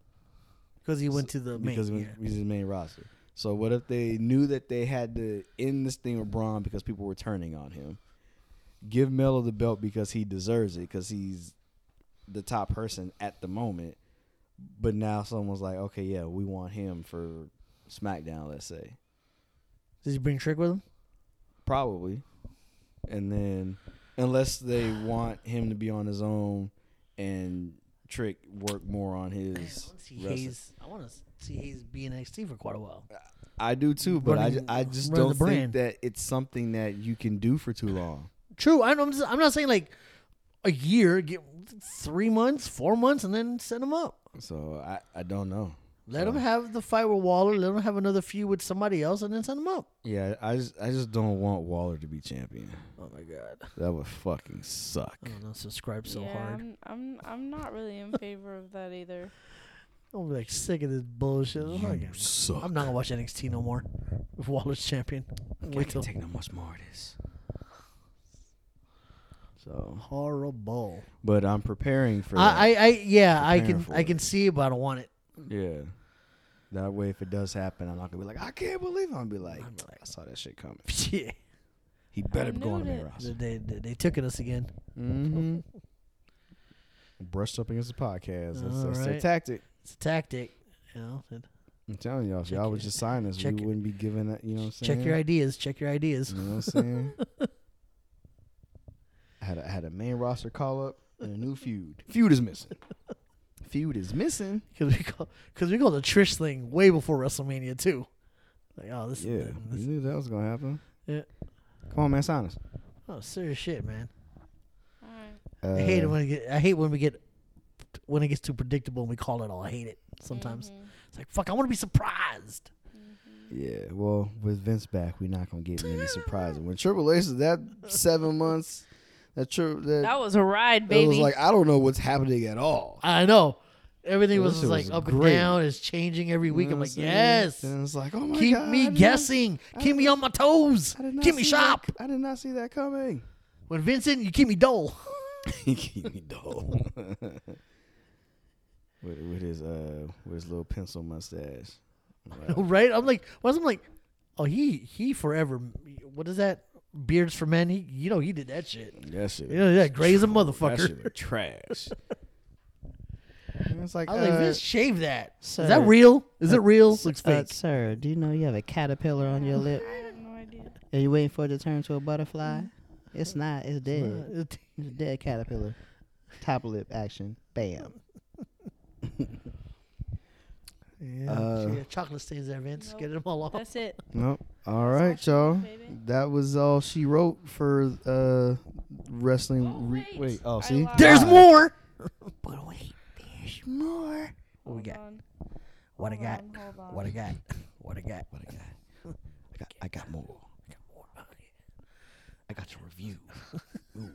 Speaker 2: 'Cause he went to the main.
Speaker 1: because
Speaker 2: yeah.
Speaker 1: it was- he's his main roster. So what if they knew that they had to end this thing with Braun because people were turning on him? Give Melo the belt because he deserves it because he's the top person at the moment. But now someone's like, okay, yeah, we want him for SmackDown, let's say,
Speaker 2: Did you bring Trick with him?
Speaker 1: probably, and then unless they want him to be on his own and Trick work more on his. wrestling.
Speaker 2: Hayes. I want to see Hayes be in NXT for quite a while.
Speaker 1: I do too, but I, ju-
Speaker 2: Running-
Speaker 1: I just
Speaker 2: running
Speaker 1: don't
Speaker 2: the
Speaker 1: think
Speaker 2: brand.
Speaker 1: that it's something that you can do for too long.
Speaker 2: True. I, I'm just, I'm not saying like a year, get three months, four months, and then send him up.
Speaker 1: So I, I don't know.
Speaker 2: Let him have the fight with Waller. Let him have another feud with somebody else, and then send him up.
Speaker 1: Yeah, I just I just don't want Waller to be champion.
Speaker 2: Oh my god.
Speaker 1: That would fucking suck.
Speaker 2: I don't know. Subscribe so
Speaker 3: yeah,
Speaker 2: hard.
Speaker 3: I'm, I'm I'm not really in favor of that either.
Speaker 2: I'm gonna be like sick of this bullshit. I'm not, gonna,
Speaker 1: suck.
Speaker 2: I'm not gonna watch NXT no more. If Waller's champion, wait till
Speaker 1: taking how much more it is. So,
Speaker 2: horrible.
Speaker 1: but I'm preparing for.
Speaker 2: I, I, I, yeah, I
Speaker 1: Prepare
Speaker 2: can,
Speaker 1: for
Speaker 2: I can
Speaker 1: it.
Speaker 2: see it, but I don't want it.
Speaker 1: that. yeah. That way, if it does happen, I'm not gonna be like, I can't believe. It. I'm gonna be like,
Speaker 2: I'm like-
Speaker 1: I saw that shit coming.
Speaker 2: yeah,
Speaker 1: He better
Speaker 3: knew
Speaker 1: go on the
Speaker 3: it.
Speaker 1: main roster.
Speaker 2: they, they, they took it us again.
Speaker 1: Mm-hmm. Brushed up against the podcast. That's,
Speaker 2: All
Speaker 1: that's their
Speaker 2: right.
Speaker 1: tactic.
Speaker 2: It's a tactic, you know. and
Speaker 1: I'm telling y'all, if
Speaker 2: Check
Speaker 1: y'all
Speaker 2: your-
Speaker 1: would just sign us,
Speaker 2: check
Speaker 1: we
Speaker 2: your-
Speaker 1: wouldn't be giving that. You know what I'm saying? Mm.
Speaker 2: Check your ideas. Check your ideas.
Speaker 1: You know what I'm saying? I had a, had a main roster call up and a new feud. Feud is missing. Feud is missing.
Speaker 2: Because we call, cause we called the Trish thing way before WrestleMania too. Like, oh, this,
Speaker 1: Yeah,
Speaker 2: is
Speaker 1: we knew that was gonna happen.
Speaker 2: Yeah.
Speaker 1: Come on, man, sign us.
Speaker 2: oh, serious shit, man.
Speaker 3: All right.
Speaker 1: Uh,
Speaker 2: I hate it when it get, I hate when we get when it gets too predictable and we call it all. I hate it sometimes. It's like fuck, I want to be surprised.
Speaker 1: Yeah, well, with Vince back, we're not gonna get many surprises. When Triple H is that seven months, that trip that,
Speaker 3: That was a ride,
Speaker 1: it
Speaker 3: baby.
Speaker 1: was like I don't know what's happening at all.
Speaker 2: I know. everything
Speaker 1: Well,
Speaker 2: was,
Speaker 1: this shit
Speaker 2: like
Speaker 1: was
Speaker 2: up
Speaker 1: great.
Speaker 2: and down. It's changing every week.
Speaker 1: You know
Speaker 2: I'm
Speaker 1: what
Speaker 2: like,
Speaker 1: saying?
Speaker 2: yes.
Speaker 1: And it's like, oh my
Speaker 2: Keep
Speaker 1: god, I
Speaker 2: me
Speaker 1: did not-
Speaker 2: guessing. Keep me on my toes.
Speaker 1: I did not
Speaker 2: Keep me
Speaker 1: see that-
Speaker 2: sharp.
Speaker 1: I did not see that coming.
Speaker 2: When Vincent, you keep me dull.
Speaker 1: Keep me dull. with, with his uh, with his little pencil mustache. Wow.
Speaker 2: right? I'm like, was I'm like, oh, he he forever. What is that? Beards for men. He, you know, he did that shit.
Speaker 1: That shit.
Speaker 2: You know, that gray's
Speaker 1: That
Speaker 2: a
Speaker 1: shit
Speaker 2: motherfucker.
Speaker 1: was trash. And it's like,
Speaker 2: I was like,
Speaker 1: uh,
Speaker 2: Vince, shave that. Is
Speaker 4: sir.
Speaker 2: that real? Is it
Speaker 4: Uh,
Speaker 2: real?
Speaker 4: s-
Speaker 2: Looks
Speaker 4: uh,
Speaker 2: fake.
Speaker 4: sir, do you know you have a caterpillar on your lip?
Speaker 3: I have no idea.
Speaker 4: Are you waiting for it to turn to a butterfly? It's not. It's dead.
Speaker 2: Uh, it-
Speaker 4: It's a dead caterpillar. Top lip action. Bam.
Speaker 2: Yeah,
Speaker 1: Uh,
Speaker 2: she got chocolate stains there, Vince.
Speaker 3: Nope.
Speaker 2: Get them all off.
Speaker 3: That's it.
Speaker 1: Nope. All right, y'all.
Speaker 3: Baby.
Speaker 1: That was all she wrote for uh wrestling.
Speaker 3: Oh,
Speaker 1: re-
Speaker 3: wait.
Speaker 1: wait. Oh,
Speaker 3: I
Speaker 1: see.
Speaker 3: lied.
Speaker 2: There's
Speaker 1: Lied.
Speaker 2: more.
Speaker 4: But wait, there's more.
Speaker 2: What we got?
Speaker 3: on.
Speaker 2: What I
Speaker 3: Hold
Speaker 2: got?
Speaker 3: on, hold on.
Speaker 2: What I got? What I got? What I got?
Speaker 1: I got, I got more. I got your review. Ooh,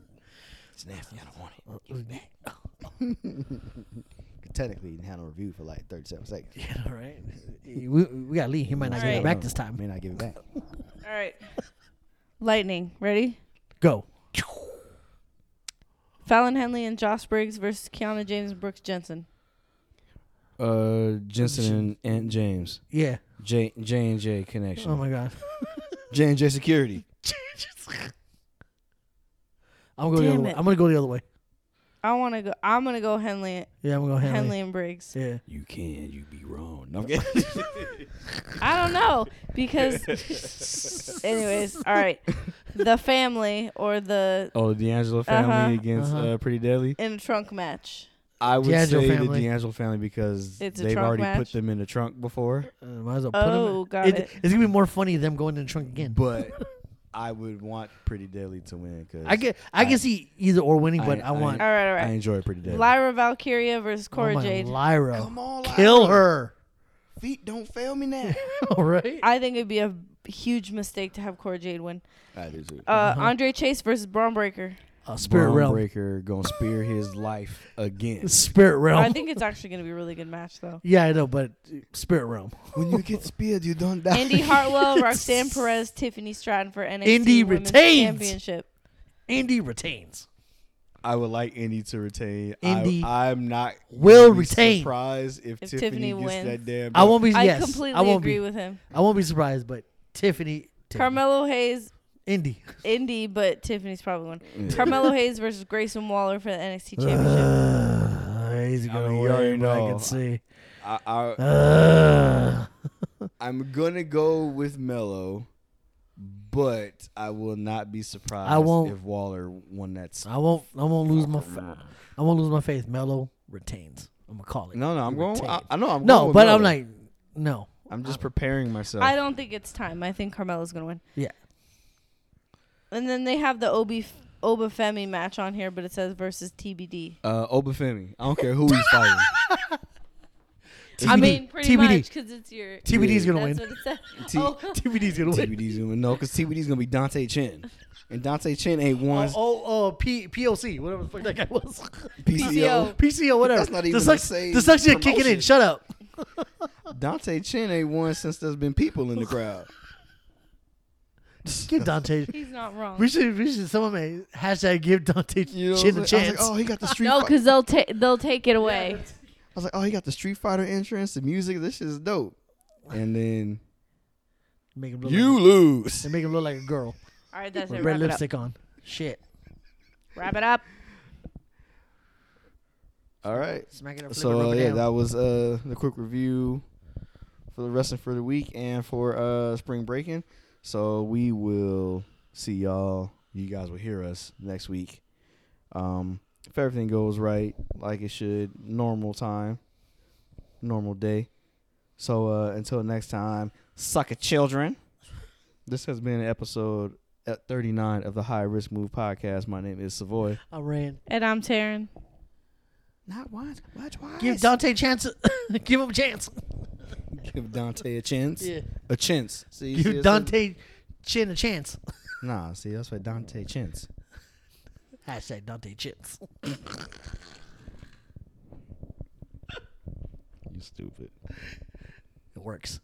Speaker 1: it's nasty. I don't want it.
Speaker 2: Give it back.
Speaker 1: Technically, you had a review for like 37 seconds.
Speaker 2: Yeah, all right. Uh, We, we got Lee. He might not get
Speaker 3: All
Speaker 2: it
Speaker 3: right.
Speaker 2: back this time.
Speaker 1: May not give it back.
Speaker 3: All right. Lightning. Ready?
Speaker 2: Go.
Speaker 3: Fallon Henley and Josh Briggs versus Kiana James and Brooks Jensen.
Speaker 1: Uh, Jensen and Aunt James,
Speaker 2: Yeah.
Speaker 1: J J and J connection,
Speaker 2: Oh my God.
Speaker 1: J and J security.
Speaker 2: I'm going the
Speaker 3: Damn
Speaker 2: other way.
Speaker 3: it.
Speaker 2: I'm gonna go the other way.
Speaker 3: I want to go. I'm gonna go Henley,
Speaker 2: Yeah, I'm gonna go
Speaker 3: Henley,
Speaker 2: Henley.
Speaker 3: and Briggs.
Speaker 2: Yeah.
Speaker 1: You can, you be wrong. No, I'm kidding.
Speaker 3: I don't know because. anyways, all right. The family or the
Speaker 1: oh, the D'Angelo family
Speaker 3: Uh-huh.
Speaker 1: against
Speaker 2: Uh-huh.
Speaker 1: uh, Pretty Deadly.
Speaker 3: in a trunk match.
Speaker 1: I would
Speaker 2: D'Angelo
Speaker 1: say
Speaker 2: family.
Speaker 1: the D'Angelo family because
Speaker 3: It's a
Speaker 1: they've
Speaker 3: trunk
Speaker 1: already put
Speaker 3: match.
Speaker 1: them in the trunk before.
Speaker 2: Uh, might as well put him.
Speaker 3: Oh,
Speaker 2: in.
Speaker 3: got it.
Speaker 2: It's gonna be more funny them going in the trunk again.
Speaker 1: But I would want Pretty Deadly to win because
Speaker 2: I get. I,
Speaker 1: I-
Speaker 2: can see either or winning, but
Speaker 1: I-
Speaker 2: I, Oh want.
Speaker 1: I-
Speaker 3: All right, all
Speaker 1: I
Speaker 3: right.
Speaker 1: enjoy Pretty Deadly.
Speaker 3: Lyra Valkyria versus
Speaker 2: I
Speaker 3: Cora
Speaker 2: want
Speaker 3: Jade.
Speaker 2: Lyra.
Speaker 1: on,
Speaker 2: Kill her.
Speaker 1: Feet don't fail me now.
Speaker 2: all right.
Speaker 3: I think it'd be a huge mistake to have Cora Jade win.
Speaker 1: I do too.
Speaker 3: Uh, Andre Chase versus Braun Breaker.
Speaker 2: Uh, Spirit realm.
Speaker 1: Breaker gonna spear his life again.
Speaker 2: Spirit
Speaker 3: I
Speaker 2: realm.
Speaker 3: think it's actually gonna be a really good match though.
Speaker 2: yeah, I know, but uh, spirit realm.
Speaker 1: when you get speared, you don't die.
Speaker 3: Indy Hartwell, Roxanne Perez, Tiffany Stratton for NXT
Speaker 2: Indy
Speaker 3: Women's
Speaker 2: retains.
Speaker 3: Championship.
Speaker 2: Indy retains.
Speaker 1: I would like Indy to retain.
Speaker 2: Indy
Speaker 1: I, I'm not
Speaker 2: will
Speaker 1: be
Speaker 2: retain.
Speaker 1: Surprised if,
Speaker 3: If
Speaker 1: Tiffany,
Speaker 3: Tiffany
Speaker 1: gets
Speaker 3: wins.
Speaker 1: that damn.
Speaker 2: I won't be.
Speaker 3: I
Speaker 2: yes,
Speaker 3: completely
Speaker 2: I won't
Speaker 3: agree
Speaker 2: be.
Speaker 3: with him.
Speaker 2: I won't be surprised, but Tiffany. Tiffany
Speaker 3: Carmelo Hayes,
Speaker 2: Indy.
Speaker 3: Indy, but Tiffany's probably one.
Speaker 1: Yeah.
Speaker 3: Carmelo Hayes versus Grayson Waller for the NXT Championship.
Speaker 2: Uh, he's gonna
Speaker 1: mean, you
Speaker 2: win,
Speaker 1: already
Speaker 2: but I
Speaker 1: know.
Speaker 2: can see.
Speaker 1: I, I,
Speaker 2: Uh,
Speaker 1: I'm gonna go with Mello, but I will not be surprised
Speaker 2: I won't-
Speaker 1: if Waller won that. Spot.
Speaker 2: I won't. I won't lose my. Fa- I won't lose my faith. Mello retains. I'm gonna call it.
Speaker 1: No, no, I'm
Speaker 2: He
Speaker 1: going. I,
Speaker 2: retains.
Speaker 1: I know I'm going
Speaker 2: no,
Speaker 1: with
Speaker 2: but
Speaker 1: Melo.
Speaker 2: I'm like, no.
Speaker 1: I'm just preparing myself.
Speaker 3: I don't think it's time. I think Carmelo's gonna win.
Speaker 2: Yeah.
Speaker 3: And then they have the Obi Obafemi match on here, but it says versus TBD.
Speaker 1: Uh, Obafemi. I don't care who he's fighting.
Speaker 3: I
Speaker 2: TBD.
Speaker 3: mean, pretty
Speaker 2: TBD.
Speaker 3: much because it's your.
Speaker 2: TBD's gonna
Speaker 3: that's
Speaker 2: win.
Speaker 3: what it says.
Speaker 1: T-
Speaker 3: oh.
Speaker 2: TBD's gonna win.
Speaker 1: TBD's gonna no, because TBD's gonna be Dante Chin, and Dante Chin ain't
Speaker 2: Oh,
Speaker 1: one
Speaker 2: oh, oh, P, POC, whatever the fuck that guy was.
Speaker 1: PCO.
Speaker 2: PCO, whatever.
Speaker 1: That's not
Speaker 2: The
Speaker 1: even
Speaker 2: sucks-
Speaker 1: the same
Speaker 2: The sucks you're kicking
Speaker 1: promotion.
Speaker 2: in. Shut up.
Speaker 1: Dante Chin ain't one since there's been people in the crowd.
Speaker 2: Give Dante.
Speaker 3: He's not
Speaker 2: we
Speaker 3: wrong.
Speaker 2: should, we should, someone may hashtag give Dante
Speaker 1: You know,
Speaker 2: chin
Speaker 1: I was like, I
Speaker 2: a
Speaker 1: was
Speaker 2: chance.
Speaker 1: like, oh, he got the street.
Speaker 3: No,
Speaker 1: fight-
Speaker 3: because they'll take they'll take it away.
Speaker 1: I was like, oh, he got the Street Fighter entrance, the music. This shit is dope. And then
Speaker 2: make him look
Speaker 1: you
Speaker 2: Like
Speaker 1: lose.
Speaker 2: a, make him look like a girl
Speaker 3: All right, that's
Speaker 2: with
Speaker 3: it.
Speaker 2: red
Speaker 3: Wrap it up.
Speaker 2: lipstick on. Shit.
Speaker 3: Wrap it up.
Speaker 1: All right.
Speaker 2: Smack it up. flip it,
Speaker 1: So uh,
Speaker 2: rub it
Speaker 1: yeah,
Speaker 2: down.
Speaker 1: that was uh the quick review for the wrestling for the week and for uh spring breaking. So we will see y'all. You guys will hear us next week. Um, if everything goes right, like it should, normal time, normal day. So uh, until next time, suck it, children. This has been episode uh, 39 of the High Risk Move podcast. My name is Savoy.
Speaker 2: I ran.
Speaker 3: And I'm Taryn.
Speaker 1: Not once, watch why.
Speaker 2: Give Dante a chance. give him a chance.
Speaker 1: Give Dante a chance. A chance. See, see,
Speaker 2: Give
Speaker 1: it's
Speaker 2: Dante chin a chance.
Speaker 1: A, nah, see, that's what Dante chance.
Speaker 2: Hashtag Dante chins.
Speaker 1: stupid.
Speaker 2: It works.